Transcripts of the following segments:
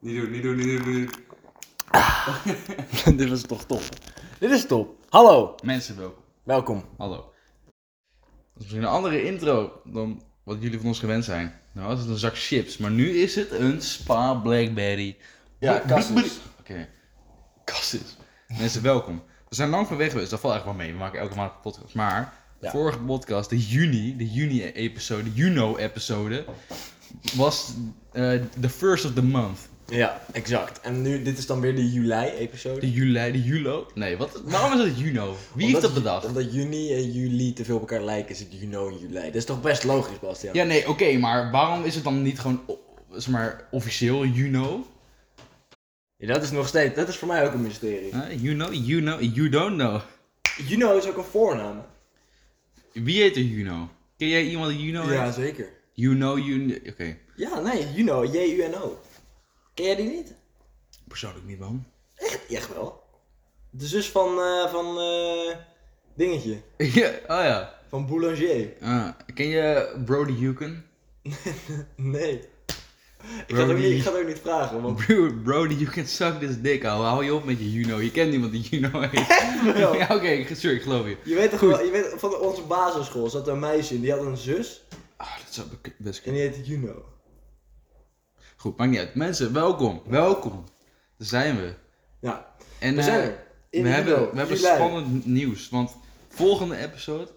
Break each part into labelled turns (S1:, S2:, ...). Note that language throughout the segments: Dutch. S1: Niet doen, niet doen, niet doen, niet doen.
S2: Dit was toch top. Dit is top. Hallo,
S1: Mensen, welkom.
S2: welkom.
S1: Hallo. Dat is misschien een andere intro dan wat jullie van ons gewend zijn. Nou was het een zak chips, maar nu is het een Spa Blackberry.
S2: Ja,
S1: Bl-
S2: Cassis.
S1: Blackberry- Oké, Cassis. Mensen, welkom. We zijn lang van weg geweest, dat valt eigenlijk wel mee. We maken elke maand een podcast. Maar de
S2: Ja.
S1: vorige podcast, de juni, de juni-episode, de Juno-episode, was eh the first of the month.
S2: Ja, exact. En nu, dit is dan weer de juli-episode.
S1: De juli, de julo? Nee, wat, waarom is dat Juno? Wie heeft dat bedacht?
S2: Omdat juni en juli te veel op elkaar lijken, is het juno en juli. Dat is toch best logisch, Bastiaan?
S1: Ja, nee, oké, maar waarom is het dan niet gewoon, o- zeg maar, officieel Juno?
S2: Ja, dat is nog steeds, dat is voor mij ook een mysterie.
S1: Huh? You know, you know, you don't know.
S2: Juno is ook een voornaam.
S1: Wie heet er Juno? Ken jij iemand die Juno heet?
S2: zeker.
S1: You know, you kn- Oké,
S2: Ja, nee, Juno, J-U-N-O. Ken jij die niet?
S1: persoonlijk niet, man.
S2: Echt, echt wel. De zus van, eh, van, eh, dingetje.
S1: ja, oh ja.
S2: Van Boulanger.
S1: Ah, ken je Brody Huken?
S2: Nee. Ik ga, het ook
S1: Brody.
S2: niet, ik ga het ook niet vragen, want
S1: Bro- Brody Huken, suck this dick, ouwe. Hou je op met je Juno. Je kent niemand die Juno heet. ja,
S2: wel.
S1: oké, ik- sorry, ik geloof je.
S2: Je weet toch wel, je weet, van onze basisschool zat een meisje en die had een zus
S1: Ah, dat zou bek- best
S2: en
S1: kunnen.
S2: die heette Juno.
S1: Goed, maakt niet uit. Mensen, welkom. Welkom. Daar zijn we.
S2: Ja,
S1: En,
S2: we zijn
S1: eh,
S2: er. In
S1: we
S2: Juno,
S1: hebben, we hebben
S2: juli.
S1: spannend nieuws, want volgende episode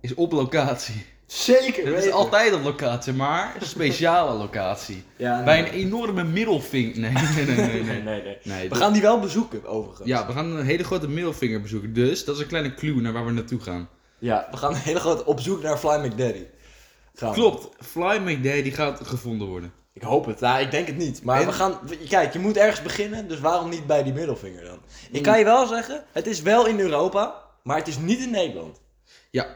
S1: is op locatie.
S2: Zeker
S1: Het is
S2: weten.
S1: altijd op locatie, maar een speciale locatie.
S2: Ja, nee.
S1: Bij een enorme middelvinger. Nee, nee, nee, nee.
S2: Nee,
S1: nee.
S2: nee, nee.
S1: Nee,
S2: We
S1: dat-
S2: gaan die wel bezoeken, overigens.
S1: Ja, we gaan een hele grote middelvinger bezoeken, dus dat is een kleine clue naar waar we naartoe gaan.
S2: Ja, we gaan een hele grote op zoek naar Fly McDaddy. Gaan we.
S1: Klopt, Fly McDay die gaat gevonden worden.
S2: Ik hoop het. Nou, ik denk het niet. Maar
S1: En-
S2: we gaan... Kijk, je moet ergens beginnen, dus waarom niet bij die middelvinger dan?
S1: Mm.
S2: Ik kan je wel zeggen, het is wel in Europa, maar het is niet in Nederland.
S1: Ja,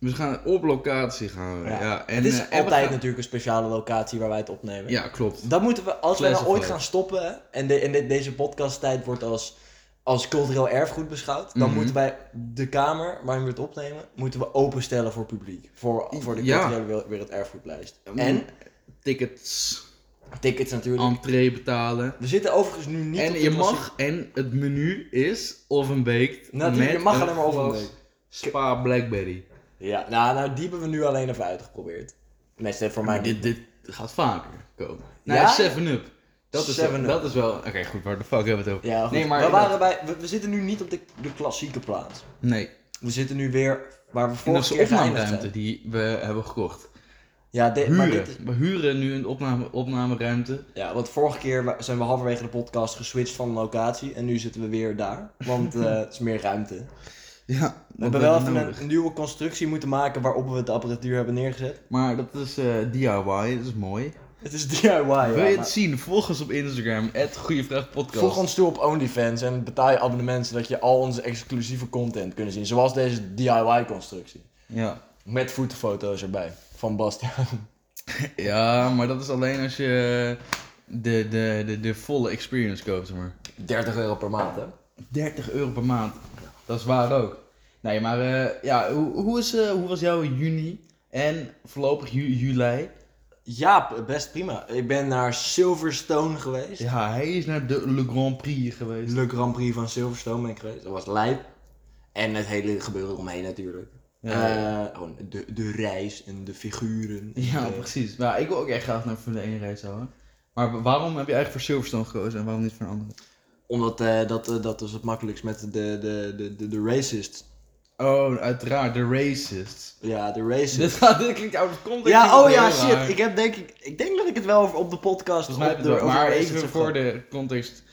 S1: dus we gaan op locatie gaan we. Ja. en,
S2: het is
S1: eh, en we
S2: altijd
S1: gaan-
S2: natuurlijk een speciale locatie waar wij het opnemen.
S1: Ja, klopt.
S2: Dat moeten we, als wij nou
S1: Classified.
S2: ooit gaan stoppen hè, en, de, en de- deze podcasttijd wordt als, als cultureel erfgoed beschouwd, dan
S1: Mhm.
S2: moeten wij de kamer waarin we het opnemen, moeten we openstellen voor publiek. Voor, voor de
S1: Ja. mm.
S2: culturele wereld- werelderfgoedlijst. En
S1: Tickets,
S2: tickets natuurlijk.
S1: entree betalen.
S2: we zitten overigens nu niet op
S1: En
S2: de
S1: je
S2: klassie-
S1: mag, en het menu is of een baked.
S2: Natuurlijk, je
S1: met
S2: mag alleen maar over
S1: glas
S2: een baked.
S1: Spa Blackberry.
S2: Ja, nou, nou, die hebben we nu alleen even uitgeprobeerd. Mensen, voor mij
S1: Maar dit, dit gaat vaker komen.
S2: Ja?
S1: Nou, 7 up. Dat is,
S2: 7 Up.
S1: dat is wel. Oké, goed, waar de fuck hebben we het over?
S2: Ja, goed.
S1: Nee, maar.
S2: we, waren bij, we, we zitten nu niet op de, de klassieke plaats.
S1: Nee,
S2: We zitten nu weer waar we
S1: en dat
S2: vorige
S1: is de
S2: keer geëindigd
S1: opnameruimte
S2: zijn.
S1: die we hebben gekocht.
S2: Ja, dit- maar dit is,
S1: Huren. We huren nu een opname, opnameruimte.
S2: Ja, want vorige keer wa- zijn we halverwege de podcast geswitcht van locatie. En nu zitten we weer daar. Want eh, het is meer ruimte.
S1: Ja,
S2: We hebben wel even een nieuwe constructie moeten maken waarop we de apparatuur hebben neergezet.
S1: Maar dat is eh, DIY, dat is mooi.
S2: Het is DIY. Ja,
S1: Wil je het
S2: maar-
S1: zien? Volg ons op Instagram, @goeievraagpodcast.
S2: Voeg ons toe op OnlyFans en betaal je abonnement zodat je al onze exclusieve content kunt zien. Zoals deze DIY-constructie.
S1: Ja.
S2: Met voetenfoto's erbij. Van Bastiaan.
S1: Ja, maar dat is alleen als je de, de, de, de volle experience koopt, zeg maar.
S2: 30 euro per maand, hè?
S1: 30 euro per maand. Dat is waar ook. Nee, maar eh, ja, hoe, hoe, is, eh, hoe was jouw juni en voorlopig ju- juli?
S2: Ja, p- best prima. Ik ben naar Silverstone geweest.
S1: Ja, hij is naar de Le Grand Prix geweest.
S2: Le Grand Prix van Silverstone ben ik geweest. Dat was lijp. En het hele gebeuren eromheen natuurlijk.
S1: Ja,
S2: Eh,
S1: ja.
S2: gewoon de, de reis en de figuren. Eh, en
S1: Ja,
S2: de-
S1: precies. Maar ik wil ook echt graag naar Formule 1 race houden. Maar waarom heb je eigenlijk voor Silverstone gekozen en waarom niet voor een andere?
S2: omdat eh, dat, eh, dat was het makkelijkst met de, de, de, de, de racists.
S1: Oh, uiteraard, de racists.
S2: Ja, de racists.
S1: Dit, gaat, dit klinkt out of context.
S2: Ja, oh ja,
S1: Heel raar.
S2: shit. Ik, heb denk, ik, ik denk dat ik het wel over- op de podcast...
S1: Volgens mij
S2: op
S1: heb
S2: de,
S1: je het wel,
S2: over
S1: maar
S2: racists heb
S1: even voor
S2: gehad.
S1: de context.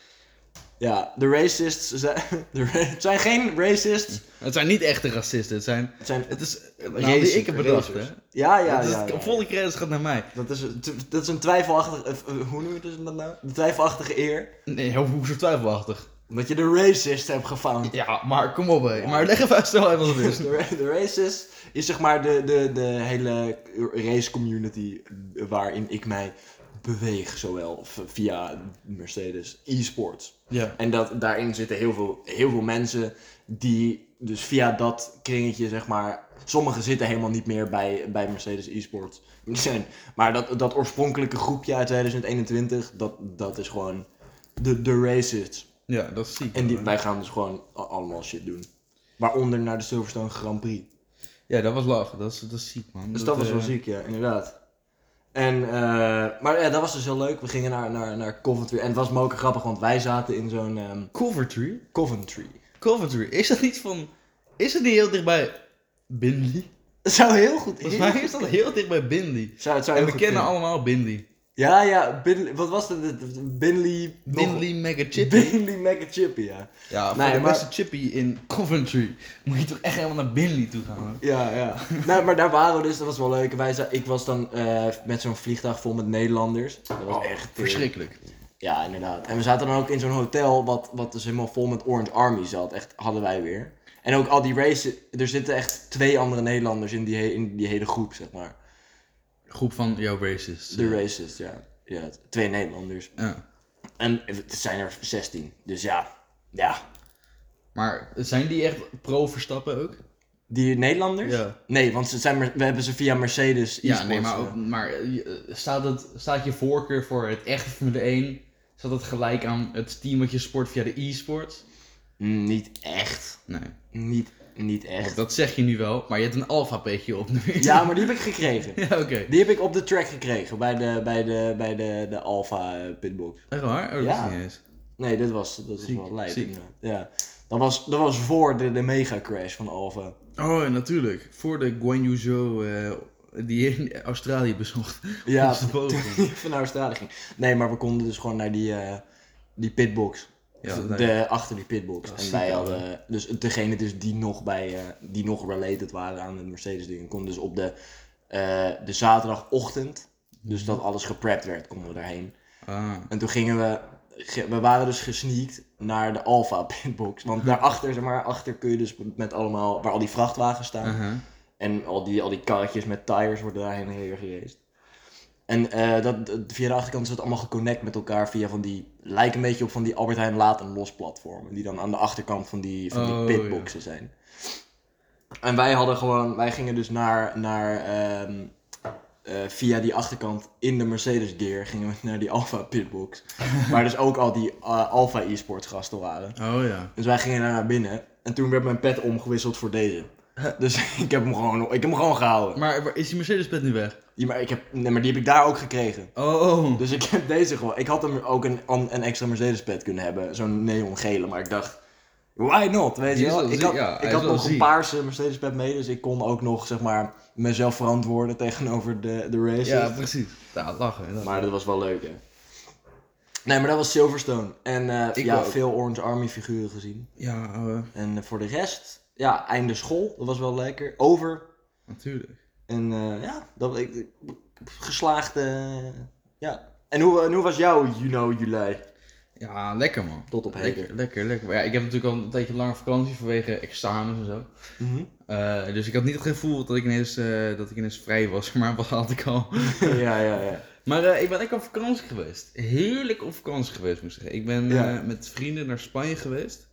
S2: Ja, de racists zijn... De, ra- het zijn geen racists.
S1: Het zijn niet echte racisten, het zijn...
S2: Het zijn...
S1: Het is... Nou,
S2: racers,
S1: die ik heb bedacht,
S2: racers.
S1: hè.
S2: Ja, ja,
S1: dat is,
S2: ja. ja, ja.
S1: Volle credits gaat naar mij.
S2: Dat is, dat is een twijfelachtige... eh, eh, Hoe noem je dat nou? Een twijfelachtige eer.
S1: Nee, hoe, hoe zo twijfelachtig.
S2: Omdat je de racist hebt gevangen.
S1: Ja, maar kom op, hé. Maar leg even uit, snel uit wat het is.
S2: De, ra- de racist is zeg maar de, de, de hele race community waarin ik mij beweeg zowel v- via Mercedes e-sports.
S1: Ja.
S2: En dat, daarin zitten heel veel, heel veel mensen die dus via dat kringetje, zeg maar... Sommigen zitten helemaal niet meer bij, bij Mercedes e-sports. Die zijn- Maar dat, dat oorspronkelijke groepje uit 2021, dat, dat is gewoon de, de racists.
S1: Ja, dat is ziek.
S2: En die,
S1: man.
S2: wij gaan dus gewoon a- allemaal shit doen. Waaronder naar de Silverstone Grand Prix.
S1: Ja, dat was lachen. Dat is, dat is ziek, man.
S2: Dus dat was wel
S1: eh,
S2: ziek, ja, inderdaad. En, eh, maar ja, dat was dus heel leuk. We gingen naar, naar, naar Coventry. En het was me ook grappig, want wij zaten in zo'n ehm,
S1: Coventry?
S2: Coventry.
S1: Coventry. Is dat niet van... Is het niet heel dichtbij Bindi?
S2: Het zou heel goed
S1: Volgens mij is dat heel dichtbij Bindi.
S2: Zou, het zou
S1: En
S2: heel
S1: we
S2: goed
S1: kennen
S2: kunnen.
S1: allemaal Bindi.
S2: Ja, ja, Bin, wat was het? Binley...
S1: Bindi Mega Chippy.
S2: Binley Mega Chippy, ja.
S1: Ja, voor
S2: Nee,
S1: de
S2: maar-
S1: beste chippy in Coventry moet je toch echt helemaal naar Bindi toe gaan. hoor.
S2: Ja, ja. nou, maar daar waren we dus, dat was wel leuk. Wij, za- ik was dan eh, met zo'n vliegtuig vol met Nederlanders. Dat was
S1: Oh,
S2: echt... eh,
S1: Verschrikkelijk.
S2: Ja, inderdaad. En we zaten dan ook in zo'n hotel wat, wat dus helemaal vol met Orange Army zat. Echt, hadden wij weer. En ook al die races, er zitten echt twee andere Nederlanders in die, he- in die hele groep, zeg maar.
S1: Groep van jouw racist.
S2: De races, ja. ja. Twee Nederlanders.
S1: Ja.
S2: En het zijn er 16. Dus ja, ja.
S1: Maar zijn die echt pro-verstappen ook?
S2: Die Nederlanders?
S1: Ja.
S2: Nee, want ze zijn, mer- we hebben ze via Mercedes
S1: Ja,
S2: e-sports,
S1: nee, maar, ook,
S2: eh.
S1: maar eh, staat, het, staat je voorkeur voor het echte Formule 1? Staat dat gelijk aan het team wat je sport via de e-sport?
S2: Mm, Niet echt.
S1: Nee.
S2: Niet, niet echt.
S1: Dat zeg je nu wel, maar je hebt een alfa-peetje op nu.
S2: Ja, maar die heb ik gekregen.
S1: Ja, oké.
S2: Die heb ik op de track gekregen bij de, bij de, bij de, de Alpha eh, Pitbox.
S1: Echt waar? Oh, dat
S2: Ja.
S1: is niet eens.
S2: Nee, dit was, dat was
S1: Ziek,
S2: wel lijp.
S1: ziek.
S2: inderdaad. Ja. Dat was, dat was voor de, de mega crash van Alfa.
S1: Oh, en natuurlijk. Voor de Guan Zhou eh, die in Australië bezocht.
S2: Ja,
S1: Ons te boven.
S2: toen die van Australië ging. Nee, maar we konden dus gewoon naar die, eh, die pitbox.
S1: Ja,
S2: Dus
S1: nee.
S2: de, achter die pitbox.
S1: Dat
S2: en
S1: is ziek,
S2: wij
S1: ouwe.
S2: hadden, dus degene dus die nog bij, eh, die nog related waren aan het Mercedes ding, konden dus op de, eh, de zaterdagochtend,
S1: Mhm.
S2: dus dat alles geprept werd, konden we daarheen.
S1: Ah.
S2: En toen gingen we, ge- we waren dus gesneakt naar de Alfa pitbox. Want daarachter, zeg maar, achter kun je dus met allemaal, waar al die vrachtwagens staan.
S1: aha.
S2: En al die, al die karretjes met tires worden daarheen en weer geraced. En eh, dat, dat- via de achterkant is dat allemaal geconnect met elkaar via van die... Lijken een beetje op van die Albert Heijn laat en los platformen. Die dan aan de achterkant van die, van die
S1: Oh,
S2: pitboxen zijn. En wij hadden gewoon... Wij gingen dus naar... naar ehm, eh, via die achterkant in de Mercedes gear gingen we naar die Alfa pitbox. waar dus ook al die eh, Alfa e-sports gasten waren.
S1: Oh ja.
S2: Dus wij gingen daar naar binnen. En toen werd mijn pet omgewisseld voor deze. Dus ik heb hem gewoon, ik heb hem gewoon gehouden.
S1: Maar waar- is die Mercedes-pet nu weg?
S2: Ja, maar, ik heb, nee, maar die heb ik daar ook gekregen.
S1: Oh.
S2: Dus ik heb deze gewoon. Ik had hem ook een, an- een extra Mercedes pet kunnen hebben. Zo'n neon gele. Maar ik dacht, why not? Weet je
S1: Die is
S2: wel?
S1: wel
S2: Ik
S1: ziek,
S2: had,
S1: ja, hij
S2: ik
S1: is
S2: had
S1: wel
S2: nog een
S1: ziek.
S2: paarse Mercedes pet mee. Dus ik kon ook nog zeg maar, mezelf verantwoorden tegenover de, de races.
S1: Ja, precies. Ja, lachen. dat-
S2: Maar dat was wel leuk hè. Nee, maar dat was Silverstone. En eh,
S1: Ik
S2: ja,
S1: ook.
S2: veel Orange Army figuren gezien.
S1: Ja, oh, ouwe.
S2: En eh, voor de rest, ja, einde school, dat was wel lekker. Over.
S1: natuurlijk.
S2: En eh, ja, dat, ik, ik- geslaagd. eh, ja. En hoe, en hoe was jouw Juno juli?
S1: Ja, lekker man.
S2: Tot op heden.
S1: Lekker, lekker, lekker. Maar ja, ik heb natuurlijk al een tijdje lange vakantie vanwege examens en zo.
S2: Mhm.
S1: Eh, dus ik had niet het gevoel dat ik ineens, eh, dat ik ineens vrij was, maar wat had ik al.
S2: ja, ja, ja.
S1: Maar eh, ik ben lekker op vakantie geweest. Heerlijk op vakantie geweest, moet ik zeggen. Ik ben
S2: Ja.
S1: eh, met vrienden naar Spanje geweest.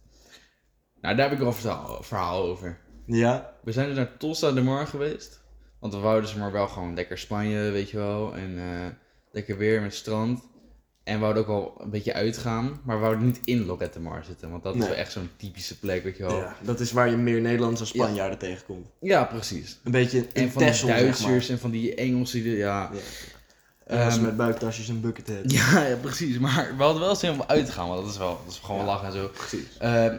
S1: Nou, daar heb ik wel een verhaal, verhaal over.
S2: Ja?
S1: We zijn dus naar Tosta de Mar geweest. Want we wouden ze maar wel gewoon lekker Spanje, weet je wel. En eh, lekker weer met strand. En we wouden ook wel een beetje uitgaan. Maar we wouden niet in Lloret de Mar zitten. Want dat
S2: Nee.
S1: is wel echt zo'n typische plek, weet je wel. Ja,
S2: ja. Dat is waar je meer Nederlanders dan Spanjaarden tegenkomt.
S1: precies.
S2: Een beetje
S1: En
S2: in
S1: van die
S2: Texel, zeg maar.
S1: Duitsers en van die Engelsen. die- Ja.
S2: Ja. Mensen
S1: Ehm,
S2: met buiktasjes en buckethead.
S1: ja, ja, precies. Maar we hadden wel zin om uit te gaan, want dat is wel dat is gewoon wel
S2: Ja.
S1: lachen en zo.
S2: Precies.
S1: Ehm,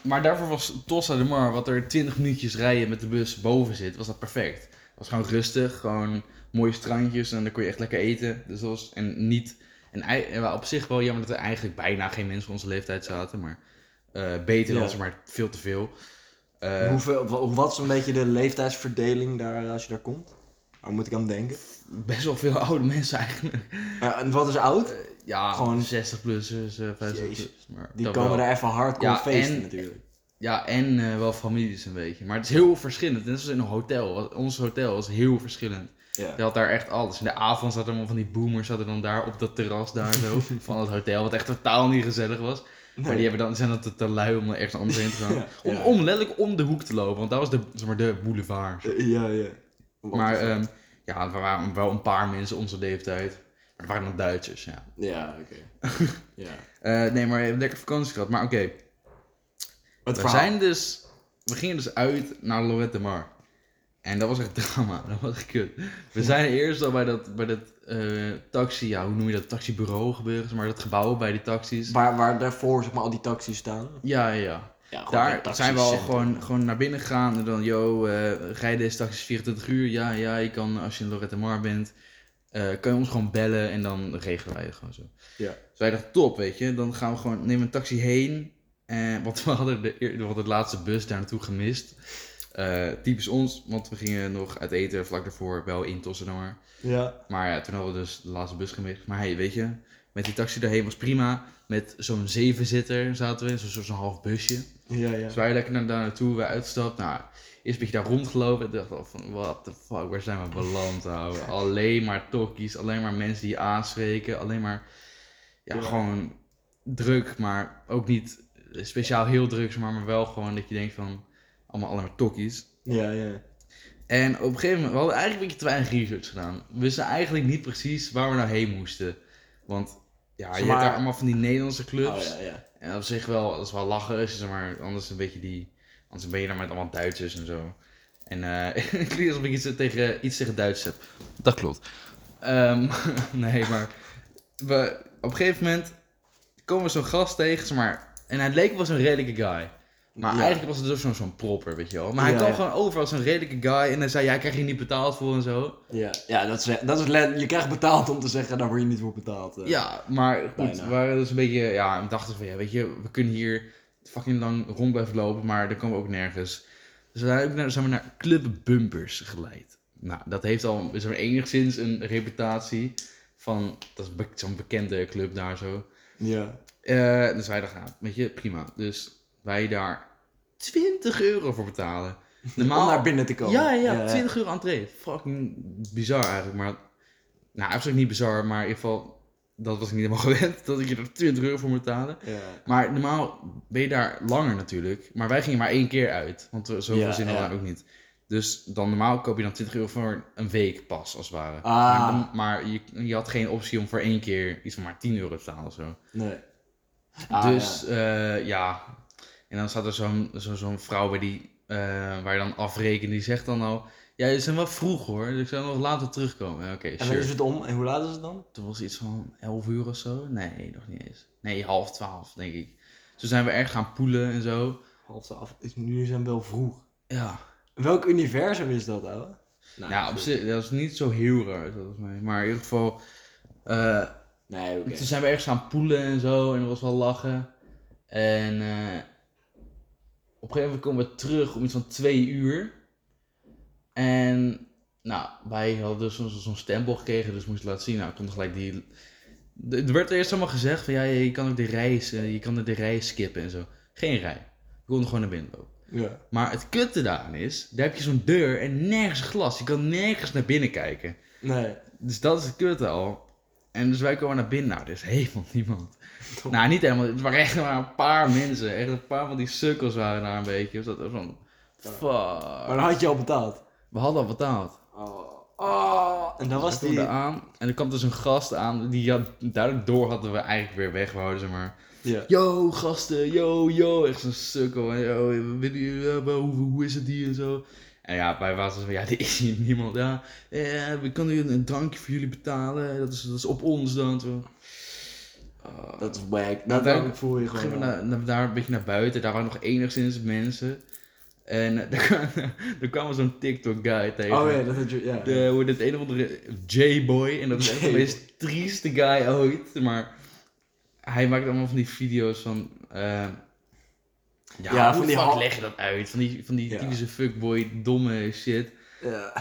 S1: maar daarvoor was Tossa de Mar, wat er 20 minuutjes rijden met de bus boven zit, was dat perfect. Het was gewoon rustig, gewoon mooie strandjes en dan kon je echt lekker eten. Dus dat was en niet. En, ei- en wel op zich wel jammer dat er eigenlijk bijna geen mensen van onze leeftijd zaten, maar eh, beter
S2: Ja.
S1: dan ze maar veel te veel. Eh,
S2: Hoeveel, wa- wat is een beetje de leeftijdsverdeling daar eh, als je daar komt? Waar moet ik aan denken?
S1: best wel veel oude mensen eigenlijk.
S2: Eh, en wat is oud?
S1: Ja,
S2: Gewoon-
S1: gewoon 60-plussers, eh 50-plussers. maar
S2: Die
S1: dat
S2: komen
S1: wel.
S2: daar even hardcore
S1: Ja,
S2: feesten
S1: en-
S2: natuurlijk.
S1: Ja, en eh, wel families een beetje. Maar het is heel verschillend. Net zoals in een hotel. Ons hotel was heel verschillend.
S2: Ja.
S1: Je had daar echt alles. In de avond zaten allemaal van die boomers zaten dan daar op dat terras daar zo. van het hotel, wat echt totaal niet gezellig was. Maar die hebben dan, zijn dan te, te lui om er ergens anders heen te gaan.
S2: Ja,
S1: Om,
S2: ja.
S1: om letterlijk om de hoek te lopen, want dat was de, zeg maar, de boulevard.
S2: Ja, ja. Wat
S1: maar
S2: is dat?
S1: ehm, ja, er waren wel een paar mensen onze leeftijd. Maar dat waren dan Duitsers, ja.
S2: Ja, oké. ja.
S1: Eh, nee, maar we hebben lekker vakantie gehad. Maar oké,
S2: Het
S1: we
S2: verhaal.
S1: zijn dus... We gingen dus uit naar Lorette de Mar. En dat was echt drama. Dat was echt kut. We zijn eerst al bij dat, bij dat eh, taxi... Ja, hoe noem je dat? Taxibureau gebeuren. zeg Maar dat gebouw bij die taxis.
S2: Waar, waar daarvoor zeg maar al die taxis staan.
S1: Ja, ja, ja.
S2: Ja, gewoon een
S1: Daar
S2: taxi
S1: zijn we al
S2: center.
S1: gewoon, gewoon naar binnen gegaan. En dan, yo, eh rij deze taxis 24 uur. Ja, ja, je kan als je in Lorette de Mar bent... eh, kan je ons gewoon bellen en dan regelen wij het gewoon zo.
S2: Ja.
S1: Dus wij dachten, top, weet je. Dan gaan we gewoon, nemen een taxi heen. En, want we hadden de, eer- we hadden de laatste bus daar naartoe gemist. Eh, typisch ons, want we gingen nog uit eten vlak daarvoor. Wel in Tossenor.
S2: Ja.
S1: Maar ja, toen hadden we dus de laatste bus gemist. Maar hey, weet je. Met die taxi daarheen was prima. Met zo'n zevenzitter zaten we in. Zo'n zo'n half busje.
S2: Ja, ja.
S1: Dus wij lekker naar, daar naartoe, wij uitstapt. Nou, eerst een beetje daar rondgelopen. En dacht al van, what the fuck, waar zijn we beland, ouwe? Alleen maar tokkies, alleen maar mensen die je aanspreken. Alleen maar, ja,
S2: Ja.
S1: gewoon druk. Maar ook niet speciaal heel druk, zeg maar, maar wel gewoon dat je denkt van, allemaal alleen maar tokkies.
S2: Ja, ja.
S1: En op een gegeven moment, we hadden eigenlijk een beetje te weinig research gedaan. We wisten eigenlijk niet precies waar we nou heen moesten. Want, ja, je
S2: Zeg
S1: hebt
S2: maar-
S1: daar allemaal van die Nederlandse clubs.
S2: Oh, ja, ja.
S1: En op zich wel, dat is wel lachen, is, zeg maar anders een beetje die, anders ben je dan met allemaal Duitsers en zo. En eh het klinkt alsof ik iets tegen, iets tegen Duits heb. Dat klopt. Ehm, nee, maar we, op een gegeven moment komen we zo'n gast tegen, zeg maar, en hij leek wel zo'n redelijke guy. Maar
S2: Ja.
S1: eigenlijk was het dus zo'n zo'n propper, weet je wel. Maar hij
S2: Ja,
S1: kwam
S2: ja.
S1: gewoon over als een redelijke guy en hij zei, ja, ik krijg hier niet betaald voor en zo.
S2: Ja, ja dat is, dat is let, je krijgt betaald om te zeggen, daar word je niet voor betaald. eh.
S1: Ja, maar goed,
S2: Bijna.
S1: we waren dus een beetje, ja, we dachten van, ja, weet je, we kunnen hier fucking lang rond blijven lopen, maar daar komen we ook nergens. Dus uiteindelijk zijn we naar Club Bumpers geleid. Nou, dat heeft al is er enigszins een reputatie van, dat is be- zo'n bekende club daar zo.
S2: Ja.
S1: Eh, dus wij dachten, nou, weet je, prima. Dus wij daar 20 euro voor betalen.
S2: Om naar binnen te komen.
S1: Ja, ja, 20 euro entree. Fucking bizar eigenlijk. Maar, nou, eigenlijk niet bizar, maar in ieder geval, dat was ik niet helemaal gewend. Dat ik je er 20 euro voor moet betalen.
S2: Ja.
S1: Maar normaal ben je daar langer natuurlijk. Maar wij gingen maar één keer uit. Want we- zoveel
S2: Ja,
S1: zin hadden
S2: ja.
S1: we ook niet. Dus dan normaal koop je dan 20 euro voor een week pas, als het ware.
S2: Ah.
S1: Maar, dan- maar je, je had geen optie om voor één keer iets van maar 10 euro te betalen of zo.
S2: Nee. Ah,
S1: dus ja. ja. En dan staat er zo'n zo, zo'n vrouw bij die, eh, waar je dan afrekent, die zegt dan al... Ja, je zijn wel vroeg hoor, dus ik zou nog later terugkomen. Ja, Oké,
S2: En dan
S1: sure.
S2: is het om. En hoe laat is het dan?
S1: Toen was iets van 11 uur of zo. Nee, nog niet eens. Nee, half 12 denk ik. Dus toen zijn we erg gaan poelen en zo.
S2: Half twaalf. Is- Nu zijn we wel vroeg.
S1: Ja,
S2: Welk universum is dat, ouwe? Nou,
S1: ja op zich, dat is niet zo heel raar volgens mij. Maar in ieder geval, eh,
S2: Nee, oké.
S1: Toen zijn we ergens gaan poelen en zo. En er was wel lachen. En eh, op een gegeven moment komen we terug om iets van twee uur. En nou, wij hadden dus zo'n zo'n stempel gekregen. Dus moesten laten zien. Nou, komt gelijk die... Er werd eerst allemaal gezegd van ja, je kan ook de reis, eh, je kan de rij skippen en zo. Geen rij. We konden gewoon naar binnen lopen.
S2: Ja.
S1: Maar het kutte daaraan is, daar heb je zo'n deur en nergens glas. Je kan nergens naar binnen kijken.
S2: Nee.
S1: Dus dat is het kutte al. En dus wij komen naar binnen. Nou, er is helemaal niemand. Nou, niet helemaal. Het waren echt maar een paar mensen. Echt een paar van die sukkels waren daar een beetje. Dus dat was van...
S2: Maar
S1: Fuck.
S2: dan had je al betaald.
S1: We hadden al betaald.
S2: Oh. oh. En dan was
S1: Toen
S2: die...
S1: er aan. En er kwam dus een gast aan. Die had, duidelijk door hadden we eigenlijk weer weggehouden, zeg maar.
S2: Ja.
S1: Yo, gasten. Yo, yo. Echt zo'n sukkel. En yo, willen jullie, eh, hoe, hoe is het hier en zo. En ja, wij waren zo van, ja, er is hier niemand. Ja, eh, we kunnen hier een drankje voor jullie betalen. Dat is, dat is op ons dan. Toen-
S2: Dat is wack.
S1: Nou,
S2: Dat,
S1: dan-
S2: dat voel je
S1: Toen gingen we
S2: gewoon.
S1: naar, naar- daar een beetje naar buiten. Daar waren nog enigszins mensen. En eh, daar kwam, daar kwam zo'n TikTok-guy tegen.
S2: Oh ja, dat had je... Ja.
S1: De, hoe dit een of andere J-boy. En dat is echt de
S2: J-boy.
S1: meest trieste guy ooit. Maar hij maakt allemaal van die video's van... eh, ja,
S2: Ja,
S1: hoe
S2: van
S1: de
S2: die
S1: fuck
S2: hal-
S1: leg je dat uit? Van die, van die
S2: Ja.
S1: typische fuckboy, domme shit.
S2: Ja.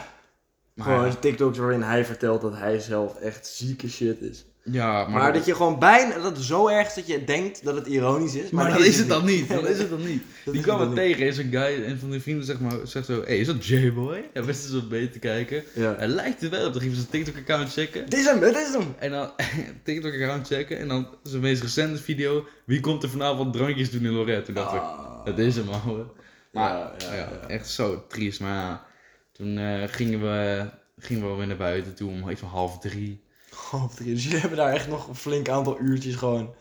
S1: Maar,
S2: Gewoon TikToks waarin hij vertelt dat hij zelf echt zieke shit is.
S1: Ja, maar,
S2: Maar, dat je gewoon bijna, dat is zo erg dat je denkt dat het ironisch is.
S1: maar dat is het dan niet. Dat is het dan niet.
S2: Dat
S1: Die
S2: is
S1: kwam
S2: het
S1: me
S2: dan niet.
S1: tegen en zijn guy, en van die vrienden zegt, maar, zegt zo, hey, is dat J-Boy? En best eens wat mee te kijken.
S2: Ja.
S1: Hij lijkt er wel op. Dan gingen ze zijn TikTok-account checken.
S2: Dit is hem, dit is hem.
S1: En dan TikTok-account checken. En dan zijn meest recente video. Wie komt er vanavond drankjes doen in Lorette? Toen dacht ik,
S2: Ah.
S1: dat is hem, ouwe. Maar
S2: Ja,
S1: ja,
S2: ja, ja.
S1: echt zo triest. Maar ja, toen eh, gingen, we, gingen we weer naar buiten toe om even half drie.
S2: Half drie. Dus jullie hebben daar echt nog een flink aantal uurtjes gewoon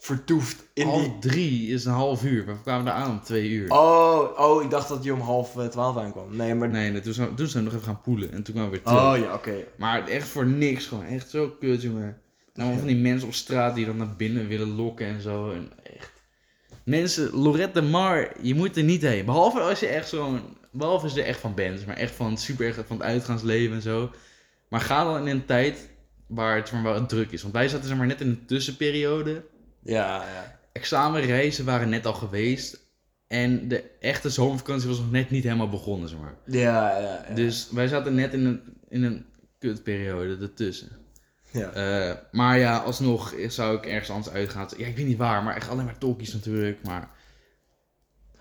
S2: vertoefd in
S1: half
S2: die...
S1: drie is een half uur. maar We kwamen daar aan om twee uur.
S2: Oh, oh, ik dacht dat je om half eh, twaalf aankwam. Nee, maar...
S1: Nee, nee, toen zijn, toen zijn we nog even gaan poelen. En toen kwamen we weer terug.
S2: Oh ja, oké.
S1: Maar echt voor niks gewoon. Echt zo kut, jongen. Nou,
S2: Ja.
S1: van die mensen op straat die dan naar binnen willen lokken en zo. En echt. Mensen, Lorette de Mar, je moet er niet heen. Behalve als je echt zo'n... Behalve als je er echt van bent. Maar echt van super erg van het uitgaansleven en zo. Maar ga dan in een tijd waar het maar wel druk is. Want wij zaten zeg maar net in een tussenperiode.
S2: Ja, ja.
S1: Examenreizen waren net al geweest. En de echte zomervakantie was nog net niet helemaal begonnen, zeg maar.
S2: Ja, ja, ja.
S1: Dus wij zaten net in een, in een kutperiode ertussen.
S2: Ja.
S1: Eh, maar ja, alsnog zou ik ergens anders uitgaan. Ja, ik weet niet waar, maar echt alleen maar talkies natuurlijk. Maar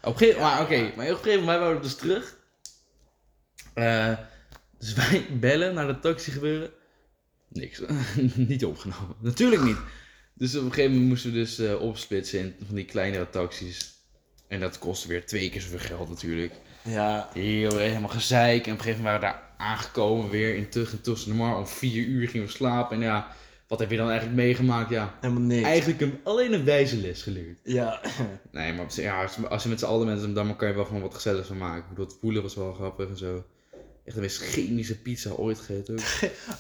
S1: op een gegeven, maar, oké, maar op een gegeven moment waren we dus terug. Eh, dus wij bellen naar de taxi gebeuren. Niks. niet opgenomen. Natuurlijk niet. Dus op een gegeven moment moesten we dus eh, opsplitsen in van die kleinere taxis. En dat kostte weer twee keer zoveel geld natuurlijk.
S2: Ja.
S1: Heel helemaal gezeik. En op een gegeven moment waren we daar aangekomen weer in Tug en Tussen de Mar. Om vier uur gingen we slapen. En ja, wat heb je dan eigenlijk meegemaakt? Ja,
S2: Helemaal niks.
S1: eigenlijk een, alleen een wijze les geleerd.
S2: Ja.
S1: Nee, maar op zich- ja, als, als je met z'n allen mensen dan kan je wel gewoon wat gezelligs van maken. Ik bedoel, het poelen was wel grappig en zo. Echt de meest chemische pizza ooit gegeten. ook.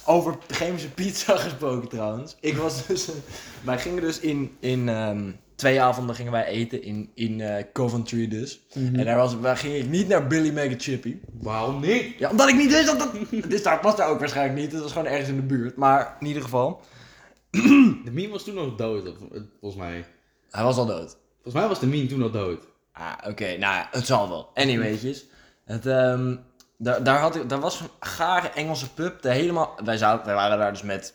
S2: Over chemische pizza gesproken trouwens. Ik was dus... eh, wij gingen dus in... in ehm, twee avonden gingen wij eten in, in eh, Coventry dus. En daar, was, daar ging ik niet naar Billy Mega Chippy.
S1: Waarom niet?
S2: Ja, omdat ik niet wist dat dat... Dit daar was daar ook waarschijnlijk niet. Het was gewoon ergens in de buurt. Maar in ieder geval...
S1: De meme was toen al dood, of- eh, volgens mij.
S2: Hij was al dood.
S1: Volgens mij was de meme toen al dood.
S2: Ah, oké. Nou ja, het zal wel. Anyway'tjes. Het, ehm, daar, daar, had ik, daar was een gare Engelse pub. Daar helemaal, wij, zaten, wij waren daar dus met...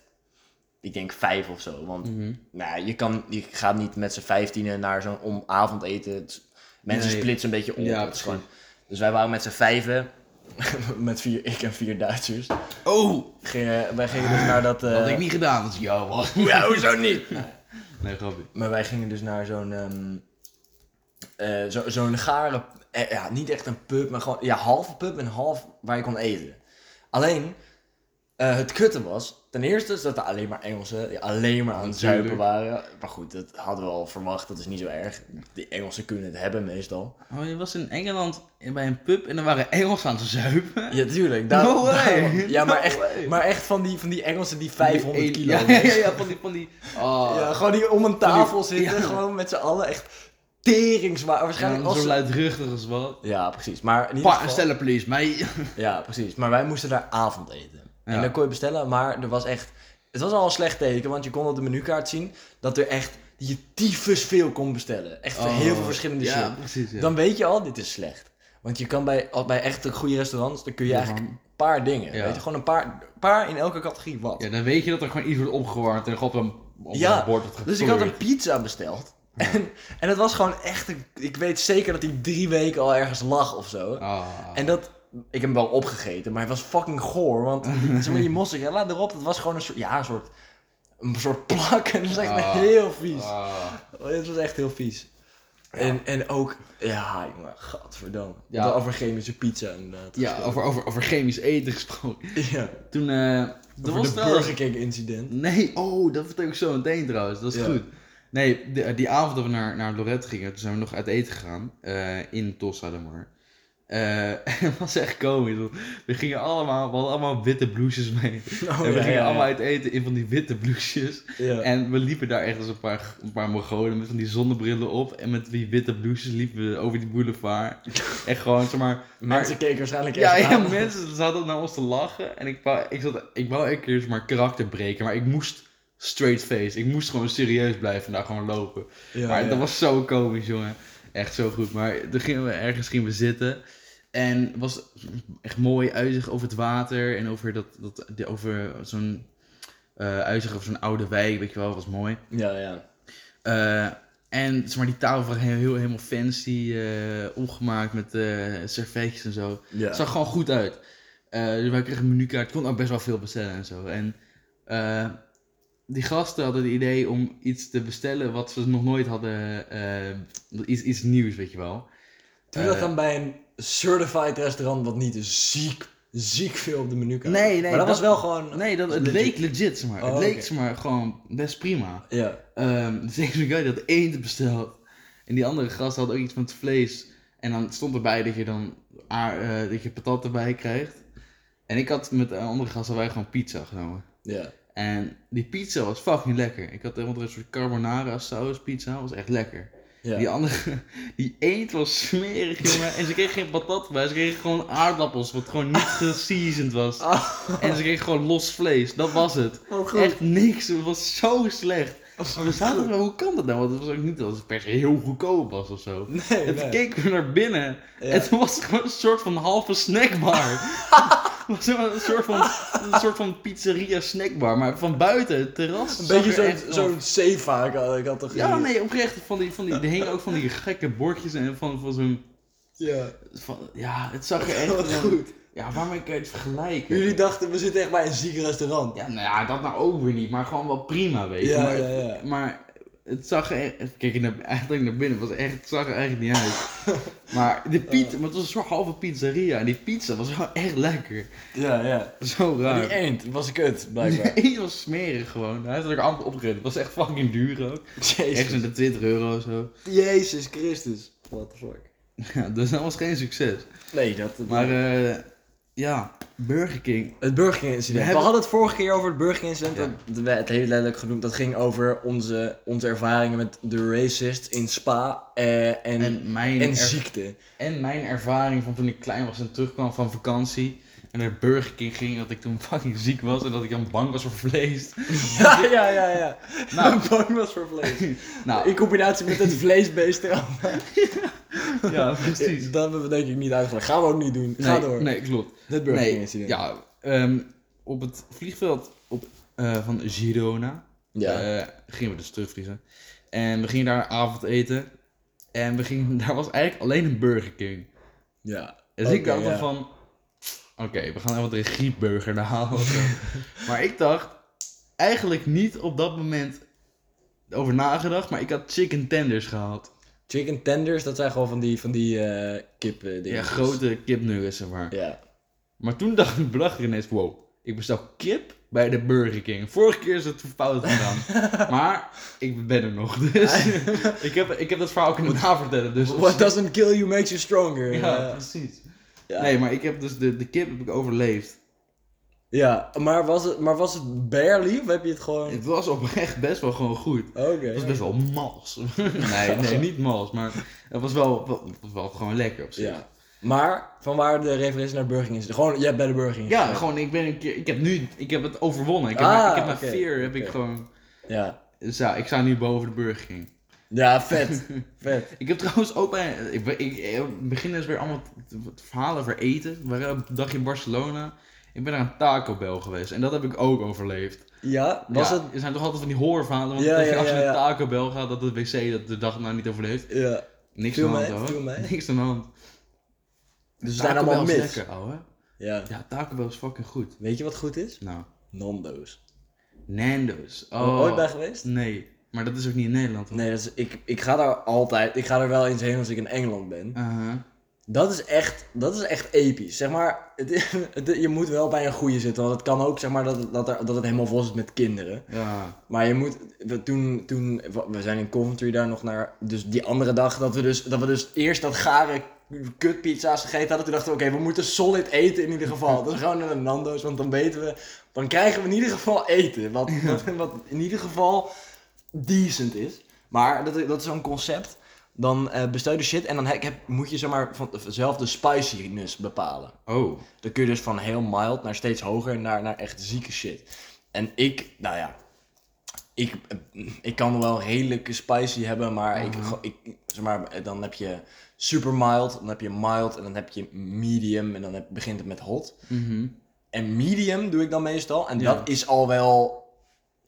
S2: Ik denk vijf of zo. Want
S1: Mhm.
S2: nou, ja, je, kan, je gaat niet met z'n vijftienen naar zo'n om avondeten. Het- mensen
S1: Nee.
S2: splitsen een beetje op.
S1: Ja,
S2: het is gewoon, dus wij waren met z'n vijven. met vier, ik en vier Duitsers.
S1: Oh,
S2: Gingen, wij gingen dus naar dat... eh,
S1: had ik niet gedaan als ik jou was.
S2: Ja, hoezo niet?
S1: Nee, grapje.
S2: Maar wij gingen dus naar zo'n. ehm, eh, zo- zo'n gare. eh, ja, niet echt een pub, maar gewoon. Ja, halve pub en half waar je kon eten. Alleen. eh, het kutte was, ten eerste is dat er alleen maar Engelsen die alleen maar aan het
S1: Natuurlijk.
S2: zuipen waren. Maar goed, dat hadden we al verwacht, dat is niet zo erg. Die Engelsen kunnen het hebben meestal.
S1: Oh, je was in Engeland bij een pub en er waren Engels aan te zuipen.
S2: Ja, tuurlijk.
S1: No way.
S2: daarom. ja, maar
S1: No
S2: echt,
S1: way.
S2: maar echt van, die, van die Engelsen die 500
S1: Die-
S2: kilo
S1: Ja, ja,
S2: wegen.
S1: ja, ja, van die. Van die oh,
S2: Ja, gewoon die om een tafel
S1: Van die-
S2: zitten,
S1: ja.
S2: gewoon met z'n allen echt teringswaar. Waarschijnlijk als
S1: zo
S2: ze-
S1: luidruchtig als wat.
S2: Ja, precies. Maar in ieder
S1: Pa,
S2: geval...
S1: stellen, please, mij.
S2: Ja, precies. Maar wij moesten daar avondeten.
S1: Ja.
S2: En dan kon je bestellen, maar er was echt... Het was al een slecht teken, want je kon op de menukaart zien dat er echt... dat je tyfus veel kon bestellen. Echt
S1: Oh,
S2: heel veel verschillende
S1: ja,
S2: shit.
S1: precies. Ja.
S2: Dan weet je al, dit is slecht. Want je kan bij, al bij echt goede restaurants, dan kun je
S1: Ja,
S2: eigenlijk een paar dingen.
S1: Ja.
S2: Weet je, gewoon een paar, paar in elke categorie wat.
S1: ja, dan weet je dat er gewoon iets wordt opgewarmd en op een, op
S2: Ja,
S1: een bord wordt
S2: Dus ik had een
S1: geplooid.
S2: pizza besteld. En, en het was gewoon echt... een- ik weet zeker dat die drie weken al ergens lag of zo.
S1: Ah.
S2: En dat, ik heb hem wel opgegeten, maar het was fucking goor. Want die- zeg maar, die mozzarella erop, dat was gewoon een soort, ja, een soort, een soort plak. En dat is echt
S1: Ah.
S2: heel vies.
S1: Ah.
S2: Het was echt heel vies. En, en ook, ja jongen, gadverdamme.
S1: Ja.
S2: Ja. Over chemische pizza inderdaad.
S1: Ja, over, over, over chemisch eten gesproken.
S2: ja.
S1: Toen. eh er
S2: Over
S1: was
S2: de
S1: trouwens-
S2: Burger King incident.
S1: Nee, oh, dat vertel ik zo meteen trouwens. Dat is
S2: Ja.
S1: goed. Nee, de- die avond dat we naar, naar Lorette gingen, toen zijn we nog uit eten gegaan. eh, in Tossa de Mar. Eh, het was echt komisch. want We gingen allemaal, we hadden allemaal witte blouses mee.
S2: Oh, ja,
S1: en we gingen
S2: ja, ja.
S1: allemaal uit eten in van die witte blouses.
S2: Ja.
S1: En we liepen daar echt als een paar, een paar Mongolen met van die zonnebrillen op. En met die witte blouses liepen we over die boulevard. en gewoon, zeg maar...
S2: Mensen keken waarschijnlijk
S1: Ja,
S2: echt
S1: ja,
S2: aan.
S1: mensen zaten naar ons te lachen. En ik wou, ik zat, ik wou een keer eens maar karakter breken. Maar ik moest straight face. Ik moest gewoon serieus blijven en daar gewoon lopen.
S2: Ja,
S1: maar
S2: ja.
S1: dat was zo komisch, jongen. Echt zo goed. Maar toen gingen we ergens gingen we zitten. En het was echt mooi uitzicht over het water. En over, dat, dat, die- over zo'n eh uitzicht op zo'n oude wijk, weet je wel, was mooi.
S2: Ja, ja.
S1: Eh, en zeg maar, die tafel was heel, heel, helemaal fancy eh, opgemaakt met eh servetjes en zo.
S2: ja.
S1: Het zag gewoon goed uit. Eh, dus wij kregen een menukaart, kon ook best wel veel bestellen en zo. En eh, die gasten hadden het idee om iets te bestellen wat ze nog nooit hadden, eh, iets, iets nieuws, weet je wel.
S2: Doe dat
S1: Eh,
S2: dan bij een certified restaurant wat niet ziek, ziek veel op de menukaart.
S1: Nee, nee,
S2: Maar dat,
S1: dat-
S2: was wel gewoon...
S1: Nee, dat, het
S2: Legit.
S1: leek legit, zeg maar.
S2: Oh,
S1: het leek,
S2: oké.
S1: zeg maar, gewoon best prima.
S2: Ja.
S1: Ehm, dus deze guy die had eend besteld. En die andere gast had ook iets met vlees. En dan stond erbij dat je dan aar- eh, dat je patat erbij krijgt. En ik had met een andere gast hadden wij gewoon pizza genomen.
S2: Ja.
S1: En die pizza was fucking lekker. Ik had helemaal een soort carbonara saus pizza. was echt lekker.
S2: Ja.
S1: Die andere, die eend was smerig, jongen. En ze kreeg geen patat bij. Ze kreeg gewoon aardappels, wat gewoon niet geseasoned was.
S2: Oh.
S1: En ze kreeg gewoon los vlees. Dat was het.
S2: wat
S1: Echt niks. Het was zo slecht. Maar we zaten wel, hoe kan dat nou? Want het was ook niet dat het per se heel goedkoop was of zo.
S2: Nee,
S1: En
S2: nee.
S1: toen keken we naar binnen
S2: Ja.
S1: en toen was het gewoon een soort van halve snackbar. Het was een soort van, een soort van pizzeria snackbar, maar van buiten, het terras.
S2: Een
S1: zag
S2: beetje
S1: er echt
S2: zo'n
S1: wel-
S2: zo'n Seva, ik had, ik had toch...
S1: Ja, nee, oprecht. Van die, van die, er hingen ook van die gekke bordjes en van, van zo'n...
S2: Ja.
S1: Van, ja, het zag er echt...
S2: Wat
S1: wel-
S2: goed.
S1: Ja, waarmee kan je het vergelijken?
S2: Jullie dachten, we zitten echt bij een ziek restaurant.
S1: Ja, nou ja, dat nou ook weer niet, maar gewoon wel prima, weet je.
S2: Ja,
S1: maar,
S2: ja, ja.
S1: maar het zag er echt... Kijk, naar, eigenlijk naar binnen, het, was echt, het zag er eigenlijk niet uit. maar de
S2: Oh.
S1: pizza, maar het was een soort halve pizzeria en die pizza was wel echt lekker.
S2: Ja, ja.
S1: Zo
S2: Die
S1: raar.
S2: eend was een kut, blijkbaar.
S1: Nee, het was smerig gewoon. Hij had er ook amper opgereden. Het was echt fucking duur ook. Ergens in
S2: Jezus.
S1: de 20 euro of zo.
S2: Jezus Christus. What the fuck.
S1: Ja, dus dat was geen succes.
S2: Nee, dat... dat-
S1: Maar eh, ja, Burger King.
S2: Het Burger King incident.
S1: We
S2: We,
S1: hebben-
S2: hadden het vorige keer over het Burger King incident.
S1: Ja.
S2: Dat werd heel letterlijk genoemd. Dat ging over onze, onze ervaringen met de racists in Spa eh, en, en,
S1: En mijn, er-
S2: ziekte.
S1: en mijn ervaring van toen ik klein was en terugkwam van vakantie. En naar Burger King ging, dat ik toen fucking ziek was en dat ik dan bang was voor vlees.
S2: Ja, ja, ja, ja.
S1: Nou.
S2: Nou, bang was voor vlees.
S1: Nou,
S2: In combinatie met het vleesbeest eraf.
S1: ja, precies.
S2: Dat hebben we denk ik niet uitgelegd. Gaan we ook niet doen. Ga
S1: Nee,
S2: door.
S1: Nee, klopt.
S2: Het Burger King
S1: Nee,
S2: incident.
S1: ja, ehm, op het vliegveld op, eh, van Girona
S2: Ja.
S1: eh, gingen we dus terugvliegen. En we gingen daar avondeten. En we gingen, daar was eigenlijk alleen een Burger King.
S2: ja.
S1: Dus ik
S2: Oké,
S1: dacht dan
S2: ja.
S1: van, oké, we gaan even een griepburger naar halen. of zo. maar ik dacht eigenlijk niet op dat moment over nagedacht, maar ik had chicken tenders gehaald.
S2: Chicken tenders, dat zijn gewoon van die, van die eh kip eh,
S1: Ja,
S2: dingetjes.
S1: grote kipnuggets, zeg maar.
S2: Ja.
S1: Maar toen dacht ik, bedacht ik ineens, wow, ik bestel kip bij de Burger King. Vorige keer is het fout gedaan. maar ik ben er nog, dus ik, heb, ik heb dat verhaal kunnen navertellen. Dus
S2: What doesn't kill you makes you stronger.
S1: ja,
S2: Eh,
S1: precies.
S2: ja.
S1: Nee, maar ik heb dus de, de kip heb ik overleefd.
S2: Ja, maar was het, maar was het barely of heb je het gewoon...
S1: Het was oprecht best wel gewoon goed.
S2: Oké.
S1: Het was best wel mals. nee, nee, niet mals, maar het was wel, wel, het was wel gewoon lekker op zich. Ja,
S2: Ja. Maar, vanwaar de referentie naar Burger King is? Gewoon, jij bent de Burger King. gegaan.
S1: gewoon, ik ben een keer, ik heb nu, ik heb het overwonnen. Ik heb,
S2: Ah,
S1: mijn, ik heb mijn
S2: oké,
S1: fear, heb ik
S2: oké.
S1: gewoon,
S2: Ja.
S1: dus ja, ik sta nu boven de Burger King.
S2: Ja, vet. vet.
S1: Ik heb trouwens ook bij, ik, be- ik, eh, begin dus weer allemaal te- te verhalen over eten. We waren op een dagje in Barcelona. Ik ben naar een Taco Bell geweest en dat heb ik ook overleefd.
S2: Ja, was
S1: Ja,
S2: het...
S1: Er zijn toch altijd van die horrorverhalen, want
S2: Ja,
S1: dat je
S2: ja,
S1: als je
S2: ja,
S1: naar
S2: ja.
S1: Taco Bell gaat, dat het wc dat de dag nou niet overleeft.
S2: Ja.
S1: Niks
S2: Viel
S1: aan de
S2: mee,
S1: hand, hoor.
S2: viel mee.
S1: Niks aan de hand. Dus
S2: zijn allemaal
S1: Bell is
S2: mis.
S1: lekker, ouwe.
S2: Ja.
S1: Ja, Taco Bell is fucking goed.
S2: Weet je wat goed is?
S1: Nou,
S2: Nando's.
S1: Nando's.
S2: Ben je
S1: Oh,
S2: ooit bij geweest?
S1: Nee, maar dat is ook niet in Nederland. hoor.
S2: Nee, dat is, ik, ik ga daar altijd... Ik ga er wel eens heen als ik in Engeland ben.
S1: Uh-huh.
S2: Dat is echt, dat is echt episch. Zeg maar, het, is- het- je moet wel bij een goede zitten. Want het kan ook, zeg maar, dat, het- dat, er, dat het helemaal vol zit met kinderen.
S1: Ja.
S2: Maar je moet, we, toen, toen, we zijn in Coventry daar nog naar, dus die andere dag, dat we dus, dat we dus eerst dat gare kutpizza's gegeten hadden. Toen dachten we, oké, we moeten solid eten in ieder geval. Dus gewoon naar de Nando's, want dan weten we, dan krijgen we in ieder geval eten. Wat, wat, wat in ieder geval decent is. Maar dat, dat is zo'n concept. Dan eh, bestel je de shit en dan heb, heb- moet je zeg maar van, zelf de spiciness bepalen.
S1: Oh.
S2: Dan kun je dus van heel mild naar steeds hoger naar, naar echt zieke shit. En ik, nou ja, ik, ik kan wel redelijke spicy hebben, maar,
S1: Mhm.
S2: ik, ik, zeg maar dan heb je super mild, dan heb je mild en dan heb je medium en dan heb, begint het met hot.
S1: Mhm.
S2: En medium doe ik dan meestal en
S1: Ja.
S2: dat is al wel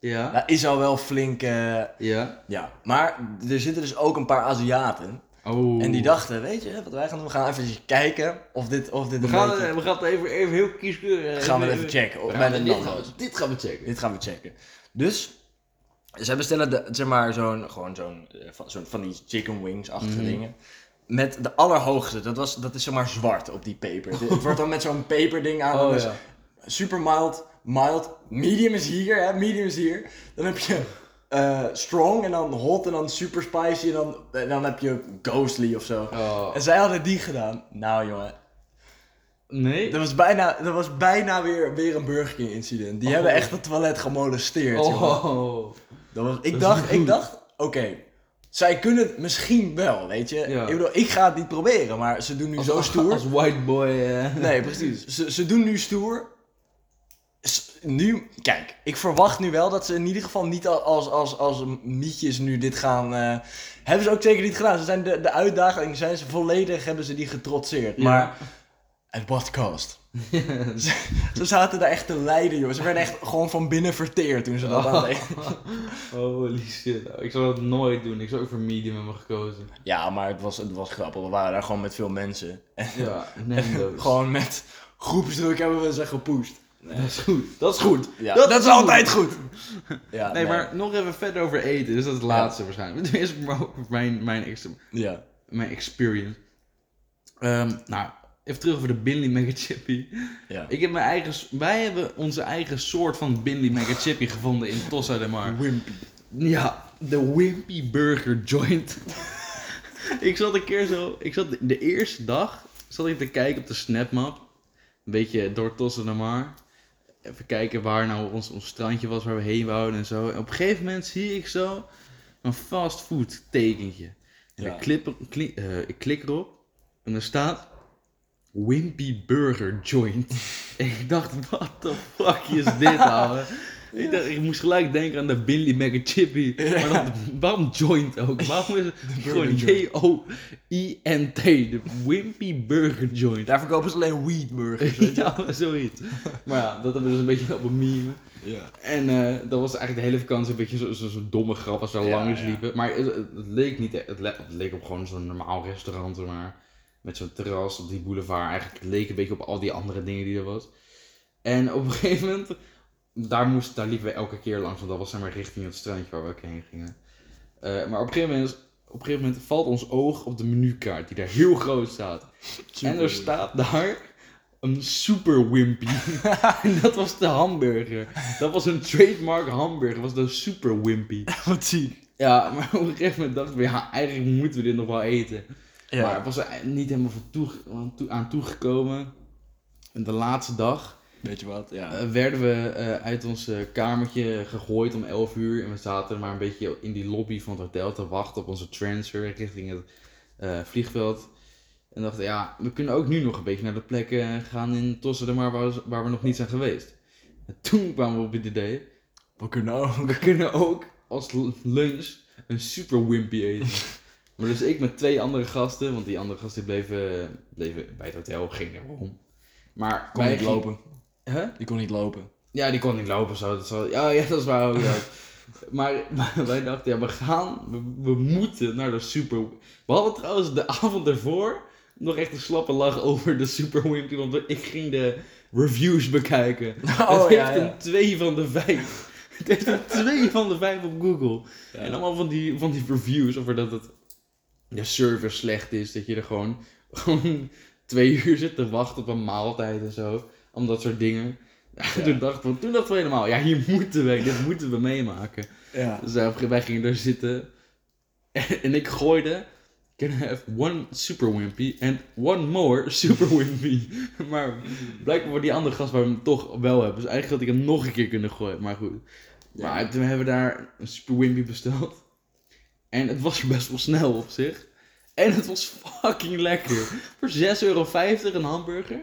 S1: Ja.
S2: Dat is al wel flink. eh,
S1: Ja.
S2: ja. Maar er zitten dus ook een paar Aziaten.
S1: Oh.
S2: En die dachten, weet je wat wij gaan doen? We gaan even kijken of dit, of dit
S1: We
S2: een
S1: gaan,
S2: beetje-
S1: eh, we gaan het even, even heel kieskeurig... eh,
S2: gaan we even checken. Of
S1: We
S2: met
S1: gaan-
S2: een
S1: Oh, dit, gaan
S2: nando's.
S1: we, dit gaan we checken.
S2: Dit gaan we checken. Dus, zij bestellen de, zeg maar zo'n, gewoon zo'n, eh, van, zo'n, van die chicken wings-achtige
S1: Mhm.
S2: dingen. Met de allerhoogste, dat, was, dat is zeg maar zwart op die paper. Dit- Het wordt dan met zo'n paperding aan.
S1: Oh
S2: dus
S1: ja.
S2: Super mild, mild, medium is hier, hè, medium is hier. Dan heb je eh, strong en dan hot en dan super spicy en dan, en dan heb je ghostly of zo.
S1: Oh.
S2: En zij hadden die gedaan. Nou jongen,
S1: Nee?
S2: dat was bijna, dat was bijna weer, weer een Burger King incident. Die
S1: Oh.
S2: hebben echt het toilet gemolesteerd. jongen.
S1: Oh.
S2: Dat was, ik,
S1: is niet
S2: dacht, ik
S1: goed.
S2: dacht, oké, zij kunnen het misschien wel, weet je.
S1: Ja.
S2: Ik bedoel, ik ga het niet proberen, maar ze doen nu zo stoer.
S1: Als white boy. eh.
S2: Nee, precies. Ze, ze doen nu stoer. S- Nu, kijk, ik verwacht nu wel dat ze in ieder geval niet al- als, als, als mietjes nu dit gaan. eh, hebben ze ook zeker niet gedaan. Ze zijn de, de uitdaging zijn ze volledig hebben ze die getrotseerd.
S1: Ja.
S2: Maar at what cost? ze, ze zaten daar echt te lijden, joh. Ze werden echt gewoon van binnen verteerd toen ze dat
S1: Oh.
S2: aandeden.
S1: Holy shit. Nou, Ik zou dat nooit doen. Ik zou ook voor medium hebben gekozen.
S2: Ja, maar het was, het was grappig. We waren daar gewoon met veel mensen. En
S1: Ja, Nando's.
S2: gewoon met groepsdruk hebben we ze gepusht.
S1: Dat is goed. Dat is goed.
S2: Ja,
S1: Dat
S2: dat,
S1: is
S2: is altijd goed. Ja,
S1: Nee, maar nog even verder over eten. Dus dat is het laatste waarschijnlijk. Dit is maar ook mijn, mijn, ex-
S2: Ja.
S1: mijn experience. Ehm, nou, even terug over de Binley Mega Chippy.
S2: ja.
S1: Ik heb mijn eigen, s- wij hebben onze eigen soort van Binley Mega Chippy gevonden in Tossa de Mar.
S2: Wimpy.
S1: Ja, de Wimpy Burger Joint. ik zat een keer zo, ik zat de eerste dag, zat ik te kijken op de snapmap. Een beetje door Tossen naar Mar. Even kijken waar nou ons, ons strandje was, waar we heen wouden en zo. En op een gegeven moment zie ik zo een fastfood tekentje. En
S2: Ja.
S1: ik, klip, kli- eh, ik klik erop en er staat Wimpy Burger Joint. en ik dacht, what the fuck is dit, ouwe? Ik, dacht, ik moest gelijk denken aan de Billy McChippy. Maar dan, waarom joint ook? Waarom is het gewoon
S2: burger
S1: J-O-I-N-T? De Wimpy Burger Joint.
S2: Daar verkopen ze alleen weedburgers.
S1: Ja, zoiets. Maar ja, dat hebben we dus een beetje op een meme.
S2: Ja.
S1: En eh, dat was eigenlijk de hele vakantie een beetje zo- zo- zo'n domme grap als we
S2: Ja,
S1: langs
S2: ja.
S1: liepen. Maar het, het- het leek niet echt- het, le- het leek op gewoon zo'n normaal restaurant, zeg maar met zo'n terras op die boulevard. Eigenlijk het leek een beetje op al die andere dingen die er was. En op een gegeven moment, daar, moest, daar liepen we elke keer langs, want dat was zeg maar richting het strandje waar we ook heen gingen. Eh, maar op een, gegeven moment, op een gegeven moment valt ons oog op de menukaart, die daar heel groot staat. en er staat daar een super wimpy. en dat was de hamburger. Dat was een trademark hamburger, dat was de super wimpy.
S2: Wat zie
S1: Ja, maar op een gegeven moment dacht ik, ja, eigenlijk moeten we dit nog wel eten.
S2: Ja.
S1: Maar ik was er niet helemaal van toege- aan toe- aan toegekomen. En de laatste dag
S2: Weet je wat? Ja.
S1: eh, werden we eh, uit ons eh, kamertje gegooid om 11 uur. En we zaten maar een beetje in die lobby van het hotel te wachten op onze transfer richting het eh, vliegveld. En dachten, ja, we kunnen ook nu nog een beetje naar de plekken eh, gaan in Tossen, de Mar, waar, we- waar we nog niet zijn geweest. En toen kwamen we op het idee,
S2: We kunnen ook.
S1: we kunnen ook als l- lunch een super wimpy eten. maar dus ik met twee andere gasten, want die andere gasten bleven, bleven bij het hotel, gingen erom. Maar
S2: Kon
S1: wij
S2: niet
S1: gingen-
S2: lopen.
S1: Hè?
S2: Die kon niet lopen.
S1: Ja, die kon niet lopen zo. Dat zal... ja, ja, dat is waar ook. ja. maar wij dachten, ja, we gaan, we, we moeten naar de super... We hadden trouwens de avond ervoor nog echt een slappe lach over de super wimpy, want we- ik ging de reviews bekijken.
S2: Oh,
S1: het heeft een 2 van de 5. Oh, Het heeft een 2 van de 5 op Google. En allemaal van die, van die reviews over dat het de server slecht is. Dat je er gewoon, gewoon twee uur zit te wachten op een maaltijd en zo. Om dat soort dingen. Toen, dachten we, toen dachten we helemaal, ja hier moeten we, dit moeten we meemaken.
S2: Ja.
S1: Dus eh, wij gingen daar zitten. En, en ik gooide, can I have one super wimpy and one more super wimpy. Maar blijkbaar voor die andere gast waar we hem toch wel hebben. Dus eigenlijk had ik hem nog een keer kunnen gooien, maar goed.
S2: Ja.
S1: Maar toen hebben we daar een super wimpy besteld. En het was er best wel snel op zich. En het was fucking lekker. voor 6,50 euro een hamburger.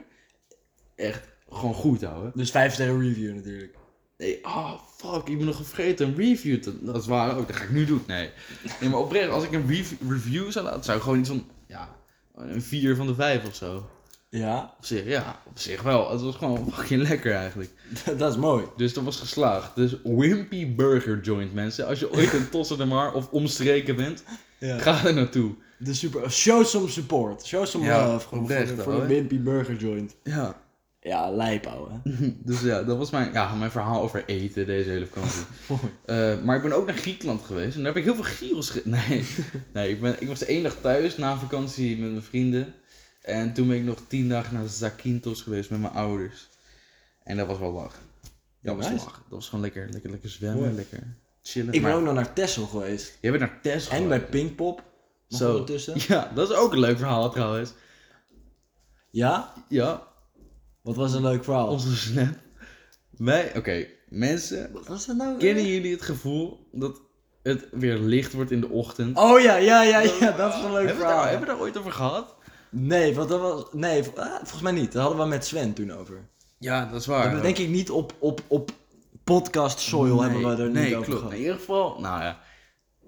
S1: Echt gewoon goed, ouwe.
S2: Dus 5 sterren review natuurlijk.
S1: Nee, oh fuck, ik moet nog vergeten een review. te- Dat is waar ook, dat ga ik nu doen. Nee, nee maar oprecht, als ik een rev- review zou laten, zou ik gewoon iets van, ja, een 4 van de 5 of zo.
S2: Ja,
S1: Op zich, ja, op zich wel. Het was gewoon fucking lekker eigenlijk.
S2: dat is mooi.
S1: Dus dat was geslaagd. Dus Wimpy Burger Joint, mensen. Als je ooit in Tossen de Mar of omstreken bent,
S2: Ja.
S1: ga er naartoe.
S2: De super, show some support. Show some
S1: Ja,
S2: love. Gewoon voor,
S1: oprecht
S2: de-
S1: wel,
S2: voor de
S1: hè?
S2: Wimpy Burger Joint.
S1: Ja.
S2: Ja, lijp ouwe.
S1: Dus ja, dat was mijn, ja, mijn verhaal over eten deze hele vakantie.
S2: Mooi.
S1: Eh, maar ik ben ook naar Griekenland geweest en daar heb ik heel veel gyros ge... Nee, nee ik, ben, ik was één dag thuis na vakantie met mijn vrienden. En toen ben ik nog tien dagen naar Zakynthos geweest met mijn ouders. En dat was wel lachen. Dat was
S2: Nice.
S1: lachen. Dat was gewoon lekker, lekker, lekker zwemmen,
S2: Mooi.
S1: lekker chillen.
S2: Ik ben
S1: maar
S2: ook nog naar Texel geweest.
S1: Jij bent naar Tess
S2: En bij Pinkpop. Nog
S1: Zo.
S2: ondertussen.
S1: Ja, dat is ook een leuk verhaal trouwens.
S2: Ja?
S1: Ja,
S2: Wat was een leuk verhaal.
S1: onze snap. Wij, oké, mensen,
S2: Wat was dat nou?
S1: kennen jullie het gevoel dat het weer licht wordt in de ochtend?
S2: Oh ja, ja, ja, ja. Dat is een leuk
S1: hebben, we
S2: verhaal.
S1: daar, hebben we daar ooit over gehad?
S2: Nee, want dat was... Nee, v- ah, volgens mij niet. Dat hadden we met Sven toen over.
S1: Ah, Ja, dat is
S2: Dat
S1: waar.
S2: hebben we denk ik niet op, op, op podcast soil hebben we er
S1: nee,
S2: niet over
S1: klopt.
S2: gehad.
S1: In ieder geval, nou ja.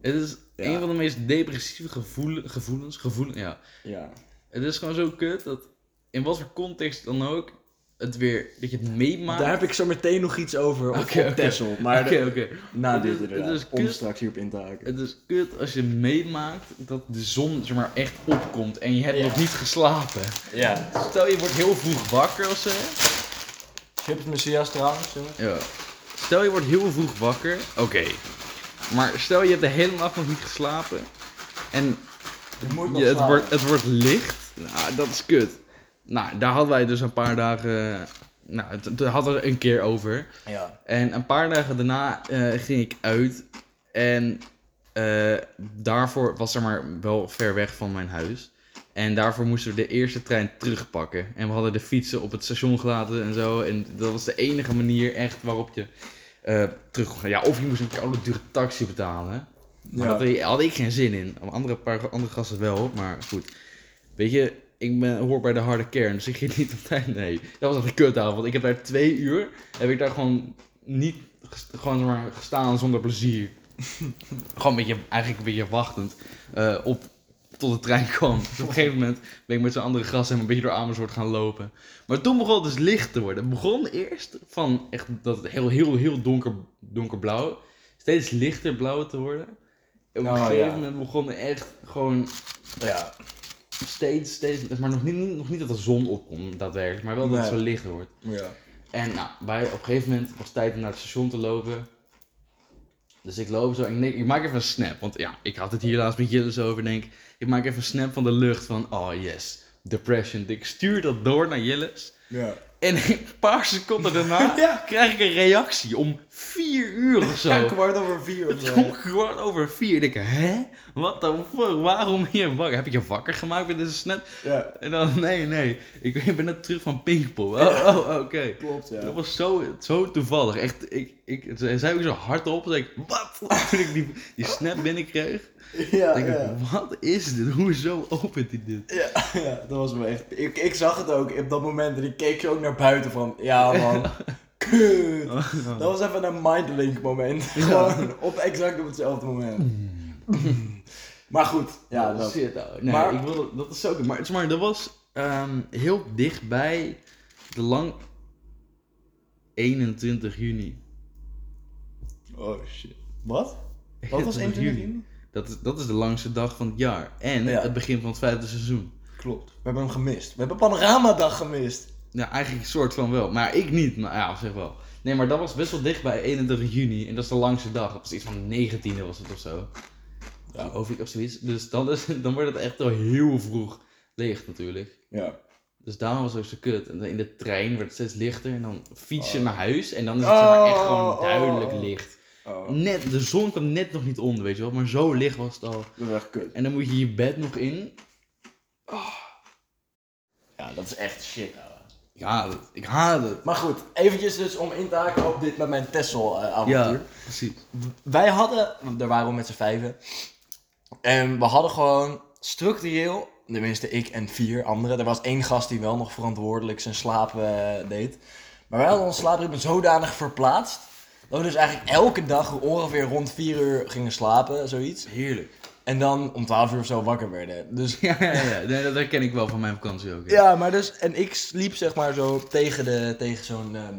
S1: Het is
S2: Ja.
S1: een van de meest depressieve gevoel, gevoelens. Gevoel, ja.
S2: Ja.
S1: Het is gewoon zo kut dat in wat voor context dan ook, het weer, dat je het meemaakt.
S2: Daar heb ik zo meteen nog iets over op,
S1: Oké,
S2: op
S1: oké.
S2: Texel. Maar
S1: Oké,
S2: de-
S1: oké.
S2: na
S1: Het is-
S2: dit inderdaad.
S1: het is
S2: om
S1: kut.
S2: straks hierop in te haken.
S1: Het is kut als je meemaakt dat de zon zeg maar, echt opkomt en je hebt
S2: Ja.
S1: nog niet geslapen.
S2: Ja.
S1: Stel je wordt heel vroeg wakker of zo.
S2: Chips Messias trouwens, jongen.
S1: Ja. Stel je wordt heel vroeg wakker. Oké. Maar stel je hebt de hele nacht nog niet geslapen. En
S2: Het moet nog
S1: je, het,
S2: slapen.
S1: wordt, het wordt licht. Nou, dat is kut. Nou, daar hadden wij dus een paar dagen... Nou, het, het hadden we er een keer over.
S2: Ja.
S1: En een paar dagen daarna eh, ging ik uit. En eh, daarvoor was er maar wel ver weg van mijn huis. En daarvoor moesten we de eerste trein terugpakken. En we hadden de fietsen op het station gelaten en zo. En dat was de enige manier echt waarop je eh terug kon gaan. Ja, of je moest een koude dure taxi betalen. Maar
S2: Ja.
S1: dat daar had ik geen zin in. Andere, paar andere gasten wel, maar goed. Weet je, ik ben, hoor bij de harde kern, dus ik ging niet op tijd. Nee, dat was echt een kutavond. Ik heb daar twee uur, heb ik daar gewoon niet ges- gewoon zeg maar, gestaan zonder plezier. gewoon een beetje, eigenlijk een beetje wachtend eh, op tot de trein kwam. Dus op een gegeven moment ben ik met zijn andere gasten een beetje door Amersfoort gaan lopen. Maar toen begon het dus licht te worden. Het begon eerst van echt dat het heel, heel, heel donker, donkerblauw. Steeds lichter blauw te worden. En op
S2: Oh,
S1: een gegeven
S2: ja.
S1: moment begon er echt gewoon
S2: Ja.
S1: steeds, steeds... Maar nog niet, niet- nog niet dat de zon opkomt daadwerkelijk, maar wel dat het
S2: Nee.
S1: zo lichter wordt.
S2: Ja.
S1: En nou, wij, op een gegeven moment was het tijd om naar het station te lopen. Dus ik loop zo en ik, denk, ik maak even een snap. Want ja, ik had het hier laatst met Jillis over. en Denk, ik maak even een snap van de lucht van, oh yes, depression. Ik stuur dat door naar Jillis.
S2: Ja.
S1: En een paar seconden daarna
S2: Ja.
S1: krijg ik een reactie om vier uur of zo.
S2: kwart over vier of
S1: Het is om kwart over vier. En ik, hè? Wat de fuck? Waarom ben je wakker? Heb ik je wakker gemaakt met deze snap?
S2: Ja.
S1: En dan, nee, nee. Ik ben net terug van Pinkpop. Oh, oh oké.
S2: Klopt,
S1: Dat was zo, zo toevallig. Echt, ik, ik, het zei ook zo hardop. Dat ik, wat? Toen ik die, die snap binnenkreeg.
S2: Ja,
S1: denk ik, wat is dit? Hoezo opent hij dit?
S2: Ja, ja, dat was me echt. Ik, ik zag het ook op dat moment en ik keek zo ook naar buiten van, ja man, kut.
S1: Oh,
S2: Dat was even een mindlink moment. Gewoon op exact op hetzelfde moment. Maar goed, ja,
S1: dat
S2: dat.
S1: shit, ouwe. Nee,
S2: Maar-
S1: ik wilde, dat is zo kut. Maar, het is maar dat was ehm, heel dichtbij de lang... 21 juni.
S2: Oh shit. Wat? Wat was
S1: 21
S2: 21 juni?
S1: Dat is, dat is de langste dag van het jaar. En
S2: Ja.
S1: het begin van het vijfde seizoen.
S2: Klopt. We hebben hem gemist. We hebben Panoramadag gemist.
S1: Ja, eigenlijk een soort van wel. Maar ik niet. Maar ja, op zich wel. Nee, maar dat was best wel dichtbij 31 juni. En dat is de langste dag. Dat was iets van 19e was het of zo.
S2: Ja.
S1: Ja. Of, of zoiets. Dus dan, is, dan wordt het echt al heel vroeg leeg natuurlijk.
S2: Ja.
S1: Dus daarom was het ook zo kut. En dan in de trein werd het steeds lichter. En dan fiets je
S2: Oh.
S1: naar huis. En dan is het zeg maar echt
S2: Oh,
S1: gewoon
S2: oh,
S1: duidelijk
S2: oh.
S1: licht.
S2: Oh,
S1: Net, de zon kwam net nog niet onder, weet je wel. Maar zo licht was het al.
S2: dat is echt kut.
S1: En dan moet je je bed nog in.
S2: Ja, dat is echt shit, ouwe.
S1: Ik haat het. Ik haat het.
S2: Maar goed, eventjes dus om in te haken op dit met mijn Tessel-avontuur.
S1: Ja, precies.
S2: Wij hadden, want daar waren we met z'n vijven. En we hadden gewoon structureel, tenminste ik en vier anderen. Er was één gast die wel nog verantwoordelijk zijn slaap eh, deed. Maar wij hadden ons slaapritme zodanig verplaatst. Dat we dus eigenlijk elke dag ongeveer rond vier uur gingen slapen, zoiets.
S1: Heerlijk.
S2: En dan om 12 uur of zo wakker werden. Dus
S1: Ja, ja, ja. Nee, dat herken ik wel van mijn vakantie ook. hè.
S2: ja, maar dus. En ik sliep zeg maar zo tegen, de, tegen zo'n. ehm,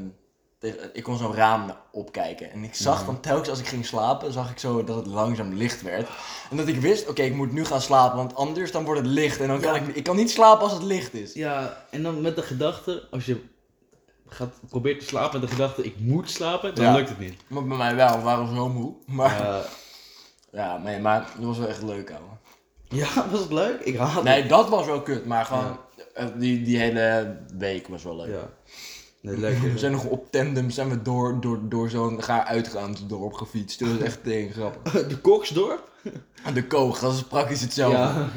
S2: tegen- ik kon zo'n raam opkijken. En ik zag dan telkens als ik ging slapen, zag ik zo dat het langzaam licht werd. En dat ik wist, oké, ik moet nu gaan slapen, want anders dan wordt het licht. En dan kan
S1: Ja.
S2: ik, ik kan niet slapen als het licht is.
S1: Ja, en dan met de gedachte, als je gaat, probeert te slapen met de gedachte, ik moet slapen, dan
S2: Ja.
S1: lukt het niet.
S2: Maar bij mij wel, want we waren zo moe. Maar ja,
S1: Eh,
S2: nee, maar dat was wel echt leuk, ouwe.
S1: ja, was het leuk? Ik haat het.
S2: Nee, dat was wel kut, maar gewoon eh, die, die hele week was wel leuk.
S1: Ja. Nee, lekker.
S2: We zijn nog op tandem, zijn we door, door, door zo'n gaar uitgaand dorp gefietst. Dat was echt tegen grappig.
S1: De Koksdorp?
S2: En de koog, dat is praktisch hetzelfde.
S1: Ja.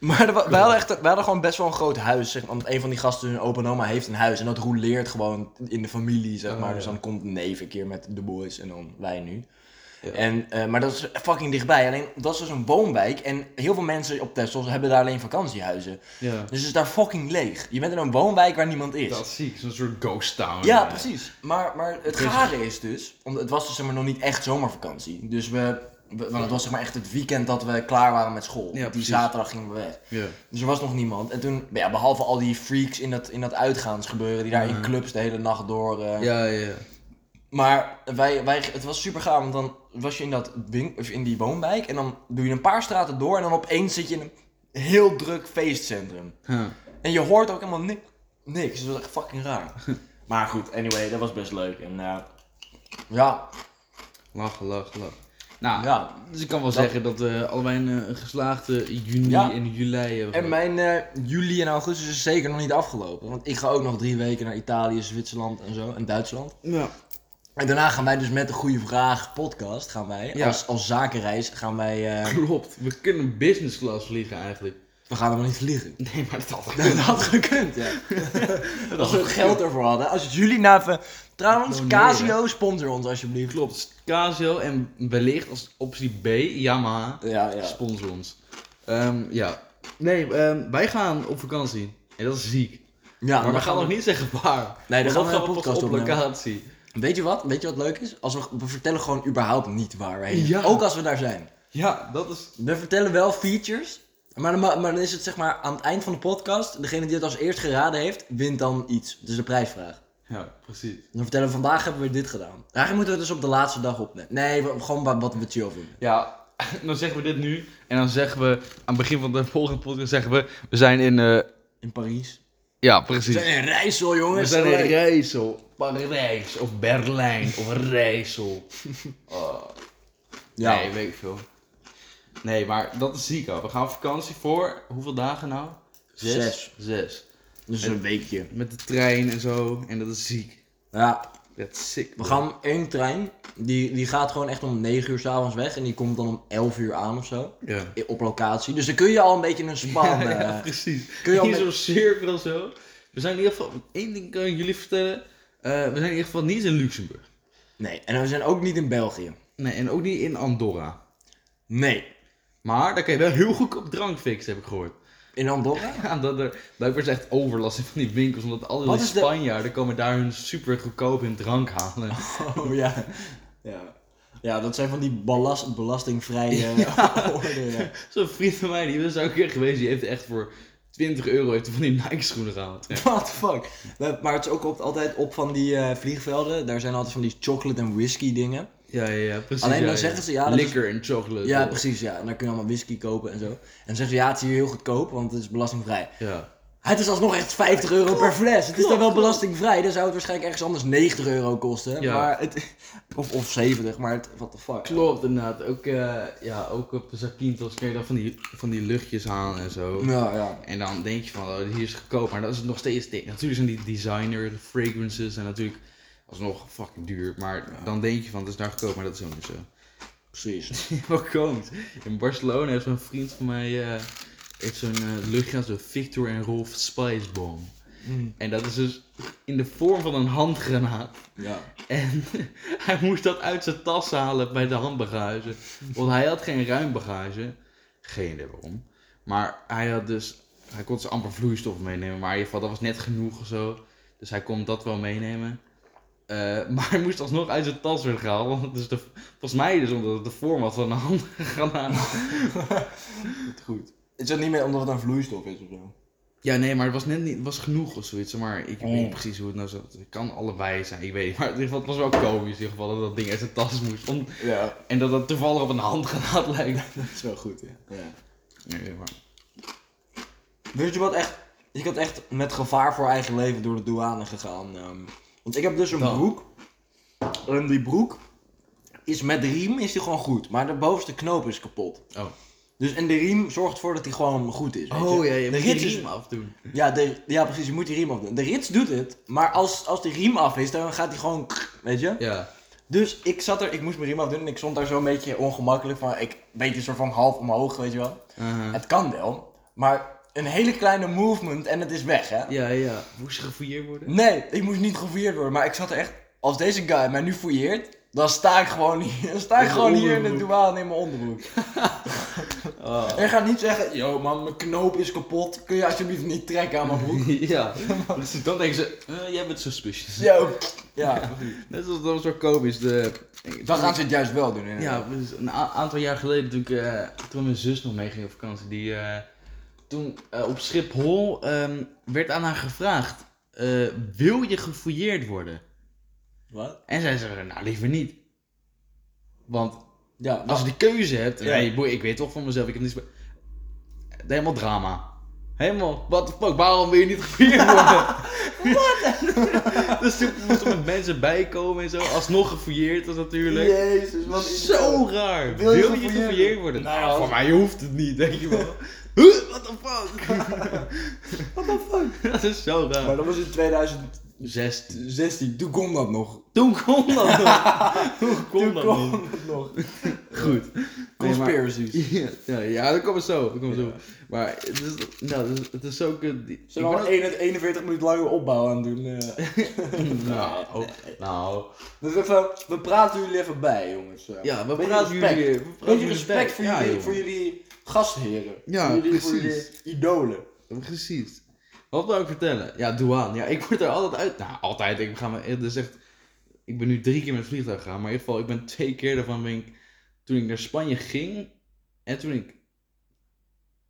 S2: Maar er wa- wij hadden, echt, wij hadden gewoon best wel een groot huis. Zeg, want een van die gasten, hun opa en oma, heeft een huis. En dat roleert gewoon in de familie, zeg
S1: Oh,
S2: maar.
S1: ja.
S2: Dus dan komt een neef een keer met de boys en dan wij nu.
S1: Ja.
S2: En, eh, maar dat is fucking dichtbij. Alleen, dat is dus een woonwijk. En heel veel mensen op Texel hebben daar alleen vakantiehuizen.
S1: ja.
S2: Dus het is daar fucking leeg. Je bent in een woonwijk waar niemand is.
S1: Dat is ziek, zo'n soort ghost town.
S2: Ja,
S1: eh.
S2: precies. Maar, maar het
S1: Precies.
S2: gare is dus, omdat het was dus zeg maar nog niet echt zomervakantie. Dus we, we- want het was zeg maar echt het weekend dat we klaar waren met school.
S1: Ja,
S2: Die
S1: precies.
S2: zaterdag gingen we weg.
S1: Ja.
S2: Dus er was nog niemand. En toen, ja, behalve al die freaks in dat, in dat uitgaansgebeuren, die daar in
S1: Mhm.
S2: clubs de hele nacht door. eh,
S1: Ja, ja.
S2: Maar wij, wij, het was super gaaf, want dan was je in, dat wink, of in die woonwijk en dan doe je een paar straten door en dan opeens zit je in een heel druk feestcentrum.
S1: Huh.
S2: En je hoort ook helemaal ni- niks. Dus dat is echt fucking raar. maar goed, anyway, dat was best leuk. En eh, ja,
S1: Lachen, lachen, lachen. Nou,
S2: ja.
S1: dus ik kan wel
S2: Dat-
S1: zeggen dat we allebei een, eh, een geslaagde juni
S2: Ja.
S1: en juli hebben
S2: En
S1: gehad.
S2: mijn eh, juli en augustus is zeker nog niet afgelopen. Want ik ga ook nog drie weken naar Italië, Zwitserland en zo. En Duitsland.
S1: Ja.
S2: En daarna gaan wij dus met de Goede Vraag podcast, gaan wij,
S1: Ja.
S2: als, als zakenreis, gaan wij... eh,
S1: Klopt, we kunnen business class vliegen eigenlijk.
S2: we gaan helemaal niet vliegen.
S1: Nee, maar dat had
S2: Dat had gekund, ja. Als we het geld ervoor hadden. Als het jullie na even... Trouwens,
S1: Doneren.
S2: Casio, sponsor ons alsjeblieft.
S1: Klopt, Casio en wellicht als optie B, Yamaha,
S2: Ja, ja.
S1: sponsor ons. Ehm, ja. Nee, ehm, wij gaan op vakantie. En dat is ziek.
S2: ja
S1: maar we
S2: dan
S1: gaan nog niet zeggen waar.
S2: Nee, dan
S1: Want
S2: gaan we
S1: dat
S2: een
S1: pas
S2: podcast
S1: op
S2: opnemen.
S1: locatie.
S2: Weet je wat? Weet je wat leuk is? Als we, we vertellen gewoon überhaupt niet waar we heen.
S1: Ja.
S2: Ook als we daar zijn.
S1: Ja, dat is...
S2: We vertellen wel features. Maar dan, ma- maar dan is het zeg maar aan het eind van de podcast. Degene die het als eerst geraden heeft, wint dan iets. Dus de prijsvraag.
S1: Ja, precies.
S2: Dan vertellen we vandaag hebben we dit gedaan. Eigenlijk moeten we het dus op de laatste dag opnemen. Nee, we- gewoon wat, wat we chill vinden.
S1: Ja, dan zeggen we dit nu. En dan zeggen we, aan het begin van de volgende podcast zeggen we, we zijn in, eh,
S2: In Parijs.
S1: ja
S2: We
S1: precies.
S2: zijn in Rijssel, jongens.
S1: We zijn in Rijssel, Parijs of Berlijn of Rijssel. Oh,
S2: Ja.
S1: Nee, weet ik veel. Nee, maar dat is ziek hoor. We gaan op vakantie voor, hoeveel dagen nou?
S2: Zes.
S1: Zes.
S2: Dus een weekje.
S1: Met de trein en zo, en dat is ziek.
S2: Ja,
S1: Dat is sick.
S2: we
S1: bro.
S2: gaan één trein. Die, die gaat gewoon echt om 9 uur s'avonds weg. En die komt dan om 11 uur aan of zo.
S1: Ja.
S2: op locatie. Dus dan kun je al een beetje een span.
S1: Ja, ja,
S2: eh,
S1: precies.
S2: kun je al
S1: in
S2: met-
S1: zo'n cirkel zo. We zijn in ieder geval, één ding kan ik jullie vertellen. Eh, we zijn in ieder geval niet in Luxemburg.
S2: Nee, en we zijn ook niet in België.
S1: Nee, en ook niet in Andorra.
S2: Nee.
S1: Maar daar kan je wel heel goed op drank fixen, heb ik gehoord.
S2: In Andorra?
S1: Ja, dat er blijkbaar is echt overlast in van die winkels, omdat alle
S2: Wat is de-
S1: Spanjaarden komen daar hun super goedkoop hun drank halen.
S2: Oh ja. ja. Ja, dat zijn van die ballast, belastingvrije oordelen. Ja.
S1: Zo'n vriend van mij, die was ook een keer geweest, die heeft echt voor 20 euro heeft hij van die Nike schoenen gehaald. Ja.
S2: What the fuck? Nee, Maar het is ook op- altijd op van die eh, vliegvelden. Daar zijn altijd van die chocolate en whisky dingen.
S1: Ja, ja, ja, precies.
S2: Alleen dan
S1: ja, ja.
S2: zeggen ze, ja, dat is-
S1: Liquor en chocolate.
S2: Ja, precies. Ja. En daar kun je allemaal whisky kopen en zo. En dan zeggen ze, ja, het is hier heel goedkoop, want het is belastingvrij.
S1: Ja.
S2: Het is alsnog echt 50 euro per fles. Het is dan wel belastingvrij, dan zou het waarschijnlijk ergens anders 90 euro kosten.
S1: Ja.
S2: Maar het, of, of 70, maar het, what the fuck.
S1: Klopt, inderdaad. Ook, eh, ja, ook op de Zakynthos kun je dan van die, van die luchtjes halen en zo.
S2: Ja, ja.
S1: En dan denk je van, oh, hier is het goedkoop, maar dat is het nog steeds tegen. Natuurlijk zijn die designer fragrances en natuurlijk alsnog fucking duur, maar dan denk je van, het is daar goedkoop, maar dat is ook niet zo.
S2: Precies.
S1: Wat komt? In Barcelona heeft zo'n vriend van mij eh, heeft zo'n eh, luchtje aan zo'n Victor en Rolf Spicebomb. En dat is dus in de vorm van een handgranaat.
S2: Ja.
S1: En hij moest dat uit zijn tas halen bij de handbagage. Want hij had geen ruim bagage. Geen idee waarom. Maar hij had dus... Hij kon dus amper vloeistof meenemen. Maar in ieder geval, dat was net genoeg of zo. Dus hij kon dat wel meenemen. Eh, maar hij moest alsnog uit zijn tas worden gehaald. Want het is de, volgens mij dus omdat het de vorm had van een handgranaat.
S2: Goed, goed. Is dat niet meer omdat het een vloeistof is of zo?
S1: Ja, nee, maar het was net niet, het was genoeg of zoiets. Maar ik weet
S2: Oh.
S1: niet precies hoe het nou zat. Het kan allebei zijn, ik weet niet. Maar in ieder geval, het was wel komisch in ieder geval dat dat ding uit zijn tas moest. Om-
S2: Ja,
S1: en dat dat toevallig op een handgranaat lijkt.
S2: dat is wel goed, ja. ja.
S1: Nee, maar...
S2: Weet je wat echt... Ik had echt met gevaar voor eigen leven door de douane gegaan. ehm. want ik heb dus een
S1: Dan.
S2: broek. En die broek is met de riem is die gewoon goed. Maar de bovenste knoop is kapot.
S1: Oh.
S2: Dus en de riem zorgt ervoor dat die gewoon goed is. weet
S1: Oh
S2: je?
S1: ja, je
S2: de
S1: moet die
S2: rits is,
S1: riem afdoen.
S2: ja, de, ja, precies. Je moet die riem afdoen. De rits doet het. Maar als, als die riem af is, dan gaat die gewoon... Weet je?
S1: Ja.
S2: Dus ik zat er, ik moest mijn riem afdoen en ik stond daar zo'n beetje ongemakkelijk van. Ik weet een soort van half omhoog, weet je wel.
S1: Uh-huh.
S2: Het kan wel, maar een hele kleine movement en het is weg, hè?
S1: Ja, ja. Moest ze gefouilleerd worden?
S2: Nee, ik moest niet gefouilleerd worden, maar ik zat er echt. Als deze guy mij nu fouilleert, dan sta ik gewoon hier. Dan sta ik
S1: In
S2: gewoon
S1: de
S2: hier in de
S1: onderbroek.
S2: douane in mijn onderbroek.
S1: Oh.
S2: En gaat niet zeggen, yo man, mijn knoop is kapot. Kun je alsjeblieft niet trekken aan mijn broek?
S1: ja. Dus dan denken ze, eh, jij bent suspicious.
S2: Yo. Ja,
S1: Net als dat was wel komisch. De...
S2: dan gaan ze het juist wel doen.
S1: Ja,
S2: inderdaad.
S1: dus een a- aantal jaar geleden toen, ik, eh, toen mijn zus nog meeging op vakantie, die, eh, toen eh, op Schiphol ehm, werd aan haar gevraagd, eh, wil je gefouilleerd worden?
S2: Wat?
S1: En zij zei, nou liever niet. Want
S2: Ja,
S1: als
S2: was
S1: je die keuze hebt,
S2: Ja.
S1: nee, boei, ik weet toch van mezelf, ik heb niets... be- Helemaal drama. Helemaal, what the fuck, waarom wil je niet gefouilleerd worden? Wat? dus toen moesten er met mensen bijkomen en zo, alsnog gefouilleerd was natuurlijk.
S2: Jezus, wat is
S1: Zo raar!
S2: Wil
S1: Wil
S2: je
S1: je,
S2: gefouilleerd
S1: gefouilleerd
S2: worden?
S1: worden?
S2: Nou,
S1: Nou, voor mij hoeft het niet, denk je wel. Huh, What the fuck?
S2: What the fuck?
S1: dat is zo
S2: Maar
S1: raar.
S2: dat was in 2000.
S1: 16.
S2: 16, toen kon dat nog.
S1: Toen kon dat nog. Toen kon
S2: toen
S1: dat
S2: kon
S1: nog.
S2: dat nog.
S1: Goed. Nee, maar-
S2: Conspiracies.
S1: Ja, ja, ja, dat komt het zo. Dat komt het
S2: Ja.
S1: zo. Maar het is, nou, het is, het is zo kut. die- ik
S2: Ze waren
S1: ben
S2: 41 minuten lange opbouw aan het doen. eh.
S1: ook- Nou, nou.
S2: Dus even, we praten jullie even bij, jongens.
S1: Ja, we
S2: Beetje
S1: praten
S2: respect.
S1: jullie. we praten
S2: Beetje
S1: jullie
S2: respect
S1: back.
S2: voor,
S1: Ja,
S2: jullie,
S1: jongen.
S2: voor jullie gastheren.
S1: Ja,
S2: voor jullie, Voor
S1: precies.
S2: jullie idolen.
S1: Precies. Wat wil ik vertellen? Ja, douane. Ja, ik word er altijd uit. Nou, altijd. Ik, ga me, het is echt, ik ben nu drie keer met het vliegtuig gegaan. Maar in ieder geval, ik ben twee keer daarvan ben ik, toen ik naar Spanje ging. En toen ik,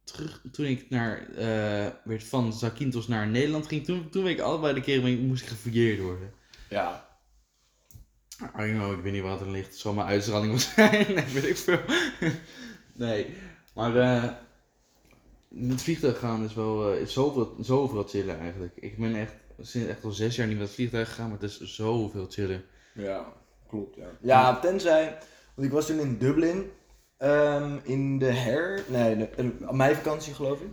S1: terug, toen ik naar, eh, weer van Zakynthos naar Nederland ging. Toen, toen ben ik allebei de keren ben ik, moest ik gefouilleerd worden.
S2: Ja.
S1: I don't know, ik weet niet wat er ligt. Het zal mijn uitstraling wel zijn. Nee, weet ik veel. Nee, maar eh met het vliegtuig gaan is wel eh, is zoveel, zoveel chiller eigenlijk. Ik ben echt sinds echt al zes jaar niet met het vliegtuig gegaan, maar het is zoveel chiller.
S2: Ja, klopt. Ja, ja tenzij, want ik was toen in Dublin. ehm, in de her, nee, de, de- mijn vakantie geloof ik.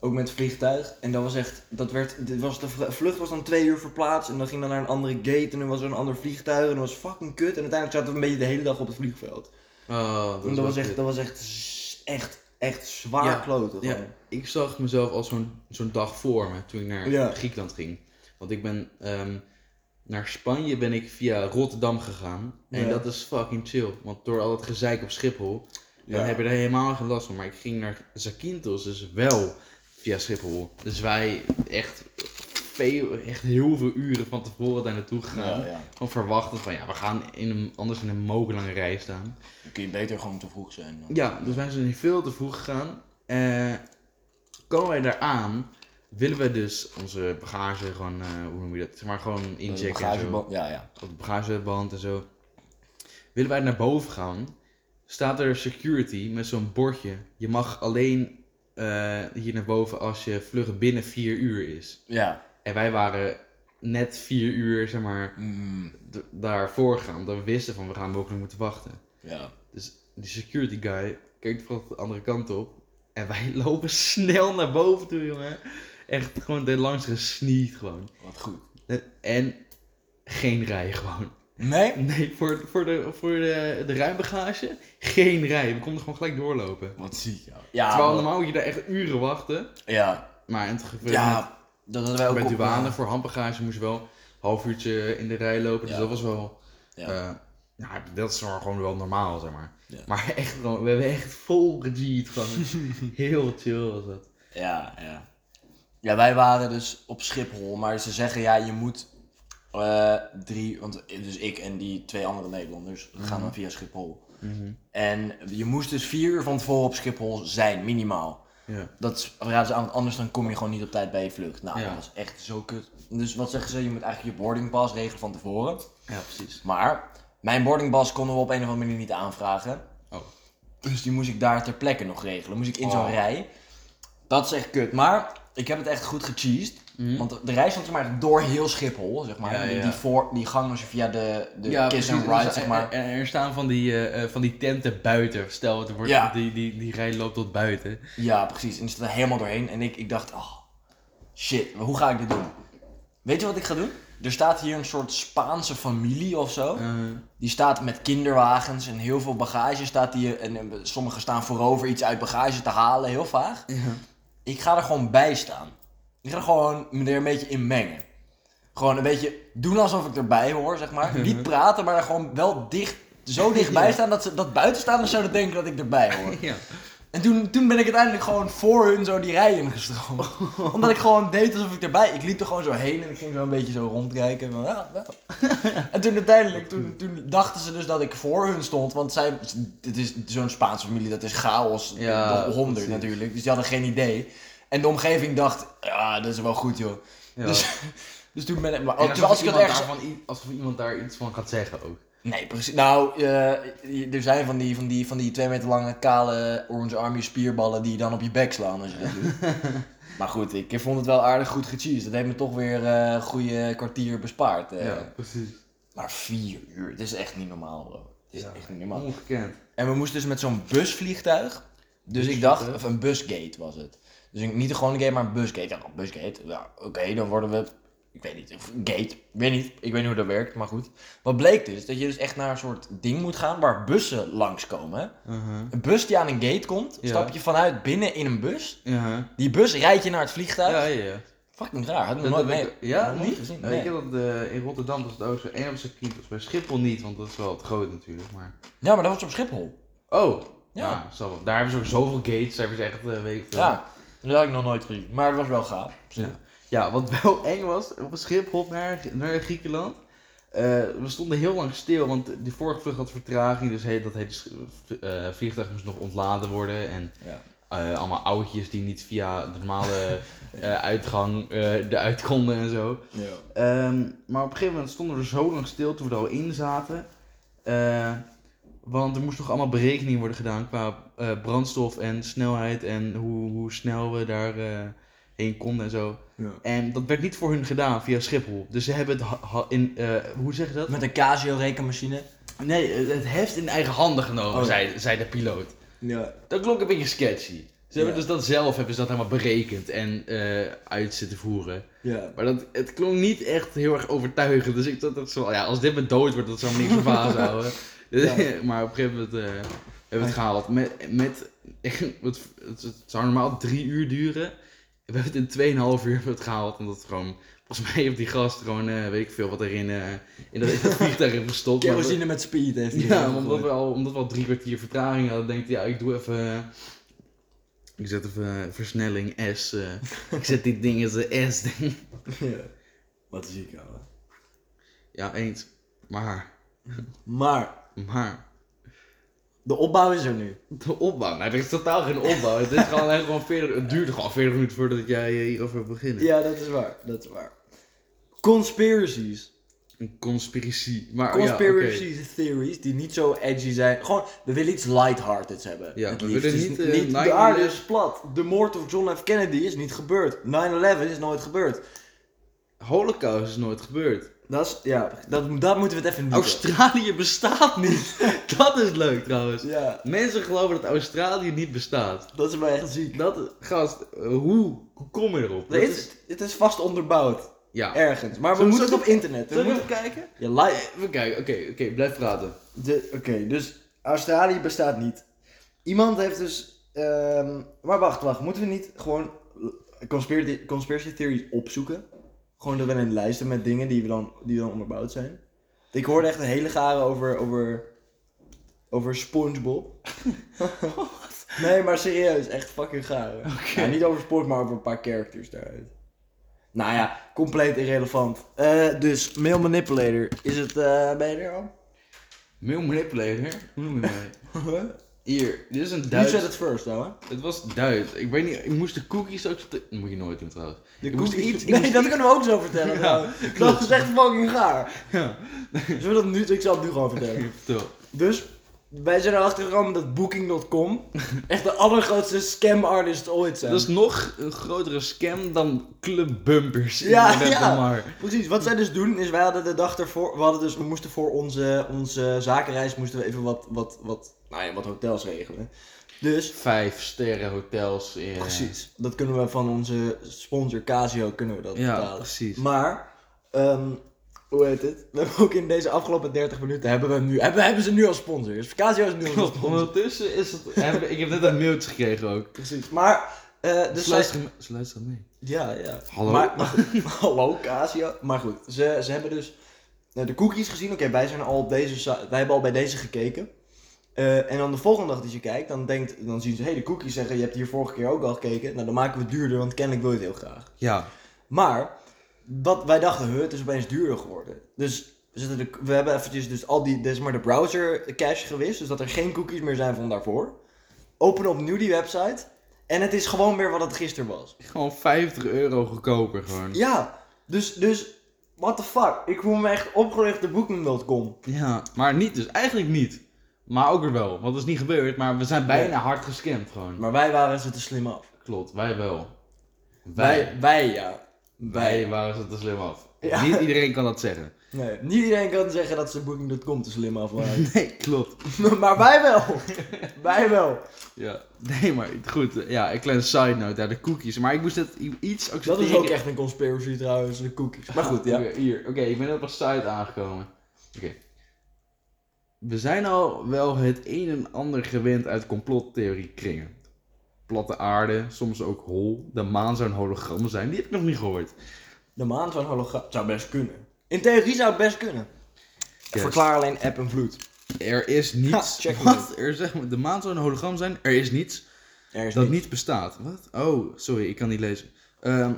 S2: Ook met vliegtuig. En dat was echt, dat werd, dit was de vl- vlucht was dan twee uur verplaatst. En dan ging dan naar een andere gate. En dan was er een ander vliegtuig. En dat was fucking kut. En uiteindelijk zaten we een beetje de hele dag op het vliegveld.
S1: Oh, dat,
S2: En dat
S1: is wel
S2: was echt,
S1: kut.
S2: dat was echt, z- echt, echt zwaar
S1: Ja,
S2: kloten.
S1: ja.
S2: gewoon.
S1: Ik zag mezelf als zo'n zo'n dag voor me toen ik naar
S2: Ja.
S1: Griekenland ging. Want ik ben ehm, naar Spanje ben ik via Rotterdam gegaan. En
S2: Ja.
S1: dat is fucking chill. Want door al dat gezeik op Schiphol Dan heb je er helemaal geen last van. Maar ik ging naar Zakynthos, dus wel via Schiphol. Dus wij echt, veel, echt heel veel uren van tevoren daar naartoe gegaan.
S2: ja.
S1: Gewoon verwachten van ja, we gaan in een, anders in een mogenlange rij staan.
S2: Dan kun je beter gewoon te vroeg zijn. dan.
S1: Ja, dus wij zijn veel te vroeg gegaan. Eh, komen wij daar aan, willen we dus onze bagage gewoon, eh, hoe noem je dat, zeg maar gewoon
S2: Dat is een
S1: inchecken. en zo
S2: bagageband- Ja, ja.
S1: op de bagageband en zo. Willen wij naar boven gaan, staat er security met zo'n bordje. Je mag alleen eh, hier naar boven als je vlucht binnen 4 uur is.
S2: Ja.
S1: En wij waren net 4 uur, zeg maar,
S2: Mm,
S1: d- daarvoor gaan. Dat we wisten van we gaan mogelijk moeten wachten.
S2: ja.
S1: Dus die security guy keek van de andere kant op. En wij lopen snel naar boven toe, jongen. Echt gewoon de langs gesneed gewoon.
S2: Wat goed.
S1: En geen rij gewoon.
S2: Nee?
S1: Nee, voor, voor, de, voor de, de ruimbagage geen rij. We konden gewoon gelijk doorlopen.
S2: Ah, Wat ziek, ja. Ja,
S1: Terwijl
S2: maar-
S1: normaal moet je daar echt uren wachten.
S2: ja.
S1: Maar in het geval
S2: ja. Dat hadden wij ook
S1: met, met
S2: op- eh,
S1: douane voor handbagage moest je wel een half uurtje in de rij lopen. Dus
S2: Ja.
S1: dat was wel...
S2: Ja.
S1: eh, nou, dat is wel gewoon wel normaal, zeg maar.
S2: Ja.
S1: Maar echt gewoon, we hebben echt vol gejeet. Gewoon heel chill was dat.
S2: Ja, ja. Ja, wij waren dus op Schiphol, maar ze zeggen ja, je moet eh, drie, want dus ik en die twee andere Nederlanders
S1: Mhm.
S2: gaan dan via Schiphol. En je moest dus vier uur van tevoren op Schiphol zijn, minimaal.
S1: Ja.
S2: Dat is- raden ze aan, want anders dan kom je gewoon niet op tijd bij je vlucht. Nou,
S1: Ja.
S2: dat was echt zo kut. Dus wat zeggen ze? Je moet eigenlijk je boarding pass regelen van tevoren.
S1: ja, precies.
S2: Maar mijn boarding pass konden we op een of andere manier niet aanvragen.
S1: Oh.
S2: Dus die moest ik daar ter plekke nog regelen. Moest ik in zo'n
S1: Oh.
S2: rij. Dat is echt kut. Maar ik heb het echt goed gecheesed. Want de- de reis stond zeg maar door heel Schiphol, zeg maar.
S1: Ja,
S2: Die-
S1: ja.
S2: Die, voor, die gang was je via de, de Kiss
S1: precies.
S2: and Ride,
S1: Dus,
S2: zeg
S1: eh,
S2: maar.
S1: eh, Er, staan van die, eh, eh, van die tenten buiten. Stel, het wordt,
S2: Ja. Oh,
S1: die, die, die rij loopt tot buiten.
S2: Ja, precies. En die stond er helemaal doorheen. En ik, ik dacht, oh, shit, maar hoe ga ik dit doen? Weet je wat ik ga doen? Er staat hier een soort Spaanse familie of zo.
S1: Eh,
S2: Die staat met kinderwagens en heel veel bagage staat hier. En, en sommigen staan voorover iets uit bagage te halen, heel vaag. Ik ga er gewoon bij staan. Ik ga er gewoon me er een beetje in mengen. Gewoon een beetje doen alsof ik erbij hoor, zeg maar. Niet praten, maar er gewoon wel dicht, zo dichtbij staan dat, ze, dat buitenstaanders zouden denken dat ik erbij hoor.
S1: ja.
S2: En toen, toen ben ik uiteindelijk gewoon voor hun zo die rij ingestroomd. Omdat ik gewoon deed alsof ik erbij... Ik liep er gewoon zo heen en ik ging zo een beetje zo rondkijken. Van, ja, wel. en toen uiteindelijk, toen, toen dachten ze dus dat ik voor hun stond. Want zij, het is zo'n Spaanse familie, dat is chaos.
S1: Ja,
S2: Ja, 100
S1: precies.
S2: natuurlijk. Dus die hadden geen idee. En de omgeving dacht, ja, dat is wel goed joh.
S1: Ja.
S2: Dus, dus toen ben ik... Maar,
S1: En
S2: terwijl als ik het
S1: iemand
S2: ergens...
S1: daarvan i- alsof iemand daar iets van gaat zeggen ook.
S2: Nee, precies. Nou, eh, er zijn van die, van, die, van die twee meter lange kale Orange Army spierballen die je dan op je bek slaan als je dat doet. maar goed, ik vond het wel aardig goed gecheesed. Dat heeft me toch weer eh, een goede kwartier bespaard. eh.
S1: precies.
S2: Maar vier uur, het is echt niet normaal bro. Het is
S1: Ja.
S2: echt niet normaal.
S1: Ongekend.
S2: En we moesten dus met zo'n busvliegtuig. Dus ik dacht, of een busgate was het. Dus een- niet gewoon een gate, maar een busgate. Ik dacht, oh, busgate, ja, oké, dan worden we... Ik weet niet, of een gate, ik weet niet. Ik weet niet hoe dat werkt, maar goed. Wat bleek dus, dat je dus echt naar een soort ding moet gaan waar bussen langskomen. hè. Een bus die aan een gate komt,
S1: Ja.
S2: stap je vanuit binnen in een bus.
S1: Ja.
S2: Die bus rijdt je naar het vliegtuig.
S1: Ja, ja, ja.
S2: Fucking raar, had ik nog
S1: Dat
S2: nooit
S1: heb
S2: mee.
S1: ik- ja,
S2: nog nooit
S1: niet?
S2: gezien.
S1: Nee,
S2: nee.
S1: Ik heb dat eh, in Rotterdam, dat is het ook zo. En op circuit, dat is bij Schiphol niet, want dat is wel het groot natuurlijk. Maar...
S2: Ja, maar dat was op Schiphol.
S1: Oh,
S2: Ja.
S1: ja. zal wel. daar hebben ze ook zoveel gates, daar hebben ze echt, eh, weet ik veel.
S2: Ja, dat had ik nog nooit gezien. Maar het was wel gaaf.
S1: Ja. ja, wat wel eng was, op een schip naar, naar Griekenland. eh, we stonden heel lang stil, want de vorige vlucht had vertraging, dus he- dat hele sch- v- eh, vliegtuig moest nog ontladen worden. En
S2: Ja.
S1: eh, allemaal oudjes die niet via de normale eh, uitgang eh eruit konden en zo.
S2: ja.
S1: Ehm, maar op een gegeven moment stonden we er zo lang stil toen we er al in zaten. Eh, want er moest nog allemaal berekening worden gedaan qua eh, brandstof en snelheid en hoe, hoe snel we daar eh, heen konden en zo.
S2: Ja.
S1: En dat werd niet voor hun gedaan via Schiphol. Dus ze hebben het ha- ha- in, eh, hoe zeg je dat?
S2: Met een Casio rekenmachine.
S1: Nee, het heft in eigen handen genomen,
S2: Oh.
S1: zei, zei de piloot.
S2: Ja.
S1: Dat klonk een beetje sketchy. Ze hebben
S2: Ja.
S1: dus dat zelf hebben ze dat helemaal berekend en eh uit zitten voeren.
S2: ja.
S1: Maar dat, het klonk niet echt heel erg overtuigend. Dus ik dacht dat zo, ja, als dit me dood wordt, dat zou me niks verbazen houden.
S2: Ja.
S1: maar op een gegeven moment eh, hebben we het gehaald. Met, met, het, het, het zou normaal drie uur duren. We hebben het in tweeënhalf uur hebben we het gehaald. Omdat het gewoon, volgens mij heeft die gast gewoon, eh, weet ik veel, wat erin eh, in dat in dat vliegtuig heeft gestopt. Maar we-
S2: Kerosine met speed heeft hij
S1: ja,
S2: erin
S1: maar omdat
S2: gegooid.
S1: we, al, omdat we al drie kwartier vertraging hadden, denkt hij, ja, ik doe even... eh, Ik zet even eh, versnelling S. eh, ik zet dit ding in zijn S, denk
S2: Ja. Wat zie ik ouwe.
S1: Ja, eens. Maar,
S2: Maar,
S1: maar.
S2: de opbouw is er nu.
S1: De opbouw. Nou, er is totaal geen opbouw. het, is gewoon, echt gewoon 40, het duurde gewoon 40 minuten voordat jij eh, hierover begint.
S2: Ja, dat is waar. Dat is waar. Conspiracies.
S1: Een conspiracy. Maar,
S2: Conspiracy
S1: Oh, Ja, oké.
S2: theories die niet zo edgy zijn. Gewoon, we willen iets lighthearteds hebben.
S1: Ja,
S2: het
S1: we
S2: liefst.
S1: willen
S2: Dus
S1: niet,
S2: n-
S1: eh,
S2: niet de
S1: 9/11.
S2: aarde is plat. De moord op John F. Kennedy is niet gebeurd. 9-11 is nooit gebeurd.
S1: Holocaust is nooit gebeurd.
S2: Dat is, ja, dat, dat moeten we het even niet
S1: Australië bestaat niet. dat is leuk trouwens.
S2: Ja,
S1: Mensen geloven dat Australië niet bestaat.
S2: dat is wel echt ziek.
S1: Dat, gast, eh, hoe, hoe kom je erop?
S2: Nee,
S1: Dat
S2: het, is, het is vast onderbouwd.
S1: ja.
S2: Ergens. Maar we
S1: Zullen we
S2: moeten het
S1: zo-
S2: op internet. We
S1: Zullen we
S2: moeten...
S1: even kijken?
S2: Ja, live.
S1: Even kijken, oké, oké, blijf praten.
S2: De- Oké, dus Australië bestaat niet. Iemand heeft dus. ehm, maar wacht, wacht. Moeten we niet gewoon eh, conspiracy, conspiracy theories opzoeken? Gewoon dat we een lijst hebben met dingen die, we dan, die dan onderbouwd zijn. Ik hoorde echt een hele gare over. over, over SpongeBob. Nou, nee, maar serieus, echt fucking gare. Ja, niet over Spongebob, maar over een paar characters daaruit. Nou ja, compleet irrelevant. Eh, dus, Mail Manipulator, is het, eh ben je er al?
S1: Mail manipulator? Hoe noem je mij? Hier, dit is een
S2: You
S1: Duits.
S2: said it first, though, hè?
S1: Het was Duits. Ik weet niet, ik moest de cookies ook... Dat moet je nooit doen trouwens.
S2: De
S1: ik moest
S2: cookies-
S1: iets... ik
S2: Nee,
S1: moest
S2: dat
S1: iets-
S2: kunnen we ook zo vertellen.
S1: Ja,
S2: trouwens. dat
S1: klopt.
S2: is echt fucking gaar.
S1: Ja,
S2: Zullen we dat nu... Ik zal het nu gewoon vertellen.
S1: vertel.
S2: Dus, wij zijn erachter gekomen dat Booking.com echt de allergrootste scam artist ooit zijn.
S1: Dat is nog een grotere scam dan clubbumpers in
S2: Ja,
S1: de web,
S2: ja.
S1: maar.
S2: Precies, wat zij dus doen is wij hadden de dag ervoor, we hadden dus, we moesten voor onze, onze zakenreis moesten we even wat, wat, wat, nou ja, wat hotels regelen. Dus,
S1: Vijf sterren hotels in...
S2: precies, dat kunnen we van onze sponsor Casio kunnen we dat
S1: Ja,
S2: betalen.
S1: precies.
S2: Maar, ehm, hoe heet het? We hebben ook in deze afgelopen 30 minuten hebben we hem nu, hebben, hebben ze nu als sponsor. Dus Casio is nu al
S1: Klopt,
S2: sponsor.
S1: ondertussen is het... hebben- Ik heb net een mailtje gekregen ook.
S2: Precies, maar, eh, dus
S1: Dus
S2: zij-
S1: luister, ze luisteren mee.
S2: Ja, ja.
S1: Hallo?
S2: Maar, maar goed. hallo, Casio. Maar goed, ze, ze hebben dus nou, de cookies gezien. Oké, wij zijn al op deze, si- wij hebben al bij deze gekeken. Eh, en dan de volgende dag dat je kijkt, dan, denkt, dan zien ze, hé, hey, de cookies zeggen, je hebt hier vorige keer ook al gekeken. Nou, dan maken we het duurder, want kennelijk wil je het heel graag.
S1: Ja.
S2: Maar, wat wij dachten, huh, het is opeens duurder geworden. Dus we, zetten de, we hebben eventjes dus al die, dus maar de browser cache gewist, dus dat er geen cookies meer zijn van daarvoor. Openen opnieuw die website. En het is gewoon weer wat het gisteren was.
S1: Gewoon 50 euro goedkoper gewoon.
S2: Ja, dus, dus, what the fuck. Ik voel me echt opgelucht door Booking.com.
S1: Ja, maar niet dus. Eigenlijk niet. Maar ook weer wel, want dat is niet gebeurd. Maar we zijn bijna
S2: Nee.
S1: hard gescamd gewoon.
S2: Maar wij waren ze te slim af.
S1: Klopt, wij wel.
S2: Wij, wij ja.
S1: wij waren ze te slim af.
S2: Ja.
S1: Niet iedereen kan dat zeggen.
S2: Nee, niet iedereen kan zeggen dat ze Booking.com te slim af waren.
S1: Nee, klopt.
S2: maar wij wel. wij wel.
S1: Ja. Nee, maar goed. Ja, een kleine side note daar, de cookies. Maar ik moest dat i- iets
S2: Dat
S1: accepteren.
S2: is ook echt een conspiracy trouwens, de cookies. Maar goed, ja.
S1: Oké, hier, oké, ik ben op een site aangekomen. Oké. We zijn al wel het een en ander gewend uit complottheorie kringen. Platte aarde, soms ook hol. De maan zou een hologram zijn, die heb ik nog niet gehoord.
S2: De maan zou een hologram... Zou best kunnen. In theorie zou het best kunnen.
S1: Yes.
S2: Verklaar alleen app en vloed.
S1: Er is niets.
S2: check
S1: Wat? Er zeg maar, de maan zou een hologram zijn. Er is niets
S2: Er is
S1: dat
S2: niets.
S1: niet bestaat. Wat? Oh, sorry, ik kan niet lezen. Ehm,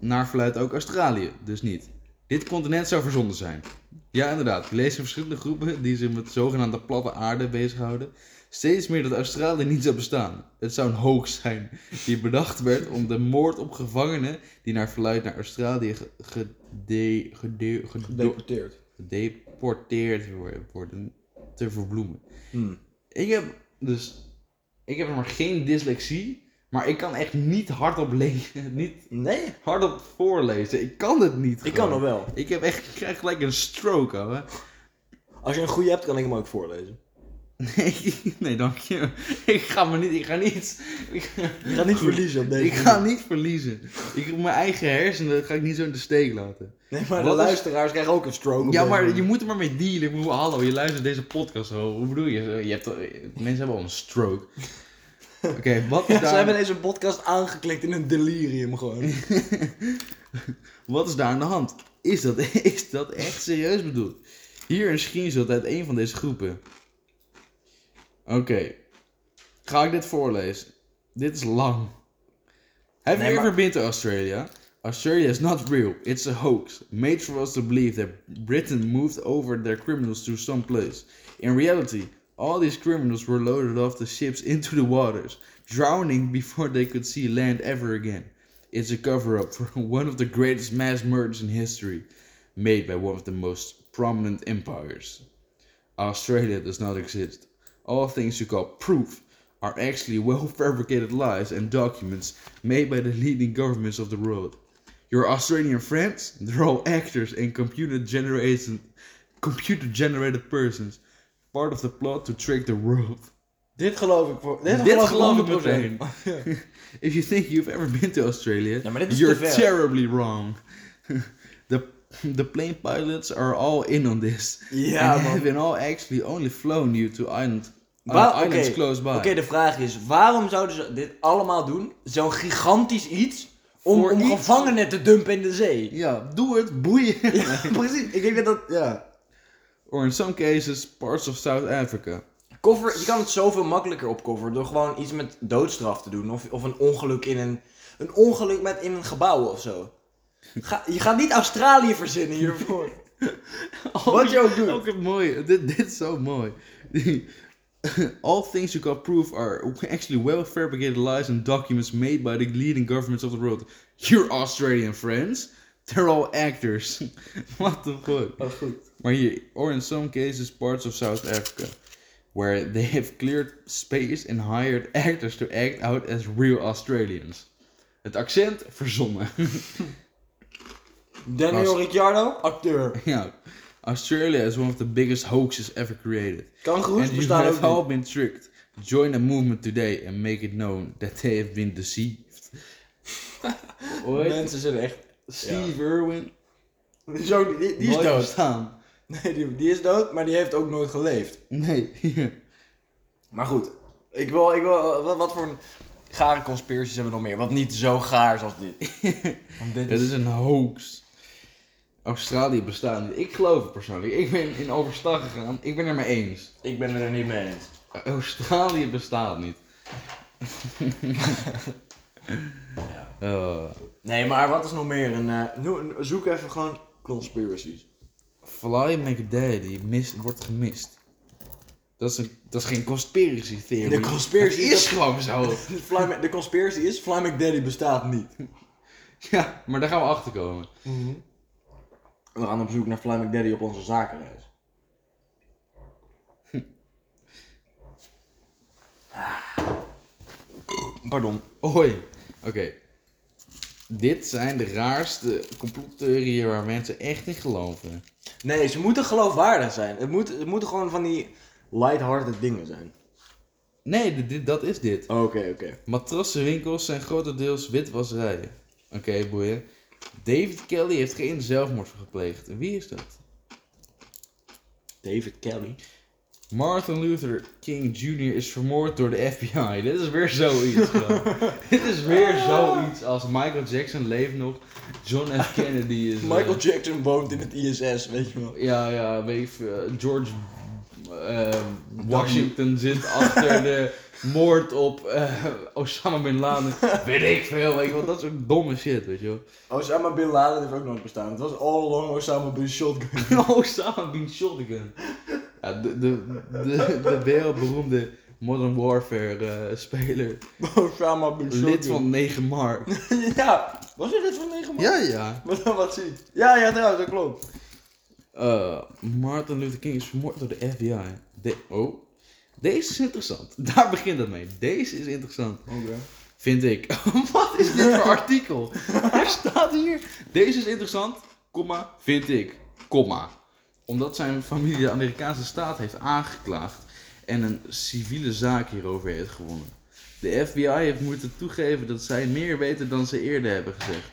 S1: naar verluidt ook Australië, dus niet. Dit continent zou verzonnen zijn. Ja, inderdaad. Ik lees in verschillende groepen die zich met zogenaamde platte aarde bezighouden. Steeds meer dat Australië niet zou bestaan. Het zou een hoax zijn die bedacht werd om de moord op gevangenen die naar verluidt naar Australië ge- gede- gede- gedo-
S2: Gedeporteerd.
S1: gedeporteerd wor- worden te verbloemen.
S2: Hmm.
S1: Ik heb dus. Ik heb maar geen dyslexie. Maar ik kan echt niet hardop lezen. Niet
S2: Nee,
S1: hardop voorlezen. Ik kan het niet.
S2: ik kan
S1: gewoon.
S2: nog wel.
S1: Ik heb echt. Ik krijg gelijk een stroke, ouwe.
S2: Als je een goede hebt, kan ik hem ook voorlezen.
S1: Nee, nee, dank je. Ik ga me niet. Ik ga niet. Ik,
S2: Je gaat niet
S1: Goed.
S2: verliezen op deze
S1: ik ga niet verliezen. Ik, mijn eigen hersenen ga ik niet zo in de steek laten.
S2: Nee, maar de
S1: Wat is-
S2: luisteraars krijgen ook een stroke. op
S1: Ja,
S2: deze
S1: maar
S2: manier.
S1: je moet er maar mee dealen. Ik bedoel, hallo, je luistert deze podcast. Ho. Hoe bedoel je? je hebt, toch- mensen hebben al een stroke. Oké, wat,
S2: Ja,
S1: is
S2: ze
S1: daar,
S2: hebben deze podcast aangeklikt in een delirium gewoon.
S1: wat is daar aan de hand? Is dat, is dat echt serieus bedoeld? Hier een screenshot uit een van deze groepen. Oké. Ga ik dit voorlezen? Dit is lang. Have
S2: Nee,
S1: you
S2: maar-
S1: ever been to Australia? Australia is not real. It's a hoax. Made for us to believe that Britain moved over their criminals to some place. In reality, all these criminals were loaded off the ships into the waters, drowning before they could see land ever again. It's a cover up for one of the greatest mass murders in history, made by one of the most prominent empires. Australia does not exist. All things you call proof are actually well fabricated lies and documents made by the leading governments of the world. Your Australian friends, they're all actors and computer generated computer generated persons, part of the plot to trick the world.
S2: dit geloof ik voor. Dit,
S1: Dit geloof
S2: geloof
S1: ik
S2: ik meteen.
S1: If you think you've ever been to Australia,
S2: Ja, maar dit is
S1: you're
S2: te ver.
S1: terribly wrong. the the plane pilots are all in on this.
S2: Ja,
S1: and
S2: man.
S1: have in all actually only flown you to island, uh,
S2: Waar- Oké,
S1: islands Ah, close by.
S2: Oké, de vraag is: waarom zouden ze dit allemaal doen? Zo'n gigantisch iets om,
S1: Voor
S2: om
S1: iets?
S2: gevangenen te dumpen in de zee.
S1: Ja, doe het, boeien.
S2: Ja, precies. Ik denk dat dat. Ja.
S1: Or in some cases, parts of South Africa.
S2: Koffer, je kan het zoveel makkelijker opkofferen door gewoon iets met doodstraf te doen. Of, of een ongeluk in een. Een ongeluk met in een gebouw of zo. Ga- je gaat niet Australië verzinnen hiervoor. Wat je ook doet.
S1: Ook het mooie. Oh, Dit, dit is zo mooi. All things you can prove are actually well fabricated lies and documents made by the leading governments of the world. Your Australian friends, they're all actors. What the fuck?
S2: Oh, goed.
S1: Maar hier, or in some cases parts of South Africa, where they have cleared space and hired actors to act out as real Australians. Het accent verzonnen.
S2: Daniel Ricciardo, acteur.
S1: ja. Australia is one of the biggest hoaxes ever created.
S2: Kangoeroes
S1: And you
S2: bestaan
S1: have all
S2: ook
S1: been tricked. Join the movement today and make it known that they have been deceived.
S2: niet.
S1: Ooit
S2: Mensen zijn echt...
S1: Steve Irwin.
S2: Zo, die, die is
S1: nooit
S2: dood.
S1: bestaan.
S2: Nee, die, die is dood, maar die heeft ook nooit geleefd.
S1: Nee.
S2: Maar goed, ik wil, ik wil, wat, wat voor een gare conspiracies hebben we nog meer? Wat niet zo gaar als dit. Want dit
S1: Het
S2: is...
S1: is een hoax. Australië bestaat niet. Ik geloof het persoonlijk. Ik ben in overstag gegaan. Ik ben het er mee eens.
S2: Ik ben het er niet mee eens.
S1: Australië bestaat niet.
S2: Ja.
S1: Eh,
S2: Nee, maar wat is nog meer? Een, eh, noe- een- zoek even gewoon conspiracies.
S1: Fly McDaddy mist, wordt gemist. Dat is, een, dat is geen conspiracy theory.
S2: De conspiracy-
S1: Het is gewoon zo.
S2: Fly Mac- de conspiracy is, Fly McDaddy bestaat niet.
S1: Ja, maar daar gaan we achter komen.
S2: We gaan op zoek naar Fly McDaddy op onze zakenreis. Pardon.
S1: Hoi. Oké. Dit zijn de raarste complottheorieën waar mensen echt in geloven.
S2: Nee, ze moeten geloofwaardig zijn. Het, moet, het moeten gewoon van die lighthearted dingen zijn.
S1: Nee, dit- dit, dat is dit.
S2: Oké, oké.
S1: Matrassenwinkels zijn grotendeels witwasserijen. Oké, boeien. David Kelly heeft geen zelfmoord gepleegd. Wie is dat?
S2: David Kelly.
S1: Martin Luther King Jr. is vermoord door de FBI. Dit is weer zoiets. gewoon. Dit is weer zoiets als Michael Jackson leeft nog. John F. Kennedy is... eh,
S2: Michael Jackson woont in het ISS, weet je wel.
S1: Ja, ja, weet je, eh, George eh, Washington zit achter de moord op eh, Osama Bin Laden. Weet ik veel, weet je wel. Dat soort domme shit, weet je wel.
S2: Osama Bin Laden heeft ook nooit bestaan. Het was all along Osama Bin Shotgun.
S1: Osama Bin Shotgun. Ja, de, de, de, de wereldberoemde Modern Warfare eh, speler.
S2: Osama Bin Shotgun.
S1: Lid van 9 Mark.
S2: ja, was hij lid van 9 man?
S1: Ja, ja.
S2: Maar dan wat zie Ja, ja, trouwens, dat klopt.
S1: Eh, Martin Luther King is vermoord door de FBI. De oh. Deze is interessant. Daar begint het mee. Deze is interessant.
S2: Oké.
S1: Vind ik. Wat is dit voor artikel? Er staat hier. Deze is interessant, komma, vind ik, komma. Omdat zijn familie de Amerikaanse staat heeft aangeklaagd en een civiele zaak hierover heeft gewonnen. De FBI heeft moeten toegeven dat zij meer weten dan ze eerder hebben gezegd.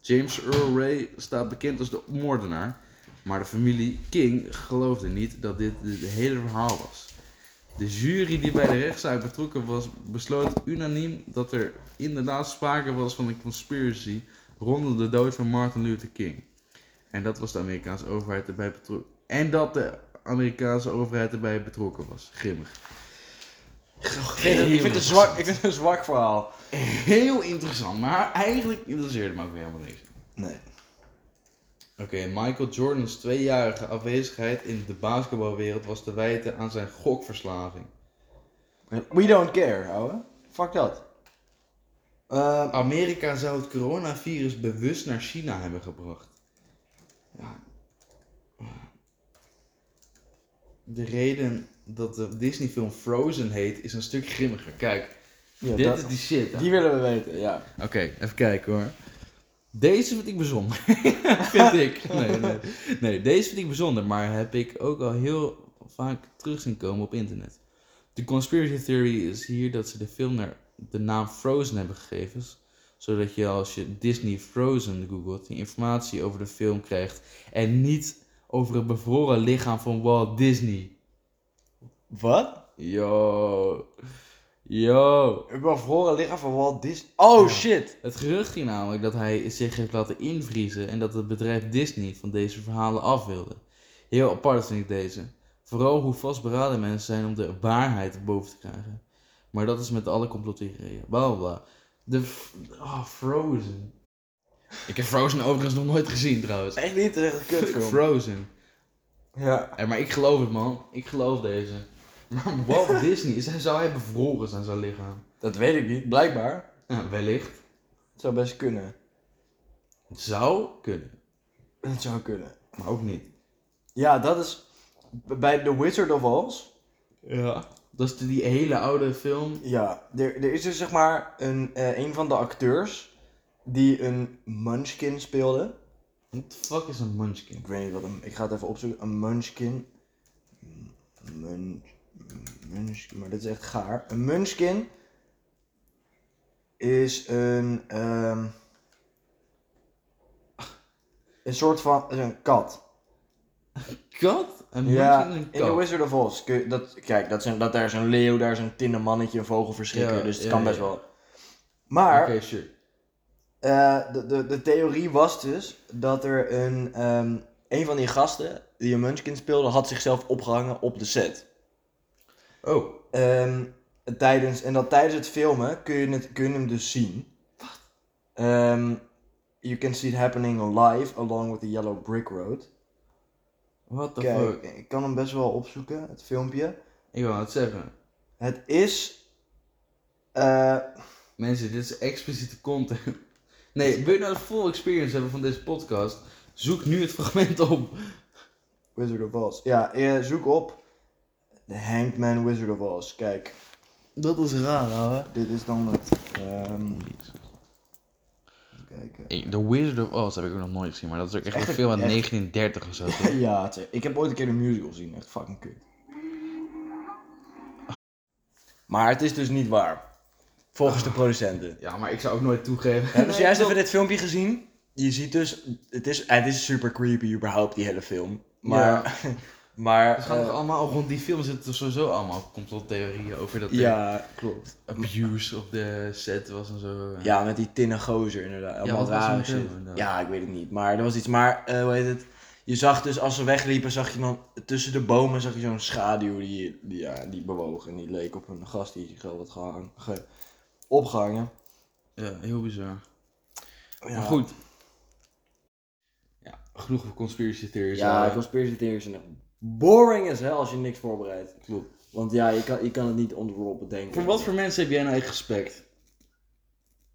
S1: James Earl Ray staat bekend als de moordenaar, maar de familie King geloofde niet dat dit het hele verhaal was. De jury die bij de rechtszaak betrokken was, besloot unaniem dat er inderdaad sprake was van een conspiracy rondom de dood van Martin Luther King. En dat was de Amerikaanse overheid erbij betrokken. En dat de Amerikaanse overheid erbij betrokken was. Grimmig.
S2: Ik, vind het een zwak, ik vind het een zwak verhaal.
S1: Heel interessant, maar eigenlijk interesseerde het me ook weer helemaal niks.
S2: Nee.
S1: Oké, Michael Jordan's tweejarige afwezigheid in de basketbalwereld was te wijten aan zijn gokverslaving.
S2: We don't care, ouwe. Fuck dat. Eh,
S1: Amerika zou het coronavirus bewust naar China hebben gebracht. Ja. De reden dat de Disney-film Frozen heet is een stuk grimmiger. Kijk,
S2: ja,
S1: dit
S2: dat-
S1: is die shit. hè?
S2: Die willen we weten, ja.
S1: Oké, even kijken hoor. Deze vind ik bijzonder. vind ik. Nee, nee. nee, deze vind ik bijzonder, maar heb ik ook al heel vaak terug zien komen op internet. De conspiracy theory is hier dat ze de film naar de naam Frozen hebben gegeven. Zodat je als je Disney Frozen googelt, die informatie over de film krijgt. En niet over het bevroren lichaam van Walt Disney.
S2: Wat?
S1: Yo. Yo.
S2: Ik ben verhoren liggen van Walt Disney. Oh shit!
S1: Het gerucht ging namelijk dat hij zich heeft laten invriezen en dat het bedrijf Disney van deze verhalen af wilde. Heel apart vind ik deze. Vooral hoe vastberaden mensen zijn om de waarheid boven te krijgen. Maar dat is met alle complottheorieën. Bla bla bla. De. f- Ah, Frozen. Ik heb Frozen overigens nog nooit gezien trouwens.
S2: Echt niet, echt een kutfilm.
S1: Frozen.
S2: Ja.
S1: Hé, maar ik geloof het man. Ik geloof deze. Maar Walt Disney, is hij, zou hij bevroren zijn zijn lichaam?
S2: Dat weet ik niet, blijkbaar.
S1: Ja, wellicht.
S2: Het zou best kunnen.
S1: Het zou kunnen,
S2: Het zou kunnen.
S1: maar ook niet.
S2: Ja, dat is... Bij The Wizard of Oz...
S1: Ja. Dat is die hele oude film.
S2: Ja, er, er is dus zeg maar een, eh, een van de acteurs die een munchkin speelde.
S1: What the fuck is een munchkin?
S2: Ik weet niet wat een... Ik ga het even opzoeken. Een munchkin. Mun, munchkin. Maar dit is echt gaar. Een munchkin is een... ehm, een soort van... is een kat.
S1: Kat? Een
S2: Ja,
S1: munchkin en
S2: in The
S1: een kat.
S2: Wizard of Oz. kun je- dat, kijk, dat zijn, dat, daar is een leeuw, daar is een tinnemannetje, een vogelverschrikker.
S1: Ja,
S2: dus het
S1: ja,
S2: kan best
S1: ja.
S2: wel.
S1: Oké,
S2: Maar...
S1: sure.
S2: Eh, de, de, de theorie was dus dat er een, ehm, een van die gasten die een munchkin speelde, had zichzelf opgehangen op de set.
S1: Oh.
S2: Ehm, tijdens, en dat tijdens het filmen kun je, het, kun je hem dus zien. Ehm, you can see it happening live along with the yellow brick road.
S1: What the
S2: Kijk,
S1: fuck?
S2: ik kan hem best wel opzoeken, het filmpje.
S1: Ik wou het zeggen.
S2: Het is... eh,
S1: Mensen, dit is expliciete content. Nee, wil je nou de full experience hebben van deze podcast? Zoek nu het fragment op.
S2: Wizard of Oz. Ja, eh, zoek op The Hanged Man Wizard of Oz. Kijk.
S1: Dat is raar, hoor.
S2: Dit is dan het. ehm kijken.
S1: The Wizard of Oz heb ik ook nog nooit gezien, maar dat is ook echt,
S2: Echt
S1: een film uit
S2: een-
S1: 1930 of zo. toch?
S2: Ja, het is- ik heb ooit een keer een musical gezien, echt fucking kut. Maar het is dus niet waar. Volgens de producenten.
S1: ja, maar ik zou ook nooit toegeven.
S2: Hebben ze juist even dit filmpje gezien? Je ziet dus, het is, het is super creepy überhaupt, die hele film. Maar, maar
S1: Het gaat toch
S2: eh,
S1: allemaal rond die film zitten er sowieso allemaal complottheorieën over dat er
S2: ja, klopt.
S1: abuse op de set was en zo.
S2: Ja, met die tinnen gozer inderdaad. Allemaal
S1: wat was er
S2: rare
S1: met hem
S2: shit.
S1: inderdaad?
S2: Ja, ik weet het niet. Maar er was iets. Maar eh, hoe heet het? Je zag dus als ze wegliepen, zag je dan tussen de bomen zag je zo'n schaduw die, die, ja, die bewoog. En die leek op een gast die zichzelf had gehang- ge- opgehangen.
S1: Ja, heel bizar.
S2: Ja,
S1: Maar goed. Ja, genoeg over conspiracy theories.
S2: Ja,
S1: eh,
S2: conspiracy theories zijn echt boring as hell als je niks voorbereidt.
S1: klopt.
S2: Want ja, je kan, je kan het niet on the roll bedenken.
S1: Voor wat voor mensen heb jij nou echt respect?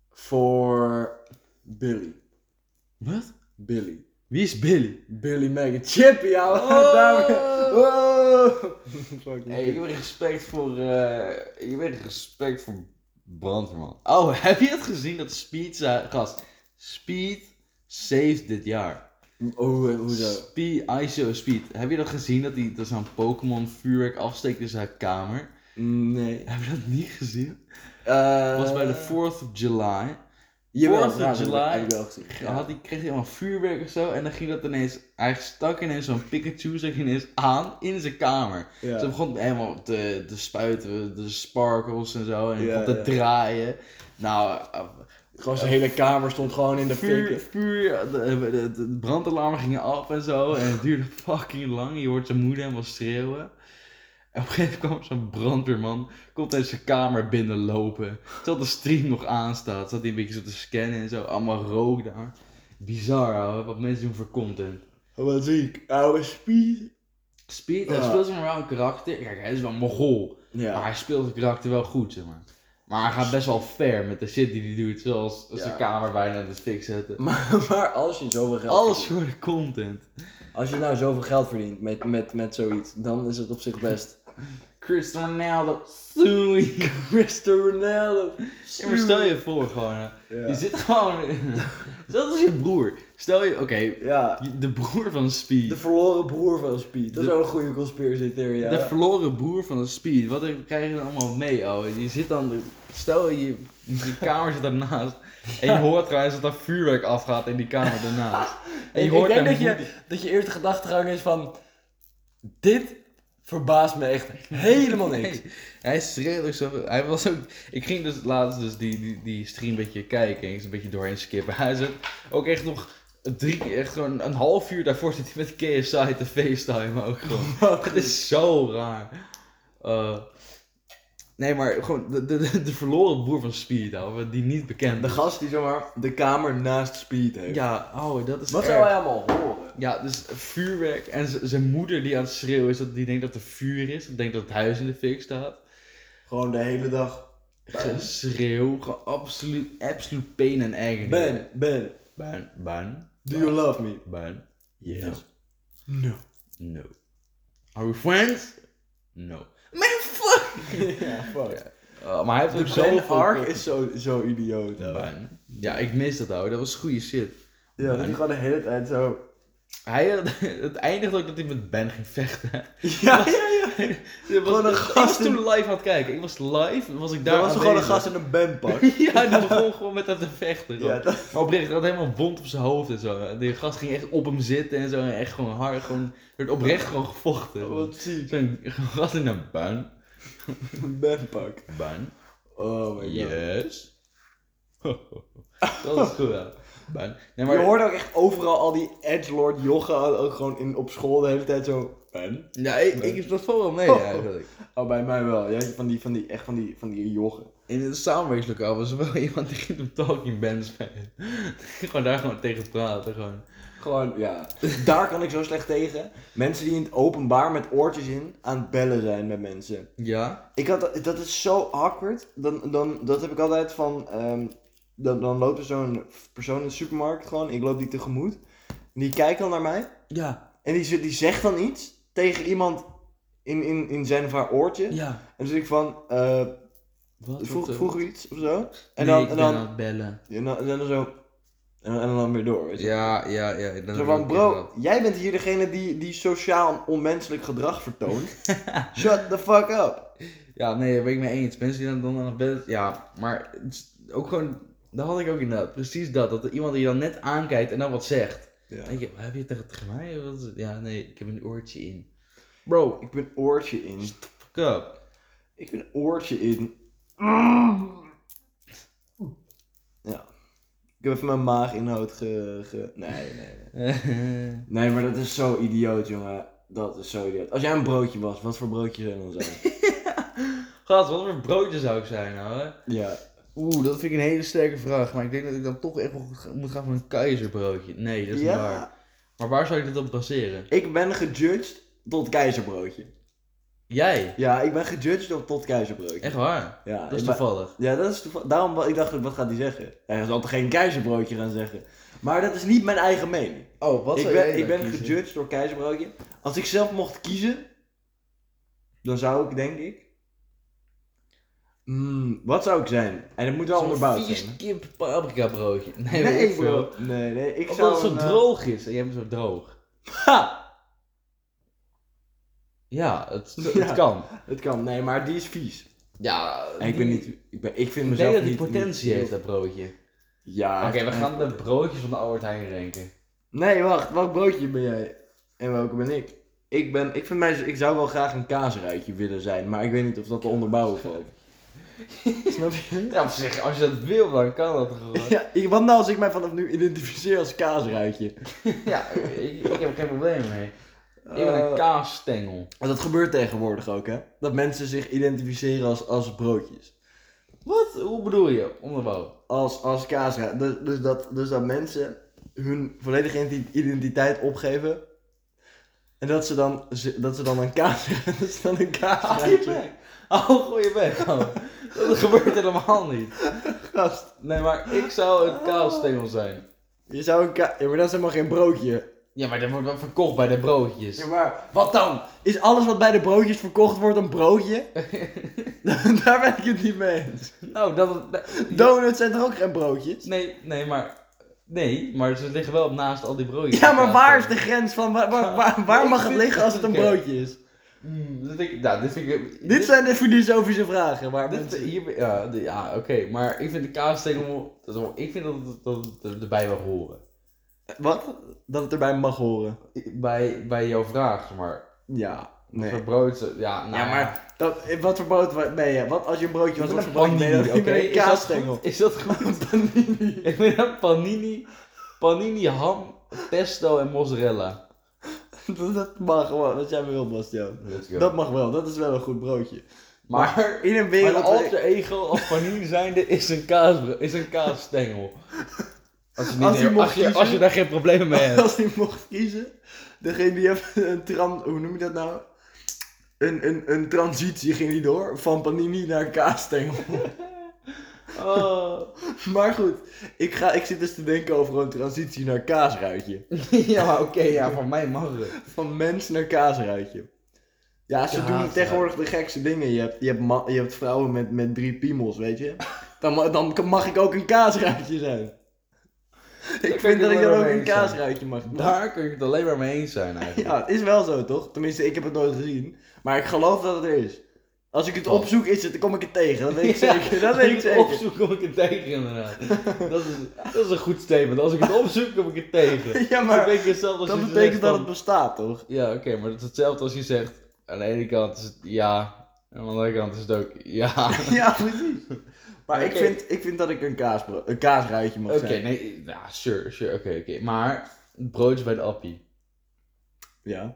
S2: Voor Billy.
S1: Wat?
S2: Billy.
S1: Wie is Billy?
S2: Billy Mac en Chippy, ouwe.
S1: Oh!
S2: Daar- Oh. Wow.
S1: Hey, ik heb respect voor. eh ik heb respect voor Brandman. Oh, heb je het gezien dat Speed. zei- gast, Speed saved dit jaar.
S2: Oh, eh, hoezo?
S1: Speed, ISO Speed. Heb je dat gezien dat hij dat zo'n Pokémon vuurwerk afsteekt in zijn kamer?
S2: Nee.
S1: Heb je dat niet gezien?
S2: Uh,
S1: Dat was bij de 4th of July.
S2: Jawel,
S1: 4th of
S2: ja, dat
S1: July
S2: heb ik wel gezien. Ja.
S1: Had, die kreeg hij helemaal vuurwerk of zo. En dan ging dat ineens. Hij stak ineens zo'n Pikachu zag je ineens aan in zijn kamer.
S2: Ja.
S1: Ze begon helemaal te, te spuiten, de sparkles en zo. En
S2: Ja,
S1: begon te
S2: ja.
S1: draaien. Nou, eh,
S2: Gewoon zijn hele kamer stond gewoon in de
S1: vuur,
S2: fik.
S1: vuur, de, de, de brandalarmen gingen af en zo. En het duurde fucking lang. Je hoort zijn moeder helemaal schreeuwen. En op een gegeven moment kwam zo'n brandweerman, komt uit zijn kamer binnenlopen. Terwijl de stream nog aanstaat, zat hij een beetje zo te scannen en zo. Allemaal rook daar. Bizar, ouwe, wat mensen doen voor content.
S2: Oh, Wat zie ik? Oude speed.
S1: Speed, hij
S2: Ja.
S1: speelt zeg maar wel een karakter. Kijk, hij is wel een mogol. Maar
S2: Ja.
S1: hij speelt het karakter wel goed, zeg maar. Maar hij gaat best wel ver met de shit die hij doet. Zoals zijn kamer bijna in de fik zetten.
S2: Maar, maar als je zoveel geld
S1: Alles
S2: verdient-
S1: voor de content.
S2: als je nou zoveel geld verdient met, met, met zoiets, dan is het op zich best.
S1: Cristiano Ronaldo, Sui.
S2: Mr. Ronaldo.
S1: Ja, maar stel je voor gewoon. hè. Je zit gewoon... Zelfs als je broer. Stel je... Oké,
S2: Ja,
S1: de broer van Speed.
S2: de verloren broer van Speed. Dat is
S1: De-
S2: ook een goede conspiracy theory. Ja.
S1: De verloren broer van de Speed. Wat krijg je dan allemaal mee, ouwe? Je zit dan... Stel, je, je kamer zit daarnaast. En je hoort trouwens dat er vuurwerk afgaat in die kamer daarnaast. En je
S2: Ik-
S1: hoort
S2: ik denk dat
S1: hem
S2: je, dat je eerste gedachtegang is van. Dit verbaast me echt helemaal niks.
S1: Nee, hij schreeuwt ook zo. Hij was ook. Ik ging dus laatst dus die, die, die stream een beetje kijken. Ik is een beetje doorheen skippen. Hij zit ook echt nog drie keer, echt gewoon een half uur daarvoor zit hij met KSI te facetimen ook gewoon. Het is zo raar. Eh, Nee, maar gewoon de, de, de verloren broer van Speed, ouwe, die niet bekend
S2: De
S1: is.
S2: gast die zomaar de kamer naast Speed heeft.
S1: Ja, oh, dat is
S2: Wat
S1: erg.
S2: zou hij allemaal horen?
S1: Ja, dus vuurwerk. En z- zijn moeder die aan het schreeuwen is, dat die denkt dat er vuur is. Die denkt dat het huis in de fik staat.
S2: Gewoon de hele dag.
S1: Geschreeuw, gewoon absoluut, absoluut pain en agony.
S2: Ben, Ben,
S1: Ben, Ben,
S2: do you love me?
S1: Ben.
S2: Yes. No.
S1: No. Are we friends? No. Man, fuck!
S2: ja, fuck.
S1: Oh, maar hij heeft ook
S2: De Ben
S1: zoveel...
S2: Ark is zo, zo idioot. hè.
S1: Ben. Ja, ik mis dat, ouwe. Dat was goede shit.
S2: Ja, dat hij gewoon de hele tijd zo...
S1: Hij, eh, het eindigt ook dat hij met Ben ging vechten.
S2: Ja, ja, ja.
S1: Er was-
S2: Gewoon een
S1: Ik was
S2: gast
S1: toen live aan het kijken. Ik was live, was ik daar
S2: Daar was er gewoon een
S1: aanwezig.
S2: gast in een bandpak.
S1: Ja, die begon gewoon met dat te vechten.
S2: ja,
S1: gewoon.
S2: dat...
S1: Maar oprecht, hij had helemaal een wond op zijn hoofd en zo. En Die gast ging echt op hem zitten en zo. En echt gewoon hard, gewoon, werd oprecht gewoon gevochten.
S2: Wat ziek.
S1: Zo'n gast in een baan.
S2: Een bandpak.
S1: Baan.
S2: Oh my god.
S1: Yes. Dat is goed, ja. Baan.
S2: Je
S1: Nee, maar,
S2: hoorde ook echt overal al die edgelord joggen ook gewoon in, op school de hele tijd zo... Ben?
S1: ja, ik, ik, dat valt wel mee
S2: Oh.
S1: eigenlijk.
S2: Oh, bij mij wel. Ja, van die, van die, echt van die, van die joggen.
S1: In het samenwerkingslokaal was er wel iemand die ging op Talking Bands spelen. gewoon daar gewoon tegen praten, gewoon.
S2: Gewoon, ja. Daar kan ik zo slecht tegen. Mensen die in het openbaar met oortjes in aan het bellen zijn met mensen.
S1: Ja?
S2: Ik had, dat- dat is zo awkward. Dan, dan, dat heb ik altijd van. ehm, dan, dan loopt er zo'n persoon in de supermarkt gewoon. Ik loop die tegemoet. En die kijkt dan naar mij.
S1: Ja.
S2: En die, z- die zegt dan iets tegen iemand in, in, in zijn of haar oortje.
S1: Ja.
S2: En dus ik van. eh
S1: Wat?
S2: vroeg,
S1: Wat,
S2: vroeg u iets of zo.
S1: En
S2: En dan.
S1: dan, nee, ik
S2: en,
S1: ben
S2: dan
S1: aan het bellen.
S2: en dan. En dan zo. En, dan- en dan weer door. Weet je.
S1: Ja, ja, ja. ik denk
S2: Zo
S1: dat
S2: van,
S1: ook
S2: bro,
S1: inderdaad.
S2: jij bent hier degene die, die sociaal onmenselijk gedrag vertoont. Shut the fuck up.
S1: Ja, nee, daar ben ik mee eens. Mensen die dan, dan aan het bed... Ja, maar het is ook gewoon... Dat had ik ook inderdaad. Precies dat. Dat er iemand die je dan net aankijkt en dan wat zegt.
S2: Ja.
S1: Dan denk je, "Wat heb je tegen, tegen mij? Wat is het?" Ja, nee, ik heb een oortje in. Bro,
S2: Ik ben oortje in.
S1: fuck up.
S2: Ik heb een oortje in. Ja. Ik heb even mijn maaginhoud ge... ge- Nee, nee, nee. Nee, maar dat is zo idioot, jongen. Dat is zo idioot. Als jij een broodje was, wat voor broodje zou je dan zijn?
S1: Gast, wat voor broodje zou ik zijn, nou?
S2: ja.
S1: Oeh, dat vind ik een hele sterke vraag. Maar ik denk dat ik dan toch echt wel ga- moet gaan voor een keizerbroodje. Nee, dat is niet waar.
S2: Ja.
S1: Maar waar zou ik dit op baseren?
S2: Ik ben gejudged tot keizerbroodje.
S1: Jij.
S2: Ja, ik ben gejudged op tot keizerbroodje.
S1: Echt waar.
S2: Ja,
S1: Dat is
S2: ik ben-
S1: toevallig.
S2: Ja, dat is toevallig. Daarom wa- ik dacht, wat gaat hij zeggen? Hij zal toch geen keizerbroodje gaan zeggen. Maar dat is niet mijn eigen mening.
S1: Oh, wat
S2: ik ben, ik ben gejudged door keizerbroodje. Als ik zelf mocht kiezen, dan zou ik denk ik. Mm, wat zou ik zijn? En het moet wel onderbouwd
S1: vies
S2: zijn.
S1: kip paprika broodje. Nee,
S2: hè?
S1: weet ik veel.
S2: Nee, nee, ik
S1: Omdat
S2: zou.
S1: het zo
S2: een, eh,
S1: droog is en je hebt hem zo droog.
S2: Ha!
S1: Ja, het, het
S2: Ja.
S1: kan.
S2: Het kan, nee, maar die is vies.
S1: Ja,
S2: En ik ben niet. Ik, ben, ik vind
S1: Ik
S2: mezelf.
S1: denk dat die
S2: niet-
S1: potentie
S2: niet-
S1: heeft, dat broodje.
S2: Ja.
S1: Oké, we gaan de broodjes van de Albert Heijn renken.
S2: Nee, wacht. Welk broodje ben jij? En welke ben ik? Ik, ben, ik, vind mij, ik zou wel graag een kaasruitje willen zijn, maar ik weet niet of dat te onderbouwen valt. Snap je?
S1: Ja, op zich, als je dat wil, dan kan dat gewoon.
S2: Ja, ik- wat nou als ik mij vanaf nu identificeer als kaasruitje?
S1: ja, ik, ik heb er geen probleem mee. Ik ben
S2: Eh,
S1: een kaasstengel.
S2: want dat gebeurt tegenwoordig ook, hè? Dat mensen zich identificeren als, als broodjes.
S1: Wat? Hoe bedoel je? Onderbouw.
S2: Als, als kaasruitje. Dus, dus, dat, dus dat mensen hun volledige identi- identiteit opgeven. En dat ze dan, ze- dat ze dan een kaas, dat ze dan een
S1: Hou Ah, je
S2: kaasruitje...
S1: bek. Hou gewoon je Oh, bek. hou. Dat gebeurt helemaal niet.
S2: Gast.
S1: Nee, maar ik zou een kaasstengel zijn.
S2: Je zou een ka- Ja, maar dat is helemaal geen broodje.
S1: Ja, maar dat wordt wel verkocht bij de broodjes.
S2: Ja, maar wat dan? Is alles wat bij de broodjes verkocht wordt een broodje? Daar ben ik het niet mee eens.
S1: Nou, dat... dat-
S2: Donuts zijn toch ook geen broodjes?
S1: Nee, nee, maar... Nee, maar ze liggen wel naast al die broodjes.
S2: Ja, maar waar is de grens van waar, waar, waar, waar
S1: Ik
S2: mag het
S1: vind-
S2: liggen als het een
S1: Oké.
S2: broodje is?
S1: Mm, dat denk ik- nou, dit vind ik...
S2: Dit zijn de filosofische vragen waar
S1: dit-
S2: mensen...
S1: hier, ja, de- ja oké, maar ik vind de kaasstengel... dat is wel- Ik vind dat het dat, het erbij wil horen.
S2: Wat? Dat het erbij mag horen.
S1: Bij, bij jouw vraag, zeg maar.
S2: Ja, nee.
S1: Voor brood... Ja, nou,
S2: ja, maar dat, eh, wat voor brood ben je? Wat als je een broodje was,
S1: Wat
S2: wat
S1: is
S2: voor
S1: een
S2: broodje ben je?
S1: panini,
S2: dan?
S1: oké?
S2: Ik ben een
S1: Is dat
S2: kaasstengel.
S1: goed? Is dat goed? panini. Ik ben een panini... Panini ham, pesto en mozzarella.
S2: Dat mag gewoon, wat jij wil, Bastiaan.
S1: Let's go.
S2: Dat mag wel, dat is wel een goed broodje.
S1: Maar,
S2: in een
S1: mijn
S2: wereld...
S1: alter ego als panini zijnde is een, kaas, is een kaasstengel. Als je, niet
S2: Als hij
S1: heel-
S2: mocht
S1: als, je, als je
S2: kiezen.
S1: daar geen problemen mee hebt.
S2: Als hij mocht kiezen, degene die heeft een tran... Hoe noem je dat nou? Een, een, een transitie ging die door, van panini naar kaasstengel.
S1: Oh.
S2: maar goed, ik, ga, ik zit dus te denken over een transitie naar kaasruitje.
S1: ja, maar oké, ja, van mij mag het.
S2: Van mens naar kaasruitje. Ja, ze doen
S1: Kaasruit.
S2: tegenwoordig de gekste dingen. Je hebt, je hebt, ma- je hebt vrouwen met, met drie piemels, weet je. Dan, ma- dan kan- mag ik ook een kaasruitje zijn. Ik
S1: kan ik
S2: vind dat
S1: er
S2: ik dan
S1: wel
S2: ook
S1: mee
S2: een
S1: eens zijn.
S2: kaasruitje mag.
S1: Daar kun ik het alleen maar mee eens zijn eigenlijk.
S2: Ja, het is wel zo, toch? Tenminste, ik heb het nooit gezien. Maar ik geloof dat het er is. Als ik het
S1: Wat?
S2: opzoek, is het, dan kom ik het tegen. Dat weet ik
S1: Ja,
S2: zeker. Dat
S1: Als
S2: weet
S1: ik
S2: ik
S1: het
S2: zeker.
S1: opzoek, kom ik het tegen inderdaad. dat, is, dat is een goed statement. Als ik het opzoek, kom ik het tegen.
S2: Ja,
S1: Maar, dat
S2: maar
S1: betekent hetzelfde als
S2: dat
S1: je
S2: betekent
S1: zegt
S2: dat
S1: van-
S2: het bestaat, toch?
S1: Ja, oké, maar dat is hetzelfde als je zegt... Aan de ene kant is het ja, en aan de andere kant is het ook ja.
S2: Ja, precies. Maar ik
S1: Oké.
S2: vind, ik vind dat ik een, kaasbro- een kaasruitje mag
S1: Oké,
S2: zijn.
S1: nee, ja, sure, sure, oké, oké. Maar broodjes bij de appie,
S2: Ja.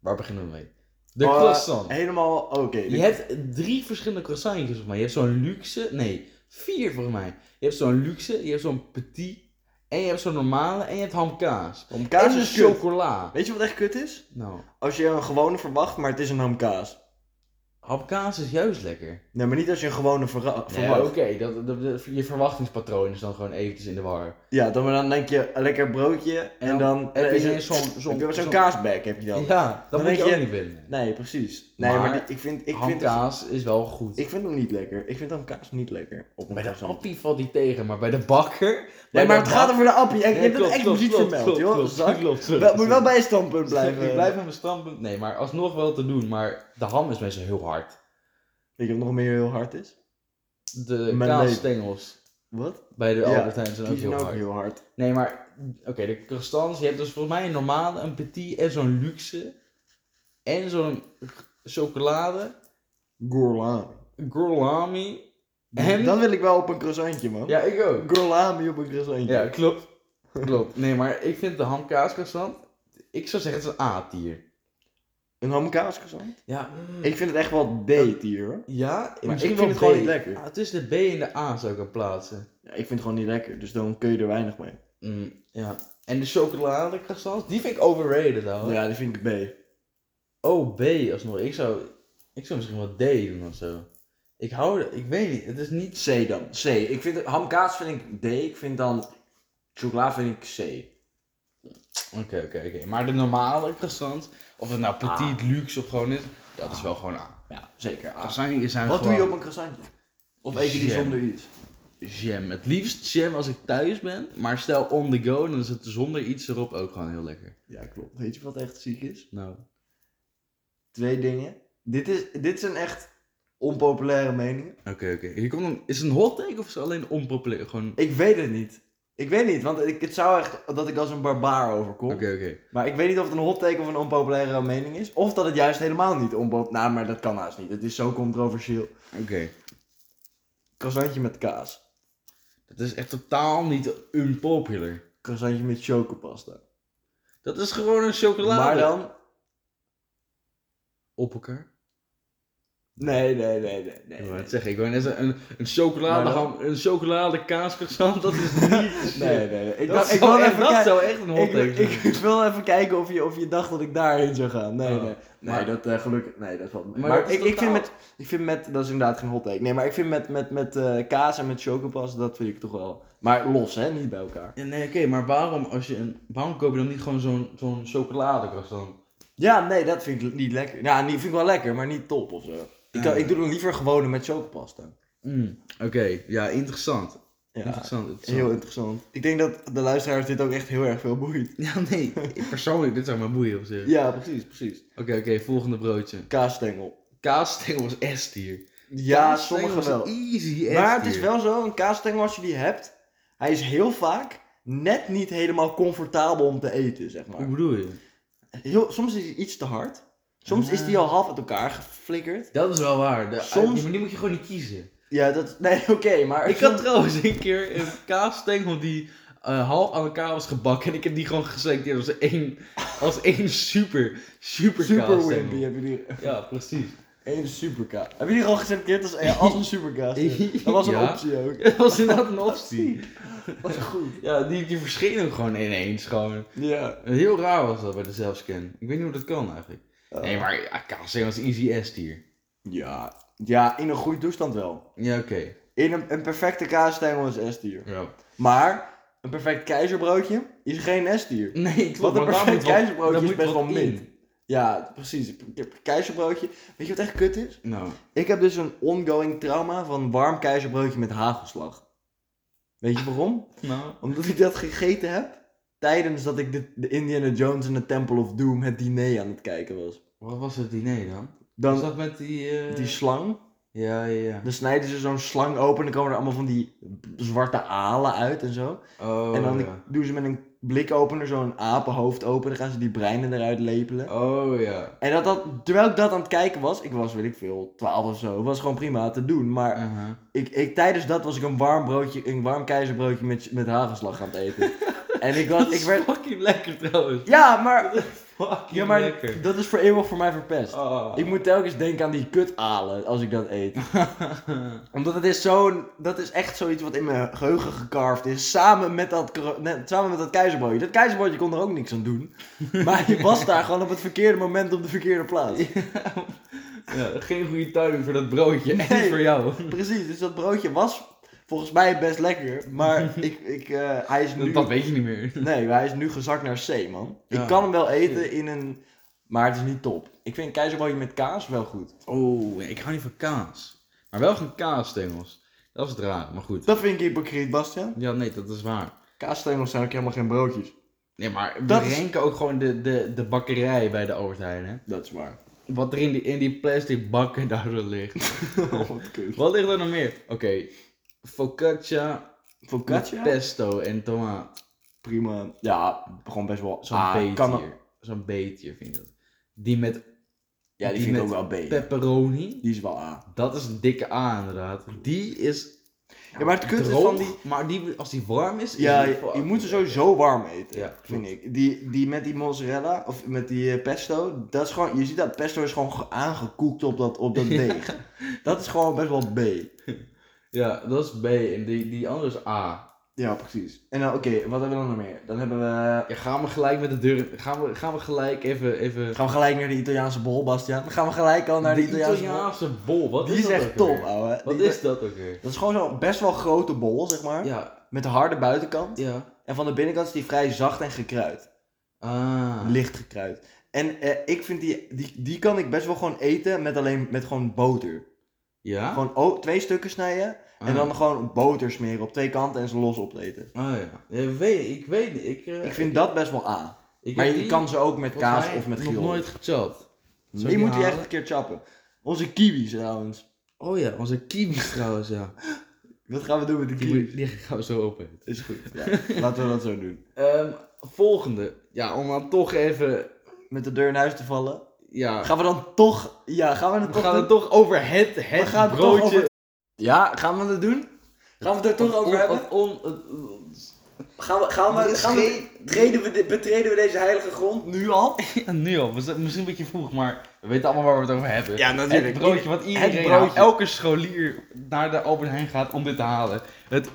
S1: waar beginnen we mee? De
S2: Oh,
S1: croissant.
S2: Helemaal oké.
S1: Je hebt drie verschillende croissantjes volgens mij. Je hebt zo'n luxe, nee, vier volgens mij. Je hebt zo'n luxe, je hebt zo'n petit, en je hebt zo'n normale, en je hebt hamkaas.
S2: Om kaas
S1: en
S2: is
S1: dus
S2: kut.
S1: chocola.
S2: Weet je wat echt kut is?
S1: Nou,
S2: Als je een gewone verwacht, maar het is een hamkaas.
S1: hamkaas is juist lekker.
S2: Nee, maar niet als je een gewone verra-
S1: Nee,
S2: verwacht.
S1: oké, dat, dat- dat- je verwachtingspatroon is dan gewoon eventjes in de war.
S2: Ja, dan, maar dan denk je een lekker broodje en,
S1: En
S2: dan
S1: En
S2: dan
S1: heb
S2: is het
S1: je ineens zo'n...
S2: heb
S1: zo'n
S2: je wel zo'n
S1: zo'n-
S2: kaasbag heb je dan.
S1: Ja, dat
S2: Dan
S1: moet je
S2: denk
S1: ook
S2: je-
S1: niet winnen.
S2: Nee, precies. Nee, maar,
S1: Maar
S2: die- ik vind ik vind, het-
S1: Hamkaas is wel goed.
S2: ik vind hem niet lekker. Ik vind hamkaas niet lekker. Op een
S1: Bij de
S2: croissant.
S1: appie valt die tegen, maar bij de bakker...
S2: Nee, maar het gaat over de appie. Ik
S1: Nee,
S2: je hebt het
S1: klopt,
S2: echt
S1: klopt,
S2: niet
S1: klopt,
S2: vermeld,
S1: klopt,
S2: joh.
S1: klopt,
S2: Zak.
S1: klopt, sorry,
S2: Wel- Moet wel
S1: sorry.
S2: bij je standpunt blijven. eh.
S1: Ik blijf aan mijn standpunt. Nee, maar alsnog wel te doen. Maar de ham is meestal heel hard.
S2: Weet je wat nog meer heel hard is?
S1: De
S2: Mijn
S1: kaasstengels
S2: Wat?
S1: bij de
S2: Ja,
S1: Albert Heijn zijn ook
S2: Die zijn
S1: heel
S2: ook
S1: hard.
S2: heel hard.
S1: Nee, maar oké, de croissants. Je hebt dus volgens mij een normale, een petit en zo'n luxe. En zo'n chocolade,
S2: Gourlami.
S1: gourlami. En?
S2: Dat wil ik wel op een croissantje, man.
S1: Ja, ik ook.
S2: Gourlami op een croissantje.
S1: Ja, klopt. Klopt. Nee, maar ik vind de hamkaas croissant, ik zou zeggen het is een A-tier.
S2: Een hamkaascroissant?
S1: Ja,
S2: Ik vind het echt wel D-tier, hoor.
S1: ja
S2: Maar
S1: misschien
S2: ik vind
S1: wel
S2: het gewoon
S1: B.
S2: niet lekker.
S1: Ah, tussen de B en de A zou ik hem plaatsen.
S2: Ja, ik vind het gewoon niet lekker, dus dan kun je er weinig mee.
S1: Mm, ja. En de chocolade croissants, die vind ik overrated nou.
S2: Ja, die vind ik B.
S1: Oh, B alsnog. Ik zou, ik zou misschien wel D doen of zo. Ik hou er, ik weet niet, het is niet...
S2: C dan. C. Ik vind hamkaas vind ik D. Ik vind dan chocola vind ik C.
S1: Oké, oké, oké. Maar de normale croissant, of het nou petit, luxe of gewoon is, dat is wel gewoon A.
S2: Ja, zeker
S1: Ah.
S2: A.
S1: Croissantjes zijn
S2: Wat doe
S1: gewoon
S2: je op een croissantje? Of eet je die
S1: Jam.
S2: zonder iets?
S1: jam. Het liefst jam als ik thuis ben, maar stel on the go, dan is het zonder iets erop ook gewoon heel lekker.
S2: Ja, klopt. Weet je wat echt ziek is?
S1: Nou.
S2: Twee dingen. Dit, is, dit zijn echt onpopulaire meningen.
S1: Oké, oké. Hier komt een, is het een hot take of is het alleen onpopulair? Gewoon...
S2: Ik weet het niet. Ik weet niet, want ik, het zou echt dat ik als een barbaar overkom.
S1: Oké, oké.
S2: Maar ik weet niet of het een hot take of een onpopulaire mening is. Of dat het juist helemaal niet onpopulair... Nou, maar dat kan haast niet. Het is zo controversieel.
S1: Oké.
S2: Croissantje met kaas.
S1: Dat is echt totaal niet unpopular.
S2: Croissantje met chocopasta.
S1: Dat is gewoon een chocolade.
S2: Maar dan...
S1: Op elkaar.
S2: Nee, nee, nee, nee. nee,
S1: Ik wou
S2: nee.
S1: net zeggen, ik wou net zeggen, een, een chocolade,
S2: Maar dan-
S1: ham- een chocolade kaascroissant, dat is niet...
S2: Nee, nee, nee. Ik,
S1: Dat,
S2: dacht, ik
S1: zou,
S2: wil
S1: echt,
S2: even
S1: dat
S2: kijken.
S1: zou echt een hot
S2: Ik,
S1: take zijn.
S2: ik, ik wil even kijken of je, of je dacht dat ik daarheen zou gaan. Nee,
S1: Oh.
S2: nee. Nee,
S1: Maar-
S2: dat eh, gelukkig. Nee, dat valt mee.
S1: Maar
S2: Maar,
S1: dat is
S2: ik, ik, vind
S1: totaal-
S2: met, ik vind met. Dat is inderdaad geen hot take. Nee, maar ik vind met, met, met eh, kaas en met chocopas, dat vind ik toch wel. Maar los, hè? Niet bij elkaar.
S1: Ja, nee, oké, maar waarom, als je een, waarom koop je dan niet gewoon zo'n zo'n chocoladecroissant?
S2: Ja, nee, dat vind ik niet lekker. Ja, die vind ik wel lekker, maar niet top of zo. Ik, kan,
S1: Ja.
S2: ik doe dan liever gewone met chocopasta.
S1: Mm, Oké, ja, interessant.
S2: Ja,
S1: Interessant, interessant.
S2: heel interessant. Ik denk dat de luisteraars dit ook echt heel erg veel boeit.
S1: Ja, nee, ik- persoonlijk, dit zou mijn boeien op zich. Oké,
S2: Ja, precies, precies.
S1: oké, volgende broodje.
S2: Kaasstengel.
S1: Kaasstengel was S-tier.
S2: Ja,
S1: Kaasstengel
S2: sommige
S1: was
S2: wel.
S1: Easy S-tier.
S2: Maar het is wel zo, een kaasstengel als je die hebt, hij is heel vaak net niet helemaal comfortabel om te eten, zeg
S1: Hoe
S2: maar.
S1: bedoel je?
S2: Heel, soms is hij iets te hard. Soms is die al half uit elkaar geflikkerd.
S1: Dat is wel waar. De,
S2: Soms-
S1: Maar die moet je gewoon niet kiezen.
S2: Ja, dat... Nee, oké, maar...
S1: Ik had trouwens een keer een kaasstengel die eh, half aan elkaar was gebakken. En ik heb die gewoon geselecteerd als één, als één super, super,
S2: Super
S1: kaasstengel.
S2: wimpy heb je die...
S1: Ja, precies.
S2: Eén Superka. Hebben jullie gewoon geselecteerd als, een- als een Superka? Dat was een
S1: Ja.
S2: optie ook.
S1: Dat was inderdaad een optie.
S2: was goed.
S1: Ja, die, die verscheen ook gewoon ineens. Gewoon.
S2: Ja.
S1: Heel raar was dat bij de zelfscan. Ik weet niet hoe dat kan eigenlijk.
S2: Eh,
S1: Nee, maar ja, KC was easy S-tier.
S2: ja. Ja, in een goede toestand wel.
S1: Ja, oké.
S2: In een, een perfecte kaasstengel is S-tier.
S1: Ja.
S2: Maar een perfect keizerbroodje is geen S-tier.
S1: Nee, klopt.
S2: Want een
S1: maar daar
S2: perfect
S1: moet wat- daar
S2: keizerbroodje is
S1: moet
S2: best wel
S1: wat in.
S2: min. Ja, precies. Een pe- Keizerbroodje. Weet je wat echt kut is?
S1: Nou,
S2: Ik heb dus een ongoing trauma van warm keizerbroodje met hagelslag. Weet je waarom?
S1: nou.
S2: Omdat ik dat gegeten heb tijdens dat ik de, de Indiana Jones en de Temple of Doom het diner aan het kijken was.
S1: Wat was het diner dan? was
S2: Dan
S1: dat met die... eh,
S2: die slang,
S1: Ja, ja, ja.
S2: dan snijden ze zo'n slang open en dan komen er allemaal van die zwarte alen uit en zo.
S1: Oh,
S2: en dan
S1: ja.
S2: doen ze met een blikopener zo'n apenhoofd open, dan gaan ze die breinen eruit lepelen.
S1: Oh, ja.
S2: En dat dat, terwijl ik dat aan het kijken was, ik was weet ik veel, 12 of zo, was gewoon prima te doen. Maar
S1: Uh-huh.
S2: ik, ik, tijdens dat was ik een warm broodje, een warm keizerbroodje met, met hagelslag aan het eten. en ik, was,
S1: Dat
S2: ik
S1: is
S2: werd...
S1: fucking lekker trouwens.
S2: Ja, maar,
S1: Fucking
S2: ja, maar
S1: lekker.
S2: dat is voor eeuwig voor mij verpest.
S1: Oh.
S2: Ik moet telkens denken aan die kutalen als ik dat eet. Omdat het is zo'n, dat is echt zoiets wat in mijn geheugen gecarved is. Samen met dat, kro- nee, samen met dat keizerbroodje. Dat keizerbroodje kon er ook niks aan doen. Maar je was daar gewoon op het verkeerde moment op de verkeerde plaats.
S1: ja, geen goede timing voor dat broodje. En
S2: Nee.
S1: voor jou.
S2: Precies, dus dat broodje was volgens mij best lekker. Maar ik, ik, eh, hij is nu...
S1: Dat, dat weet je niet meer.
S2: Nee, maar hij is nu gezakt naar C, man.
S1: Ja.
S2: Ik kan hem wel eten in een... Maar het is niet top. Ik vind keizerbroodje met kaas wel goed.
S1: Oh, ik hou niet van kaas. Maar wel van kaasstengels. Dat is het raar, maar goed.
S2: Dat vind ik hypocriet, Bastian.
S1: Ja, nee, dat is waar.
S2: Kaasstengels zijn ook helemaal geen broodjes.
S1: Nee, maar we
S2: Dat is-
S1: renken ook gewoon de, de, de bakkerij bij de Albert Heijn, hè.
S2: Dat is waar.
S1: Wat er in die, in die plastic bakken daar zo ligt.
S2: Oh, wat kut.
S1: Wat ligt er nog meer? Oké, focaccia, met
S2: Focaccia?
S1: pesto en tomaat.
S2: Prima. Ja, gewoon best wel...
S1: Zo'n
S2: Ah,
S1: beetje.
S2: kan-
S1: Zo'n beetje vind ik dat. Die met
S2: Ja, die,
S1: Die
S2: vind ik ook
S1: met
S2: wel B.
S1: pepperoni.
S2: Die is wel A.
S1: Dat is een dikke A inderdaad. Die is
S2: Ja, maar het kut is
S1: droog,
S2: van die...
S1: Maar die, als die warm is... is
S2: Ja,
S1: die
S2: je, je
S1: fucking
S2: moet ze
S1: lekker.
S2: sowieso warm eten,
S1: Ja,
S2: vind ik. Die, die met die mozzarella, of met die eh, pesto, dat is gewoon, je ziet dat pesto is gewoon ge- aangekoekt op dat, op dat deeg. Dat is gewoon best wel B.
S1: Ja, dat is B en die, die andere is A.
S2: Ja, precies. En dan, oké, wat hebben we dan nog meer? Dan hebben we...
S1: Ja, gaan we gelijk met de deur... Gaan we, gaan we gelijk even... even...
S2: Gaan we gelijk naar de Italiaanse bol, Bastian? Dan gaan we gelijk al naar de,
S1: de
S2: Italiaanse,
S1: Italiaanse bol, wat
S2: bol. Die
S1: is
S2: is
S1: dat
S2: echt
S1: ook
S2: top,
S1: weer?
S2: ouwe.
S1: Wat
S2: Die-
S1: is dat ook weer?
S2: Dat is gewoon zo'n best wel grote bol, zeg maar.
S1: Ja,
S2: Met een harde buitenkant.
S1: ja.
S2: En van de binnenkant is die vrij zacht en gekruid.
S1: Ah.
S2: licht gekruid. En eh, ik vind die, die, die kan ik best wel gewoon eten met alleen met gewoon boter.
S1: Ja?
S2: Gewoon o- twee stukken snijden en
S1: Ah.
S2: dan gewoon boter smeren op twee kanten en ze los opeten.
S1: Oh ja. ja ik weet, ik weet niet. Ik, eh,
S2: Ik vind dat best wel aan.
S1: ik
S2: Maar
S1: heb
S2: je
S1: die
S2: kan ze ook met
S1: volgens
S2: kaas
S1: mij
S2: of met
S1: nog
S2: grill.
S1: nooit gechapt. Zou
S2: Die moet je
S1: halen?
S2: echt een keer chappen. Onze kiwis trouwens.
S1: Oh ja, onze kiwis trouwens, ja.
S2: Wat gaan we doen met de
S1: Die, moet-
S2: kiwis?
S1: die gaan we zo opeten.
S2: Is goed. Ja, laten we dat zo doen.
S1: Ehm, volgende. Ja, om dan toch even.
S2: Met de deur in huis te vallen.
S1: Ja,
S2: Gaan we dan toch... Ja, gaan we
S1: we
S2: het toch
S1: gaan
S2: doen?
S1: het toch over het, het
S2: We gaan het toch
S1: broodje.
S2: over- Ja, gaan we dat doen? Gaan we het er toch over
S1: Het
S2: hebben?
S1: on- het on- het-
S2: Gaan we, gaan
S1: Er
S2: we,
S1: is
S2: gaan we, treden we de- betreden we deze heilige grond nu al?
S1: Ja, nu al. We zijn Misschien een beetje vroeg, maar we weten allemaal waar we het over hebben.
S2: Ja, natuurlijk.
S1: Het broodje wat iedereen,
S2: Het broodje.
S1: elke scholier naar de Albert Heijn gaat om dit te halen. Het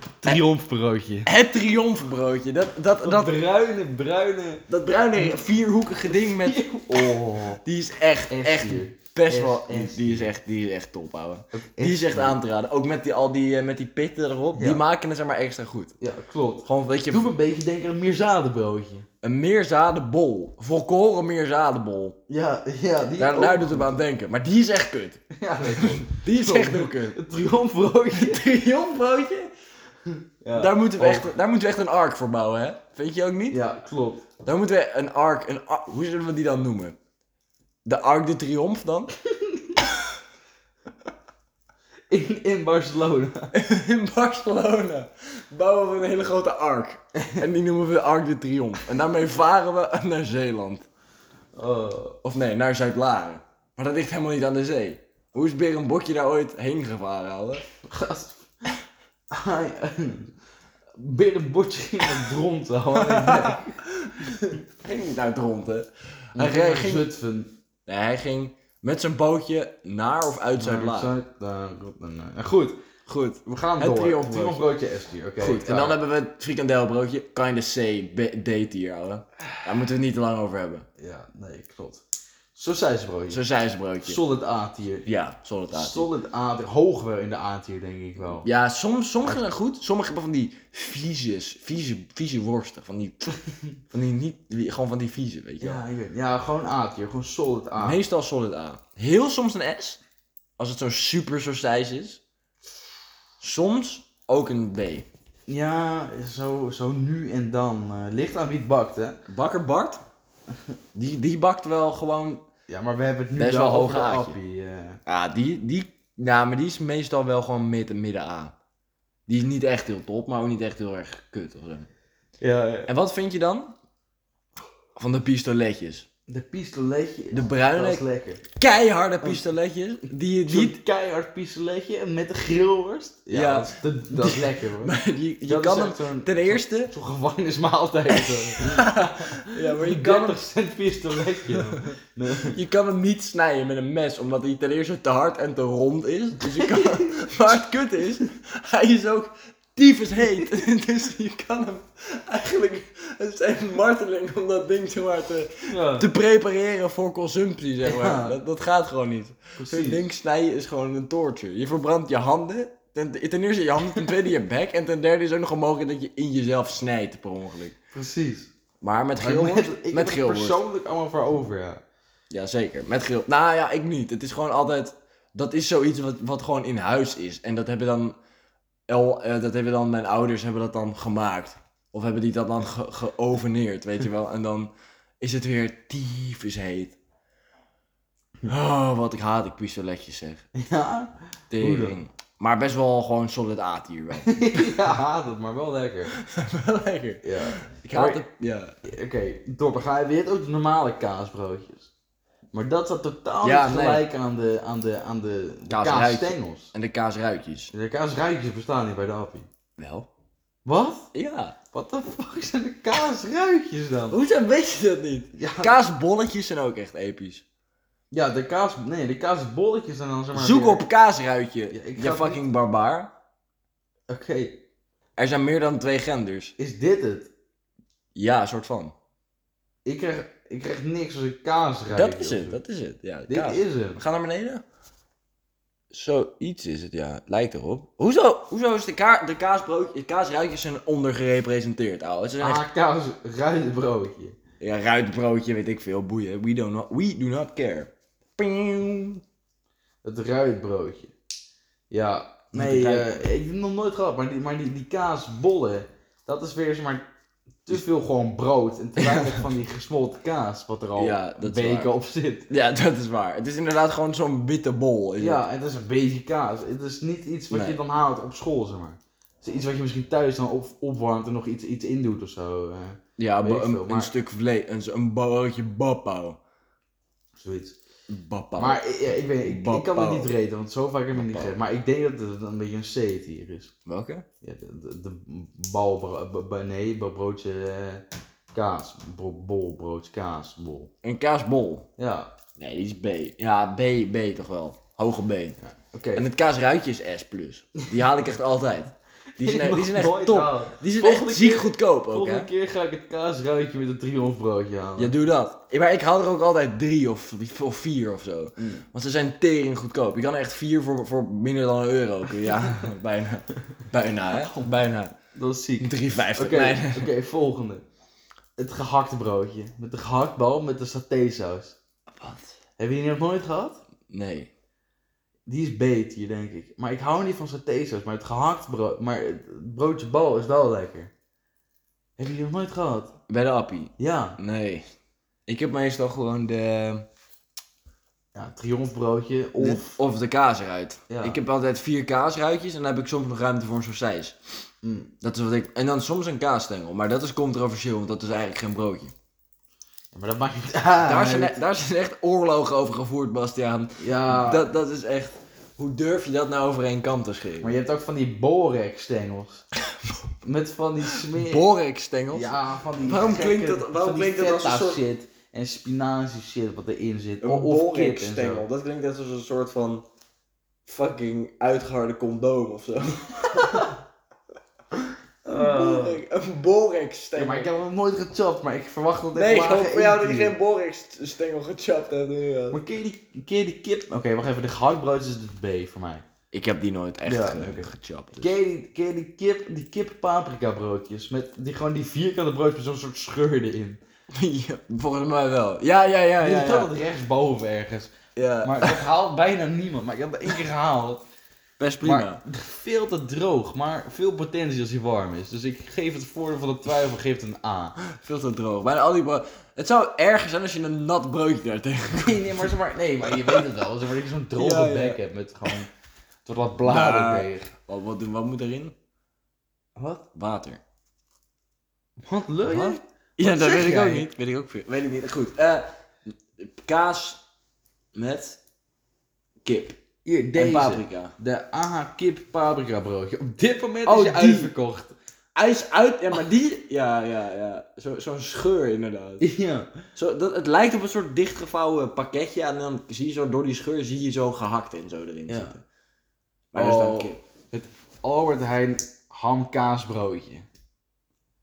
S1: triomfbroodje.
S2: Het triomfbroodje. Dat, dat,
S1: Dat
S2: dat,
S1: bruine, bruine...
S2: dat bruine vierhoekige ding met...
S1: Oh.
S2: Die is echt,
S1: Echt
S2: echt
S1: hier.
S2: best
S1: Echt,
S2: wel...
S1: echt.
S2: Die is echt, die is echt top, ouwe. Die
S1: Echt
S2: is echt
S1: hier.
S2: aan te raden. Ook met die, al die, eh, met die pitten erop.
S1: Ja.
S2: Die maken het zeg maar extra goed.
S1: Ja, klopt.
S2: Gewoon, weet
S1: Doe me
S2: je,
S1: een beetje denken aan een meerzadenbroodje.
S2: een meerzadenbol. Volkoren meerzadenbol.
S1: Ja, ja. Die oh,
S2: Daar, daar doet het me aan denken. Maar die is echt kut.
S1: Ja, nee,
S2: Die is echt heel kut.
S1: Het triomfbroodje.
S2: Triomfbroodje?
S1: Ja.
S2: Daar, moeten we
S1: Oh.
S2: echt, daar moeten we echt een ark voor bouwen, hè? Vind je ook niet?
S1: Ja, klopt.
S2: Dan moeten we een arc, een ar- hoe zullen we die dan noemen? De Arc de Triomphe dan?
S1: In, in Barcelona.
S2: In Barcelona bouwen we een hele grote arc. En die noemen we de Arc de Triomphe. En daarmee varen we naar Zeeland.
S1: Oh.
S2: Of nee, naar Zuid-Laren. Maar dat ligt helemaal niet aan de zee. Hoe is Berenbokje daar ooit heen gevaren, ouwe?
S1: Gast. Ai, Berenbotje in het dront. hoor.
S2: Ging niet naar Dronten.
S1: Hij
S2: Hij ging,
S1: Zutphen.
S2: nee, hij ging
S3: Met zijn bootje naar of uit Zuid-Laag.
S1: Zuid-Laag. Goed,
S3: Goed.
S1: we gaan
S3: Het
S1: door.
S3: triomfbroodje.
S1: Triomfbroodje S tier, oké.
S3: Goed, en dan hebben we het frikandelbroodje. Kinda C, B- D tier, ouwe. Daar moeten we het niet te lang over hebben.
S1: Ja, nee, klopt. Sausijsbroodje.
S3: Sausijsbroodje.
S1: Solid A tier.
S3: Ja, solid A.
S1: Solid A tier. Hoog wel in de A tier, denk ik wel.
S3: Ja, soms, sommige zijn goed. Sommige hebben van die viezes, vieze, vieze worsten. Van die, van die niet, die- gewoon van die vieze, weet je wel.
S1: Ja, ik weet Ja, gewoon A tier. Gewoon solid A.
S3: Meestal solid A. Heel soms een S. Als het zo'n super sausage is. Soms ook een B.
S1: Ja, zo, zo nu en dan. eh, ligt aan wie het bakt, hè.
S3: Bakker Bart, die, die bakt wel gewoon...
S1: Ja, maar we hebben het nu
S3: Best wel
S1: over
S3: hoog
S1: de
S3: A'tje.
S1: appie, eh.
S3: Ja, die, die, nou, maar die is meestal wel gewoon midden, midden A. Die is niet echt heel top, maar ook niet echt heel erg kut. Of zo.
S1: Ja, ja.
S3: En wat vind je dan? Van de pistoletjes.
S1: De pistoletje.
S3: De bruine-
S1: Dat is lekker. Oh.
S3: Keiharde pistoletjes. Die je niet...
S1: Zo'n keihard pistoletje met de grillworst. Ja,
S3: Ja.
S1: Dat, is, dat, dat is lekker hoor.
S3: Maar je, je
S1: Dat
S3: kan
S1: is
S3: hem
S1: echt zo'n-
S3: ten e- eerste...
S1: Zo'n gevangenismaaltijd. hoor.
S3: Ja, maar je
S1: Een
S3: kan, hem,
S1: 30 cent pistoletje. Nee.
S3: je kan hem niet snijden met een mes, omdat hij ten eerste te hard en te rond is. Dus je kan, maar het kut is, hij is ook tyfus heet. Dus je kan hem eigenlijk... Het is echt een marteling om dat ding zo maar te...
S1: Ja,
S3: te prepareren voor consumptie, zeg maar.
S1: Ja.
S3: Dat, dat gaat gewoon niet. Zo'n
S1: precies.
S3: ding snijden is gewoon een torture. Je verbrandt je handen. Ten, ten eerste je handen, ten tweede je bek. En ten derde is ook nog een mogelijk dat je in jezelf snijdt per ongeluk.
S1: precies.
S3: Maar met
S1: Maar ik
S3: grillworst...
S1: heb- ik
S3: Met,
S1: heb er
S3: grillworst.
S1: persoonlijk allemaal voor over, ja.
S3: Jazeker, met grill. Nou ja, ik niet. Het is gewoon altijd... Dat is zoiets wat, wat gewoon in huis is. En dat hebben dan... El, eh, dat hebben dan mijn ouders hebben dat dan gemaakt. Of hebben die dat dan ge- geoveneerd, weet je wel. En dan is het weer tyfus heet. Oh, wat ik haat ik pistoletjes zeg.
S1: Ja?
S3: Tering. Maar best wel gewoon solid A hier wel.
S1: ja, haat het, maar wel lekker.
S3: Wel lekker.
S1: Ja.
S3: Ik haat het... Ja,
S1: Oké, door. ga je weer ook de normale kaasbroodjes. Maar dat zat totaal
S3: Ja,
S1: niet
S3: nee.
S1: gelijk aan de, aan de, aan de, de
S3: Kaasruitje.
S1: kaasstengels.
S3: en de kaasruitjes.
S1: De kaasruitjes bestaan niet bij de appie.
S3: Wel.
S1: Wat?
S3: Ja.
S1: Wat de fuck zijn de kaasruitjes dan?
S3: Hoezo weet je dat niet?
S1: Ja,
S3: Kaasbolletjes zijn ook echt episch.
S1: ja de kaas... Nee, de kaasbolletjes zijn dan zeg maar
S3: Zoek
S1: weer-
S3: op kaasruitje,
S1: Ja, ik ga
S3: je
S1: het
S3: fucking barbaar.
S1: Oké,
S3: Er zijn meer dan twee genders.
S1: is dit het?
S3: Ja, een soort van.
S1: Ik krijg, ik krijg niks als ik kaasruitje
S3: Dat is het,
S1: opzoek.
S3: dat is het. Ja,
S1: Dit
S3: kaas.
S1: is het.
S3: We gaan naar beneden. Zoiets is het, ja. Lijkt erop. Hoezo, hoezo is de, ka de kaasbroodje, kaasruitjes zijn ondergerepresenteerd, ouwe? Ze zijn echt...
S1: Ah, kaas, ruitbroodje.
S3: Ja, ruitbroodje, weet ik veel, boeien. We, don't know- we do not care. Ping.
S1: Het ruitbroodje. Ja,
S3: Niet
S1: nee,
S3: de
S1: eh, ik heb het nog nooit gehad, maar die, maar die, die kaasbollen, dat is weer zeg maar te veel gewoon brood en te weinig van die gesmolten kaas, wat er al
S3: Ja, dat is
S1: weken
S3: waar.
S1: op zit.
S3: Ja, dat is waar. Het is inderdaad gewoon zo'n witte bol. is het.
S1: Ja, en het is een beetje kaas. Het is niet iets wat
S3: Nee.
S1: je dan haalt op school, zeg maar. Het is iets wat je misschien thuis dan op, opwarmt en nog iets, iets in doet of zo. eh,
S3: ja
S1: Weet
S3: bo-
S1: ik
S3: een,
S1: veel,
S3: een
S1: maar-
S3: stuk vlees, een, een broodje bappao.
S1: zoiets.
S3: Bappao.
S1: Maar ik- ja, ik, weet, ik, ik kan het
S3: Bapau.
S1: niet reten, want zo vaak heb ik het niet
S3: Bapau.
S1: gegeten. Maar ik denk dat het een beetje een C hier is.
S3: Welke?
S1: Ja, de, de, de bal, b- b- nee, b- broodje eh, kaas, bro, bol, broodje kaas, bol.
S3: Een kaasbol.
S1: Ja,
S3: Nee, die is B. Ja, B, B toch wel. Hoge B.
S1: oké.
S3: En het kaasruitje is S+. Die haal ik echt altijd. Die
S1: Ik
S3: zijn,
S1: mag
S3: die zijn
S1: het nooit
S3: echt top.
S1: halen.
S3: Die zijn
S1: Volgende
S3: echt ziek
S1: keer-
S3: goedkoop ook,
S1: Volgende
S3: hè.
S1: keer ga ik het kaasruitje met een triomfbroodje halen.
S3: Ja, doe dat. Maar ik haal er ook altijd drie of, of vier of zo.
S1: Mm.
S3: Want ze zijn tering goedkoop. Je kan er echt vier voor, voor minder dan een euro. kun je- Ja, bijna. Bijna, hè. Bijna. 3,50.
S1: Dat is ziek. Oké,
S3: Nee, nee.
S1: oké, volgende. Het gehaktbroodje met de gehaktbal met de satésaus.
S3: Wat?
S1: Heb je die nog nooit gehad?
S3: Nee.
S1: Die is beet hier, denk ik. Maar ik hou niet van satésaus, maar het gehakt brood, maar het broodje bal is wel lekker. Heb je die nog nooit gehad?
S3: Bij de appie.
S1: Ja.
S3: Nee. Ik heb meestal gewoon de...
S1: Ja, triomfbroodje of...
S3: Of, of de kaas eruit.
S1: Ja.
S3: Ik heb altijd vier kaasruitjes en dan heb ik soms nog ruimte voor een sausijs.
S1: Mm.
S3: Dat is wat ik... En dan soms een kaasstengel, maar dat is controversieel, want dat is eigenlijk geen broodje.
S1: Ja, maar dat maakt niet
S3: daar,
S1: uit.
S3: zijn, e- daar zijn echt oorlogen over gevoerd, Bastiaan.
S1: Ja,
S3: Dat, dat is echt... Hoe durf je dat nou over één kam te scheren?
S1: maar je hebt ook van die borek-stengels. Met van die smeer...
S3: Borek-stengels?
S1: Ja, van die
S3: Waarom
S1: gekke-
S3: klinkt dat- waarom
S1: van die
S3: klinkt dat als een
S1: feta
S3: soort-
S1: shit. en spinazie shit wat erin zit.
S2: Een
S1: of kip en
S2: borikstengel.
S1: zo.
S2: Dat klinkt net als een soort van fucking uitgeharde condoom of zo.
S3: Ah.
S2: Borik- een
S1: Ja, maar ik
S2: borikstengel.
S1: heb nog nooit gechapt, maar ik verwacht dat
S2: Nee,
S1: gewoon
S2: gewoon voor jou dat je geen borikstengel gechapt hebt nu. ja.
S1: Maar keer die, keer die kip... Oké, wacht even. De gehaktbrood is dus B voor mij.
S3: Ik heb die nooit echt
S1: Ja,
S3: ge-
S1: oké.
S3: gechapt. dus.
S1: Ken je die, ken je die kip, die kip paprika broodjes? Met die, gewoon die vierkante broodjes met zo'n soort scheur erin.
S3: Ja, volgens mij wel. Ja, ja, ja,
S1: Die
S3: ja.
S1: ligt
S3: ja.
S1: altijd rechtsboven ergens.
S3: ja.
S1: Maar dat haalt bijna niemand. Maar ik heb dat één keer gehaald.
S3: Best prima.
S1: Maar veel te droog. Maar veel potentie als hij warm is. Dus ik geef het voordeel van de twijfel. Geef het een A.
S3: Veel te droog. Bijna al die brood. Het zou erger zijn als je een nat broodje daar tegen.
S1: Nee, nee, maar, zeg maar, nee, maar je weet het wel. Zeg maar, dat je zo'n droge
S3: Ja, ja.
S1: bek hebt met gewoon... Tot wat bladerdeeg.
S3: Wat, wat, wat moet erin?
S1: Wat?
S3: Water.
S1: Wat leuk.
S3: Wat? Ja, dat
S1: zeg
S3: weet ik
S1: jij?
S3: ook niet. Weet ik ook veel. Weet ik niet. Goed. eh, kaas met kip.
S1: Hier,
S3: En
S1: deze.
S3: paprika.
S1: De AH kip paprika broodje. Op dit moment
S3: Oh,
S1: is je
S3: die.
S1: uitverkocht.
S3: IJs uit. Ja, maar die. Ja, ja, ja. Zo- Zo'n scheur inderdaad.
S1: Ja.
S3: Zo, dat, het lijkt op een soort dichtgevouwen pakketje. En dan zie je zo door die scheur zie je zo gehakt en zo erin
S1: Ja.
S3: zitten. Maar daar staat
S1: Oh.
S3: kip.
S1: Albert Heijn hamkaasbroodje.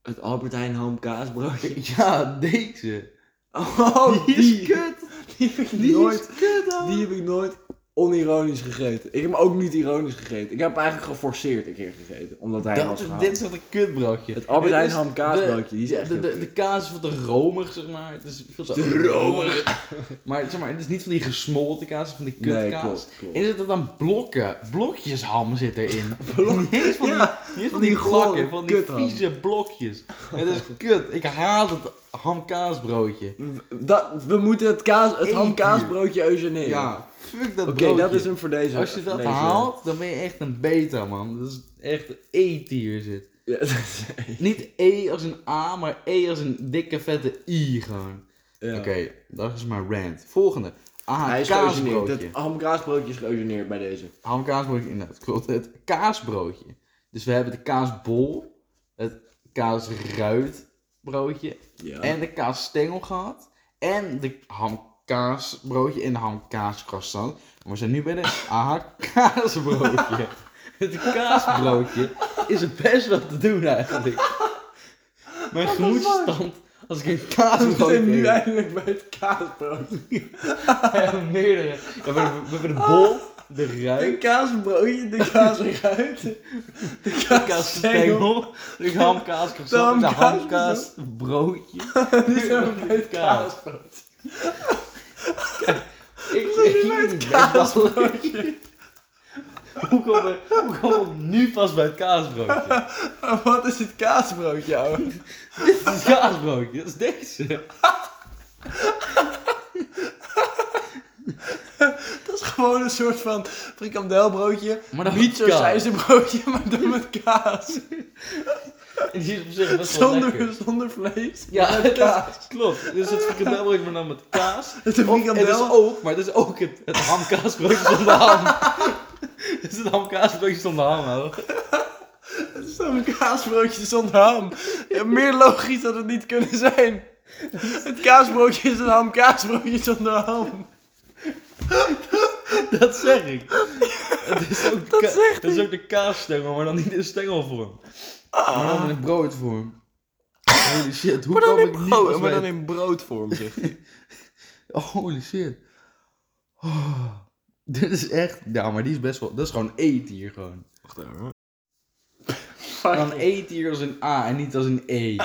S3: Het Albert Heijn ham kaasbroodje.
S1: Ja, deze.
S3: Oh,
S1: Die is kut.
S3: Die heb ik
S1: Die
S3: nooit.
S1: is kut,
S3: Die heb ik nooit onironisch gegeten. Ik heb hem ook niet ironisch gegeten. Ik heb hem eigenlijk geforceerd een keer gegeten. Omdat hij hem
S1: Dat
S3: was
S1: is,
S3: gehaald.
S1: dit is echt een kutbroodje.
S3: Het Albert
S1: Dit
S3: Heijn
S1: is
S3: ham kaasbroodje, die is
S1: de-
S3: echt
S1: De,
S3: heel
S1: de, de kaas is wat te romig, zeg maar. Het is veel te Maar, zeg maar, het is niet van die gesmolten kaas, maar van die kutkaas.
S3: Nee, klopt, klopt.
S1: En er zitten dan blokken, blokjes ham zit erin. Niet eens van die,
S3: Ja,
S1: niet eens van
S3: van
S1: die
S3: die gore
S1: blokken, van die
S3: kutham.
S1: vieze blokjes. Het is kut, ik haat het hamkaasbroodje.
S3: Dat, we moeten het, kaas, het
S1: Eet
S3: ham kaasbroodje eugeneren.
S1: Ja, fuck dat
S3: Oké,
S1: broodje.
S3: dat is hem voor deze.
S1: Als je dat
S3: deze-
S1: haalt, dan ben je echt een beta, man. Dat is echt E-tier zit.
S3: Ja, dat is-
S1: Niet E als een A, maar E als een dikke vette I gewoon.
S3: ja.
S1: Oké, dat is mijn rant. Volgende. Ah,
S3: Hij is geëugeneerd.
S1: kaasbroodje.
S3: Het ham kaasbroodje is geëugeneerd bij deze.
S1: Ham kaasbroodje, inderdaad. Klopt. Het kaasbroodje. Dus we hebben de kaasbol, het kaasruitbroodje
S3: Ja.
S1: en de kaasstengel gehad. En de hamkaasbroodje en de hamkaascroissant. Maar we zijn nu bij de AH kaasbroodje. Het kaasbroodje is er best wel te doen eigenlijk. Mijn gemoedsstand als ik een
S3: we
S1: kaasbroodje
S3: zijn nu
S1: eet.
S3: eindelijk bij het kaasbroodje.
S1: We hebben meerdere. Ja, we hebben- we hebben de bol, de ruit,
S3: De kaasbroodje, de kaasruit, de kaasstengel.
S1: kaasstengel, de hamkaas,
S3: De
S1: de
S3: hamkaas-
S1: hamkaas, broodje.
S3: Nu zijn we bij het
S1: Kaas.
S3: kaasbroodje.
S1: Ik weet niet kaasbroodje. Hoe komen we- hoe komen we nu pas bij het kaasbroodje?
S3: Wat is het kaasbroodje, ouwe?
S1: Dit is het kaasbroodje, dat is deze.
S3: Dat is gewoon een soort van frikandelbroodje.
S1: Maar dan
S3: Niet
S1: met
S3: zo'n
S1: kaas.
S3: broodje, maar dan met kaas.
S1: En die is op zich best wel
S3: Zonder,
S1: lekker.
S3: zonder vlees.
S1: Ja, dat
S3: kaas.
S1: is, klopt. Dus het frikandelbroodje maar dan met kaas.
S3: Het is een
S1: Of- en Het is
S3: frikandel.
S1: ook, maar het is ook het, het hamkaasbroodje zonder ham. Het is het hamkaasbroodje zonder ham, hoor.
S3: Het is een kaasbroodje zonder ham. Ja, meer logisch dat het niet kunnen zijn. Het kaasbroodje is een ham kaasbroodje zonder ham.
S1: Dat zeg ik. Het is ook, dat
S3: zegt
S1: het is ook de kaasstengel, maar dan niet in stengelvorm.
S3: Ah.
S1: Maar dan in broodvorm. Holy shit, hoe kwam ik niet pas bij het-
S3: in broodvorm, zeg.
S1: Holy shit. Oh, dit is echt... Ja, maar die is best wel... Dat is gewoon E-tier gewoon.
S3: Wacht even.
S1: Dan E-tier als een A en niet als een E.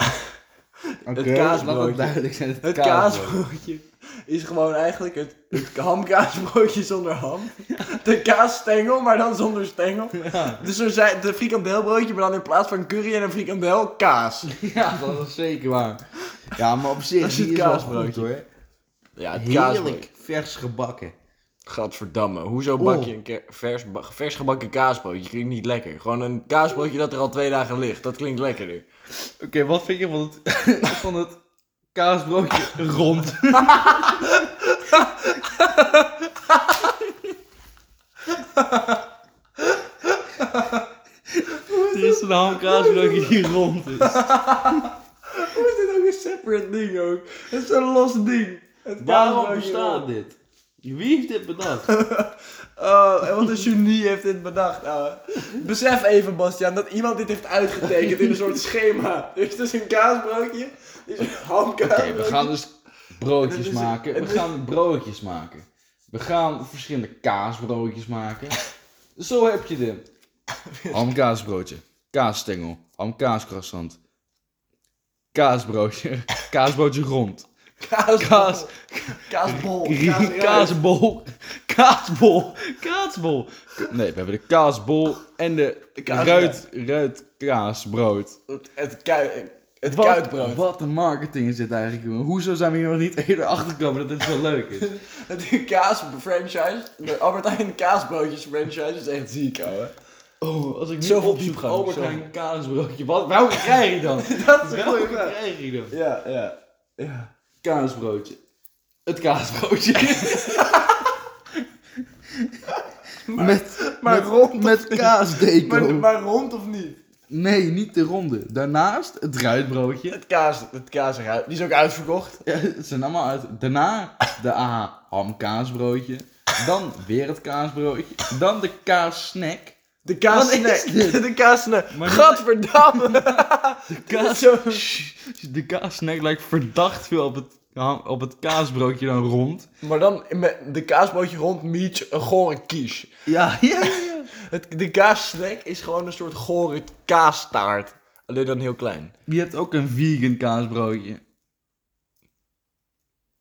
S1: Oké, laat
S3: kaasbroodje.
S1: dat duidelijk zijn. Het,
S3: Het
S1: kaasbroodje.
S3: kaasbroodje is gewoon eigenlijk het, het hamkaasbroodje zonder ham. De kaasstengel, maar dan zonder stengel.
S1: Ja.
S3: Dus zo zei de frikandelbroodje, maar dan in plaats van curry en een frikandel, kaas.
S1: ja, dat is zeker waar. Ja, maar op
S3: Dat
S1: zich,
S3: is
S1: die
S3: het
S1: is wel goed
S3: kaasbroodje.
S1: hoor.
S3: Ja,
S1: Heerlijk vers gebakken.
S3: Gadverdamme, hoezo
S1: Oh.
S3: bak je een ke- vers, ba- vers gebakken kaasbroodje? Klinkt niet lekker. Gewoon een kaasbroodje dat er al twee dagen ligt. Dat klinkt lekkerder.
S1: Oké, wat vind je van het, van het kaasbroodje rond? er is een hamkaasbroodje die rond is.
S3: Hoe is dit ook een separate ding ook. Het is een los ding. Het
S1: Waarom
S3: kaasbroodje
S1: bestaat
S3: op.
S1: dit? Wie heeft dit bedacht?
S3: Oh, en wat een genie heeft dit bedacht, ouwe. Besef even, Bastiaan, dat iemand dit heeft uitgetekend in een soort schema. Dus het is een kaasbroodje, dit is een
S1: Oké,
S3: hamkaasbroodje.
S1: we gaan dus
S3: Dit
S1: broodjes
S3: is-
S1: maken. We
S3: dit-
S1: gaan broodjes maken. We gaan verschillende kaasbroodjes maken. Zo heb je de hamkaasbroodje, kaasstengel, hamkaascroissant, kaasbroodje, kaasbroodje rond,
S3: Kaas,
S1: kaas,
S3: kaasbol, kaasruit.
S1: kaasbol, kaasbol, kaasbol. Nee, we hebben de kaasbol en de
S3: kaasruit.
S1: ruit, ruit kaasbrood.
S3: Het, het, kui, het
S1: Wat-
S3: kuitbrood.
S1: Wat een marketing is dit eigenlijk, jongen. Hoezo zijn we hier nog niet eerder achter gekomen dat dit zo leuk is?
S3: De kaasfranchise, de Albert Heijn kaasbroodjes franchise is echt ziek, ouwe.
S1: Oh, als ik nu
S3: Zoveel
S1: opzoek,
S3: diepgang,
S1: Albert
S3: zoveel.
S1: Heijn kaasbroodje. Wat, welke krijg je dan?
S3: Dat is een goeie
S1: welke
S3: vraag.
S1: krijg je dan?
S3: Ja, ja. ja.
S1: Kaasbroodje. Het kaasbroodje. met,
S3: maar
S1: met,
S3: rond
S1: met kaasdeco.
S3: Maar, maar rond of niet?
S1: Nee, niet de ronde. Daarnaast het ruitbroodje.
S3: Het kaas, het kaas eruit. Die is ook uitverkocht.
S1: Ja, het zijn allemaal uit. Daarna de A hamkaasbroodje. Dan weer het kaasbroodje. Dan de kaassnack.
S3: De
S1: Wat is dit?
S3: kaassnack. De kaassnack.
S1: Maar-
S3: Gadverdamme. De
S1: kaas-
S3: Zo.
S1: De kaassnack lijkt verdacht veel op het, op het kaasbroodje dan rond.
S3: Maar dan met de kaasbootje rond meets een gore quiche.
S1: Ja, ja, ja.
S3: Het, de kaassnack is gewoon een soort gore kaastaart. Alleen dan heel klein.
S1: Je hebt ook een vegan kaasbroodje.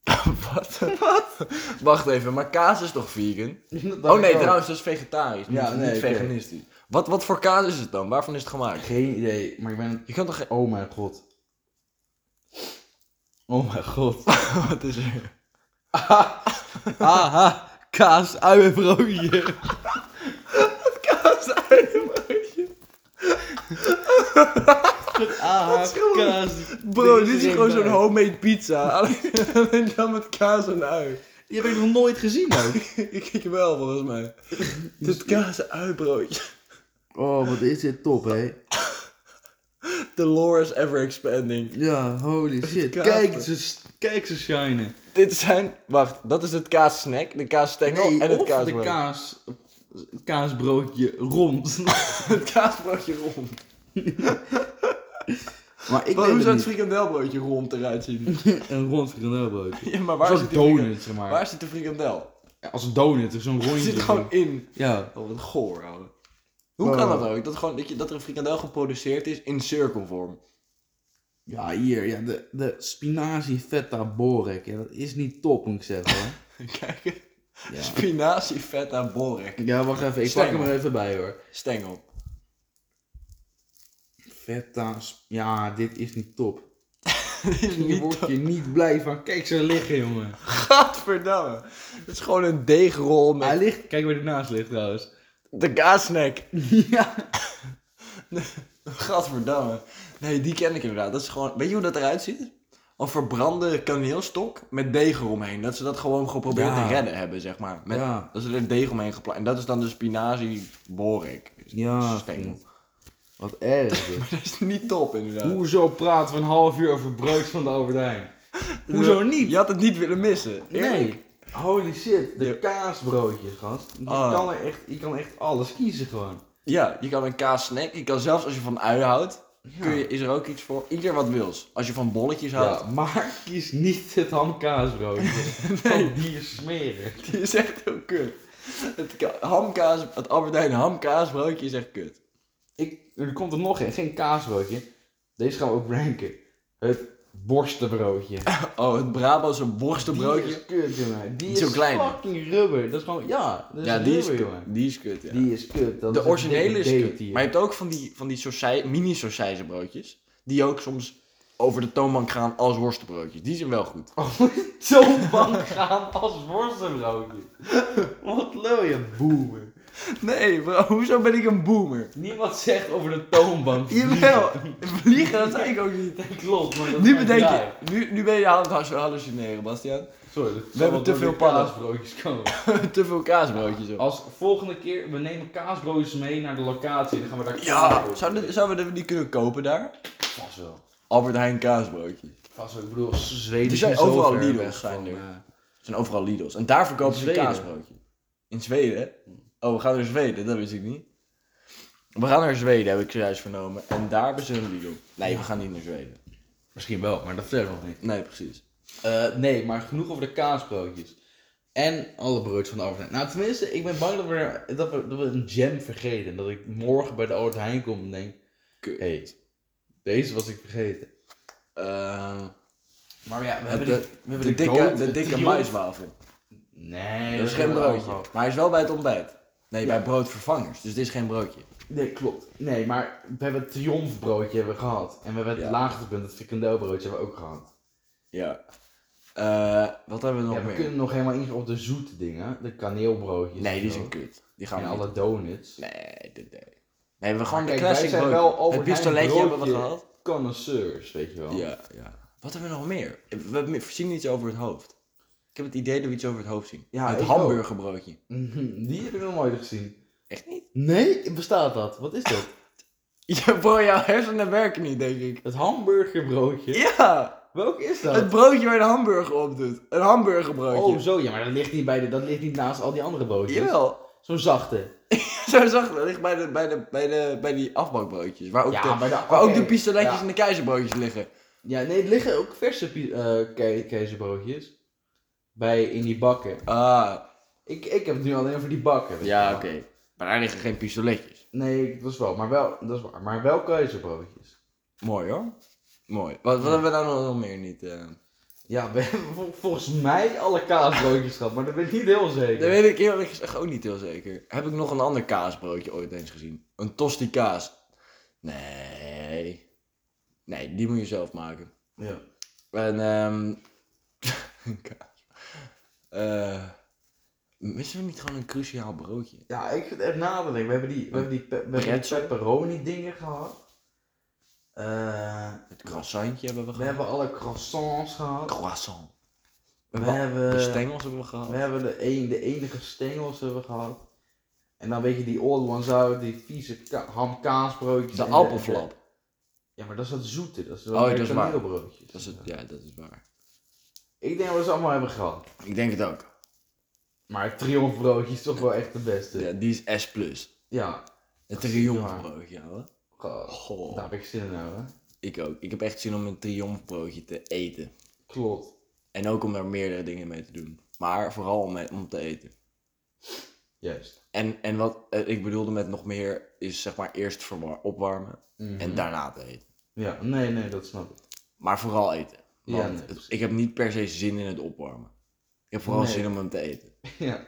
S3: Wat? Wacht even, maar kaas is toch vegan?
S1: dacht
S3: oh nee,
S1: ik ook.
S3: trouwens, dat is vegetarisch.
S1: Ja,
S3: Ja, niet,
S1: nee,
S3: niet
S1: oké.
S3: veganistisch. Wat, wat voor kaas is het dan? Waarvan is het gemaakt?
S1: Geen idee, maar ik ben...
S3: Je kan toch geen...
S1: Oh mijn god. Oh mijn god.
S3: Wat is er?
S1: Aha, kaas, uienbroodje.
S3: Kaas
S1: Aha, kaas.
S3: Bro, dit is gewoon zo'n
S1: hoop.
S3: homemade pizza. Alleen alleen dan met kaas en ui.
S1: Die heb ik nog nooit gezien ook.
S3: Ik wel, volgens mij. Dit kaas en ui broodje.
S1: Oh, wat is dit top, hè?
S3: The lore is ever expanding.
S1: Ja, holy shit.
S3: kaas.
S1: Kijk ze, kijk ze shinen.
S3: Dit zijn... Wacht, dat is het kaassnack, de kaasstengel en het
S1: of de
S3: kaasbrood.
S1: kaas... Kaasbroodje rond.
S3: het kaasbroodje rond.
S1: maar ik
S3: Maar hoe
S1: weet
S3: zou het
S1: het
S3: frikandelbroodje rond eruit zien?
S1: niet. Een rond frikandelbroodje.
S3: Ja,
S1: Zo'n
S3: maar waar zit, die
S1: donut, zeg
S3: frikan-
S1: maar.
S3: waar zit de frikandel?
S1: Ja, Als een donut, er zo'n
S3: Het
S1: rondje.
S3: zit gewoon in.
S1: Ja.
S3: Oh, wat goor, ouwe. Hoe
S1: Oh.
S3: kan dat ook? Dat, gewoon, dat, je, dat er een frikandel geproduceerd is in cirkelvorm.
S1: Ja, hier, ja, de, de spinazie feta borek. Ja, dat is niet top, moet ik zeggen. Hoor.
S3: Kijk,
S1: Ja.
S3: spinazie, feta, borek.
S1: ja, wacht even, ik pak
S3: Stengel.
S1: hem er even bij hoor.
S3: Stengel.
S1: Feta, sp- ja, dit is niet top.
S3: Dit is
S1: Hier
S3: niet...
S1: word je niet blij van. Kijk ze liggen, jongen.
S3: Gadverdamme. Het is gewoon een deegrol met
S1: Hij ligt, kijk waar hij naast ligt trouwens.
S3: de kaasnek.
S1: ja.
S3: Gadverdamme. Nee, die ken ik inderdaad. Dat is gewoon... Weet je hoe dat eruit ziet? Een verbrande kaneelstok met deeg eromheen. Dat ze dat gewoon geprobeerd
S1: Ja.
S3: te redden hebben, zeg maar. Met,
S1: Ja.
S3: Dat ze er deeg omheen geplakt. En dat is dan de spinazie, borek.
S1: Ja,
S3: Stengel.
S1: Wat erg. dit.
S3: Dat is niet top, inderdaad.
S1: Hoezo praten we een half uur over brood van de Albert Heijn? Hoezo niet?
S3: Je had het niet willen missen.
S1: Nee. Holy shit, de
S3: Ja.
S1: kaasbroodjes, gast. Je,
S3: Ah.
S1: kan er echt, je kan echt alles kiezen gewoon.
S3: Ja, je kan een kaassnack. Je kan zelfs als je van ui houdt,
S1: Ja.
S3: kun je, is er ook iets voor. Ieder wat wils. Als je van bolletjes houdt.
S1: Ja, maar kies niet het hamkaasbroodje. nee. Die is smerig.
S3: Die is echt heel kut. Het, ka- hamkaas, het Albert Heijn hamkaasbroodje is echt kut.
S1: Ik, er komt er nog een, geen kaasbroodje. Deze gaan we ook ranken. Het borstenbroodje.
S3: Oh, het Brabantse worstenbroodje.
S1: Die is kut, jongen. Die
S3: Niet
S1: is
S3: zo klein, hè?
S1: fucking rubber. Dat is gewoon, ja. Dat is
S3: Ja, die is
S1: rubber,
S3: kut.
S1: jongen.
S3: Die is kut, ja.
S1: Die is kut. Dat
S3: De
S1: is een
S3: originele is
S1: dikke
S3: kut.
S1: D-tier.
S3: Maar je hebt ook van die, van die saucij- mini-sausijzenbroodjes. Die ook soms over de toonbank gaan als worstenbroodjes. Die zijn wel goed.
S1: Oh. Zo bang gaan als borstenbroodje. Wat lul je, boomer.
S3: Nee, bro, hoezo ben ik een boomer?
S1: Niemand zegt over de toonbank.
S3: Jawel, vliegen, dat zei ik ook niet.
S1: Klopt, maar dat
S3: Nu
S1: is
S3: bedenk je,
S1: raar.
S3: nu, nu ben je aan het has- hallucineren, Bastiaan.
S1: Sorry, dat
S3: We hebben te veel pannen.
S1: kaasbroodjes komen.
S3: Te veel kaasbroodjes op.
S1: Als volgende keer, we nemen kaasbroodjes mee naar de locatie. Dan gaan we daar
S3: Ja,
S1: kaasbroodjes
S3: zouden,
S1: eten.
S3: zouden we die kunnen kopen daar?
S1: Vast wel.
S3: Albert Heijn kaasbroodjes.
S1: Vast wel, ik bedoel, Zweden
S3: Er
S1: is
S3: zijn
S1: niet zo
S3: overal
S1: ver
S3: Lidl's
S1: weg
S3: zijn
S1: van,
S3: er.
S1: eh,
S3: Er zijn overal Lidl's. En daar verkopen
S1: In
S3: ze een
S1: Zweden.
S3: kaasbroodje. In Zweden? Oh, we gaan naar Zweden. Dat wist ik niet. We gaan naar Zweden, heb ik zojuist vernomen. En daar hebben ze een Lidl. Nee, we gaan niet naar Zweden.
S1: misschien wel, maar dat vertellen we nog niet.
S3: Nee, precies.
S1: Eh, nee, maar genoeg over de kaasbroodjes. En alle broodjes van de Albert Heijn. Nou, tenminste, ik ben bang dat we, dat we, dat we een jam vergeten. Dat ik morgen bij de Albert Heijn kom en denk...
S3: Kut.
S1: Hé, hey, deze was ik vergeten.
S3: Eh,
S1: Maar ja, we
S3: de,
S1: hebben
S3: de,
S1: die- we hebben
S3: dikke,
S1: goat,
S3: de dikke
S1: triomphe-
S3: maiswafel.
S1: Nee,
S3: Dat is geen
S1: hebben we
S3: broodje.
S1: al gehad.
S3: Maar hij is wel bij het ontbijt. Nee,
S1: Ja.
S3: bij broodvervangers. Dus dit is geen broodje.
S1: Nee, klopt. Nee, maar we hebben het triomfbroodje hebben we gehad. En we hebben het
S3: Ja.
S1: laagtepunt, het frikandelbroodje hebben we ook gehad.
S3: Ja. Eh, wat hebben we nog
S1: Ja, we
S3: meer?
S1: kunnen nog helemaal ingaan op de zoete dingen. De kaneelbroodjes.
S3: Nee,
S1: en
S3: die
S1: zo.
S3: zijn kut. Die gaan
S1: En
S3: we
S1: alle donuts.
S3: Nee, dit, nee. Nee, we gewoon
S1: Kijk,
S3: de
S1: wij
S3: classic
S1: zijn
S3: broodje.
S1: wel Albert
S3: Het
S1: Heijn
S3: pistoletje hebben we
S1: broodje
S3: gehad.
S1: Connoisseurs, weet je wel.
S3: Ja, ja. Wat hebben we nog meer? We we zien iets over het hoofd. Ik heb het idee dat we iets over het hoofd zien.
S1: Ja,
S3: het
S1: ik
S3: hamburgerbroodje.
S1: Mhm, Die heb ik nog nooit gezien.
S3: Echt niet?
S1: Nee, bestaat dat? Wat is dat?
S3: Ja, bro, jouw hersenen werken niet, denk ik.
S1: Het hamburgerbroodje.
S3: Ja,
S1: Welk is
S3: het
S1: dat?
S3: broodje waar de hamburger op doet. Een hamburgerbroodje.
S1: Oh, zo ja, maar dat ligt niet, bij de, dat ligt niet naast al die andere broodjes.
S3: Jawel.
S1: Zo'n zachte.
S3: Zo zag dat ligt bij, de, bij, de, bij, de, bij die afbakbroodjes. Waar ook,
S1: Ja,
S3: de,
S1: bij de-
S3: waar ook
S1: oké.
S3: de pistoletjes
S1: Ja.
S3: en de keizerbroodjes liggen.
S1: Ja, nee, er liggen ook verse pi- eh, ke- keizerbootjes bij in die bakken.
S3: Ah,
S1: Ik, ik heb het nu alleen over die bakken. weet je
S3: ja,
S1: wel.
S3: oké. Maar daar liggen geen pistoletjes.
S1: Nee, dat is wel, maar wel, dat is waar. Maar wel keizerbootjes.
S3: Mooi hoor. Mooi. Wat, wat hebben we daar nog nog meer niet? eh?
S1: Ja, we hebben vol- volgens mij alle kaasbroodjes gehad, maar dat ben ik niet heel zeker.
S3: Dat weet ik eerlijk gezegd ook niet heel zeker. Heb ik nog een ander kaasbroodje ooit eens gezien? Een tosti kaas. Nee. Nee, die moet je zelf maken.
S1: Ja.
S3: En ehm een kaas. Eh, missen we niet gewoon een cruciaal broodje?
S1: ja, ik vind het echt nadenken. We hebben die, we hebben die, pe- we hebben die
S3: Pretzel.
S1: pepperoni dingen gehad. Eh,
S3: Het croissantje hebben we
S1: we
S3: gehad.
S1: hebben alle croissants gehad.
S3: Croissant.
S1: We
S3: Wa- De
S1: hebben...
S3: stengels hebben we gehad.
S1: Eh, We hebben de, een, de enige stengels hebben we gehad. En dan weet je die old ones out, die vieze ka- hamkaasbroodjes.
S3: De
S1: en
S3: appelflap.
S1: Ja, maar dat is dat zoete. Dat is
S3: Oh,
S1: wel meer
S3: dat is waar.
S1: kaneelbroodjes.
S3: Dat is het, ja, dat is waar.
S1: Ik denk dat we ze allemaal hebben gehad.
S3: Ik denk het ook.
S1: Maar het triomfbroodje is toch wel echt de beste.
S3: Ja,
S1: Ja.
S3: die is S+. Het triomfbroodje, hoor.
S1: Goh,
S3: Goh.
S1: daar heb ik zin in, hoor.
S3: Ik ook. Ik heb echt zin om een triomfbroodje te eten.
S1: Klopt.
S3: En ook om daar meerdere dingen mee te doen. Maar vooral om, om te eten.
S1: Juist.
S3: En, en wat eh, ik bedoelde met nog meer is zeg maar eerst verwar- opwarmen
S1: Mhm.
S3: en daarna te eten.
S1: Ja, nee, nee, dat snap ik.
S3: Maar vooral eten.
S1: Ja,
S3: Want
S1: nee,
S3: het-
S1: precies.
S3: ik heb niet per se zin in het opwarmen. Ik heb vooral
S1: Nee.
S3: zin om hem te eten.
S1: Ja,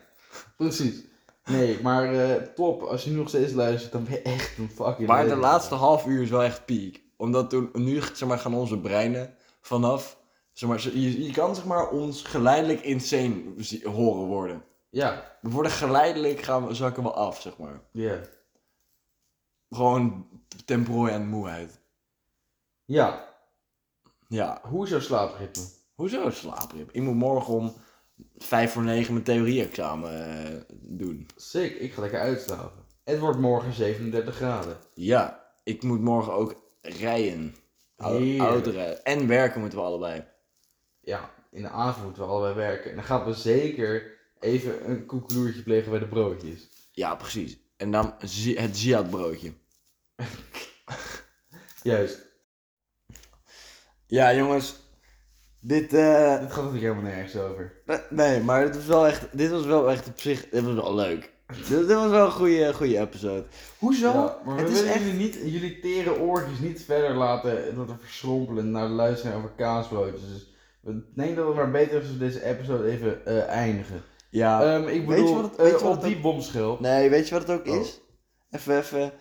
S1: precies. Nee, maar eh, top. Als je nu nog steeds luistert, dan ben je echt een fucking...
S3: Maar de
S1: lul.
S3: laatste half uur is wel echt piek. Omdat toen, nu zeg maar, gaan onze breinen vanaf. Zeg maar, je, je kan zeg maar, ons geleidelijk insane zie- horen worden.
S1: Ja,
S3: We worden geleidelijk gaan, we- zakken we af, zeg maar.
S1: ja.
S3: Gewoon ten prooi aan moeheid.
S1: Ja,
S3: Ja.
S1: Hoezo slaapritme?
S3: Hoezo slaaprip? Ik moet morgen om vijf voor negen mijn theorie-examen eh, doen.
S1: Sick, ik ga lekker uitslapen. Het wordt morgen 37 graden.
S3: Ja, ik moet morgen ook rijden. Au-
S1: Heerlijk.
S3: Auto rijden. En werken moeten we allebei.
S1: Ja, in de avond moeten we allebei werken. En dan gaan we zeker even een koekeloertje plegen bij de broodjes.
S3: Ja, precies. En dan zi- het Ziad-broodje.
S1: Juist.
S3: Ja, jongens. Dit, eh,
S1: Het gaat natuurlijk helemaal nergens over.
S3: Nee, maar dit was wel echt, dit was wel echt op zich... Dit was wel leuk. dit, dit was wel een goede, goede episode. Hoezo?
S1: Ja, maar we
S3: het is
S1: willen
S3: echt...
S1: jullie, niet, jullie tere oortjes niet verder laten laten verschrompelen naar de luisteren over kaasbroodjes. Dus we denken dat het maar beter is als we deze episode even eh, eindigen.
S3: Ja.
S1: Ehm, ik
S3: Weet
S1: bedoel,
S3: je wat het- weet
S1: eh,
S3: je wat
S1: op
S3: het
S1: die bomschil.
S3: Nee, weet je wat het ook
S1: Oh.
S3: is? Even, even.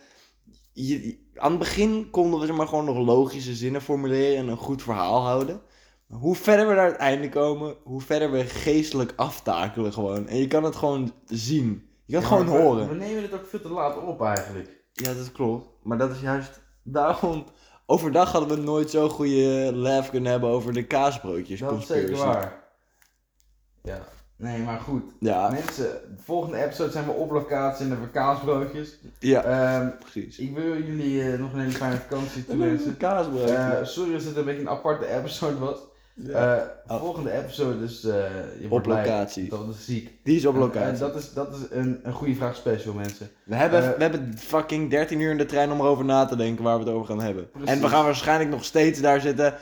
S3: Je, je- aan het begin konden we zeg maar gewoon nog logische zinnen formuleren en een goed verhaal houden. Maar Hoe verder we naar het einde komen, hoe verder we geestelijk aftakelen gewoon. En je kan het gewoon zien. Je
S1: Ja,
S3: kan het gewoon
S1: maar we-
S3: horen.
S1: We nemen dit ook veel te laat op eigenlijk.
S3: Ja, dat klopt. Maar dat is juist daarom... Overdag hadden we nooit zo'n goede laugh kunnen hebben over de kaasbroodjes.
S1: Dat is zeker
S3: conspiracy.
S1: waar. Ja. Nee, maar goed.
S3: Ja,
S1: Mensen, de volgende episode zijn we op locatie en hebben we kaasbroodjes.
S3: ja,
S1: Ehm,
S3: precies.
S1: ik wil jullie eh, nog een hele fijne vakantie toewensen.
S3: Kaasbrood.
S1: Eh, sorry als dit een beetje een aparte episode was. Eh,
S3: Oh.
S1: Volgende episode is eh je
S3: op
S1: wordt blij.
S3: locatie.
S1: Dat is ziek.
S3: Die is op
S1: En,
S3: locatie.
S1: eh, dat is, dat is een, een goede vraag special, mensen.
S3: We hebben,
S1: Eh,
S3: we hebben fucking 13 uur in de trein om erover na te denken waar we het over gaan hebben.
S1: Precies.
S3: En we gaan waarschijnlijk nog steeds daar zitten.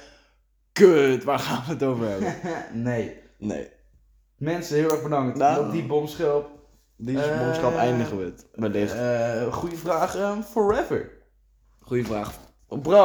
S3: Kut, waar gaan we het over hebben?
S1: nee.
S3: Nee,
S1: Mensen, heel erg bedankt.
S3: Nou.
S1: Op die bomschelp.
S3: die
S1: Eh,
S3: boodschap eindigen we het. Wellicht.
S1: Eh goede vraag, eh, ehm, forever.
S3: Goeie vraag. Bro,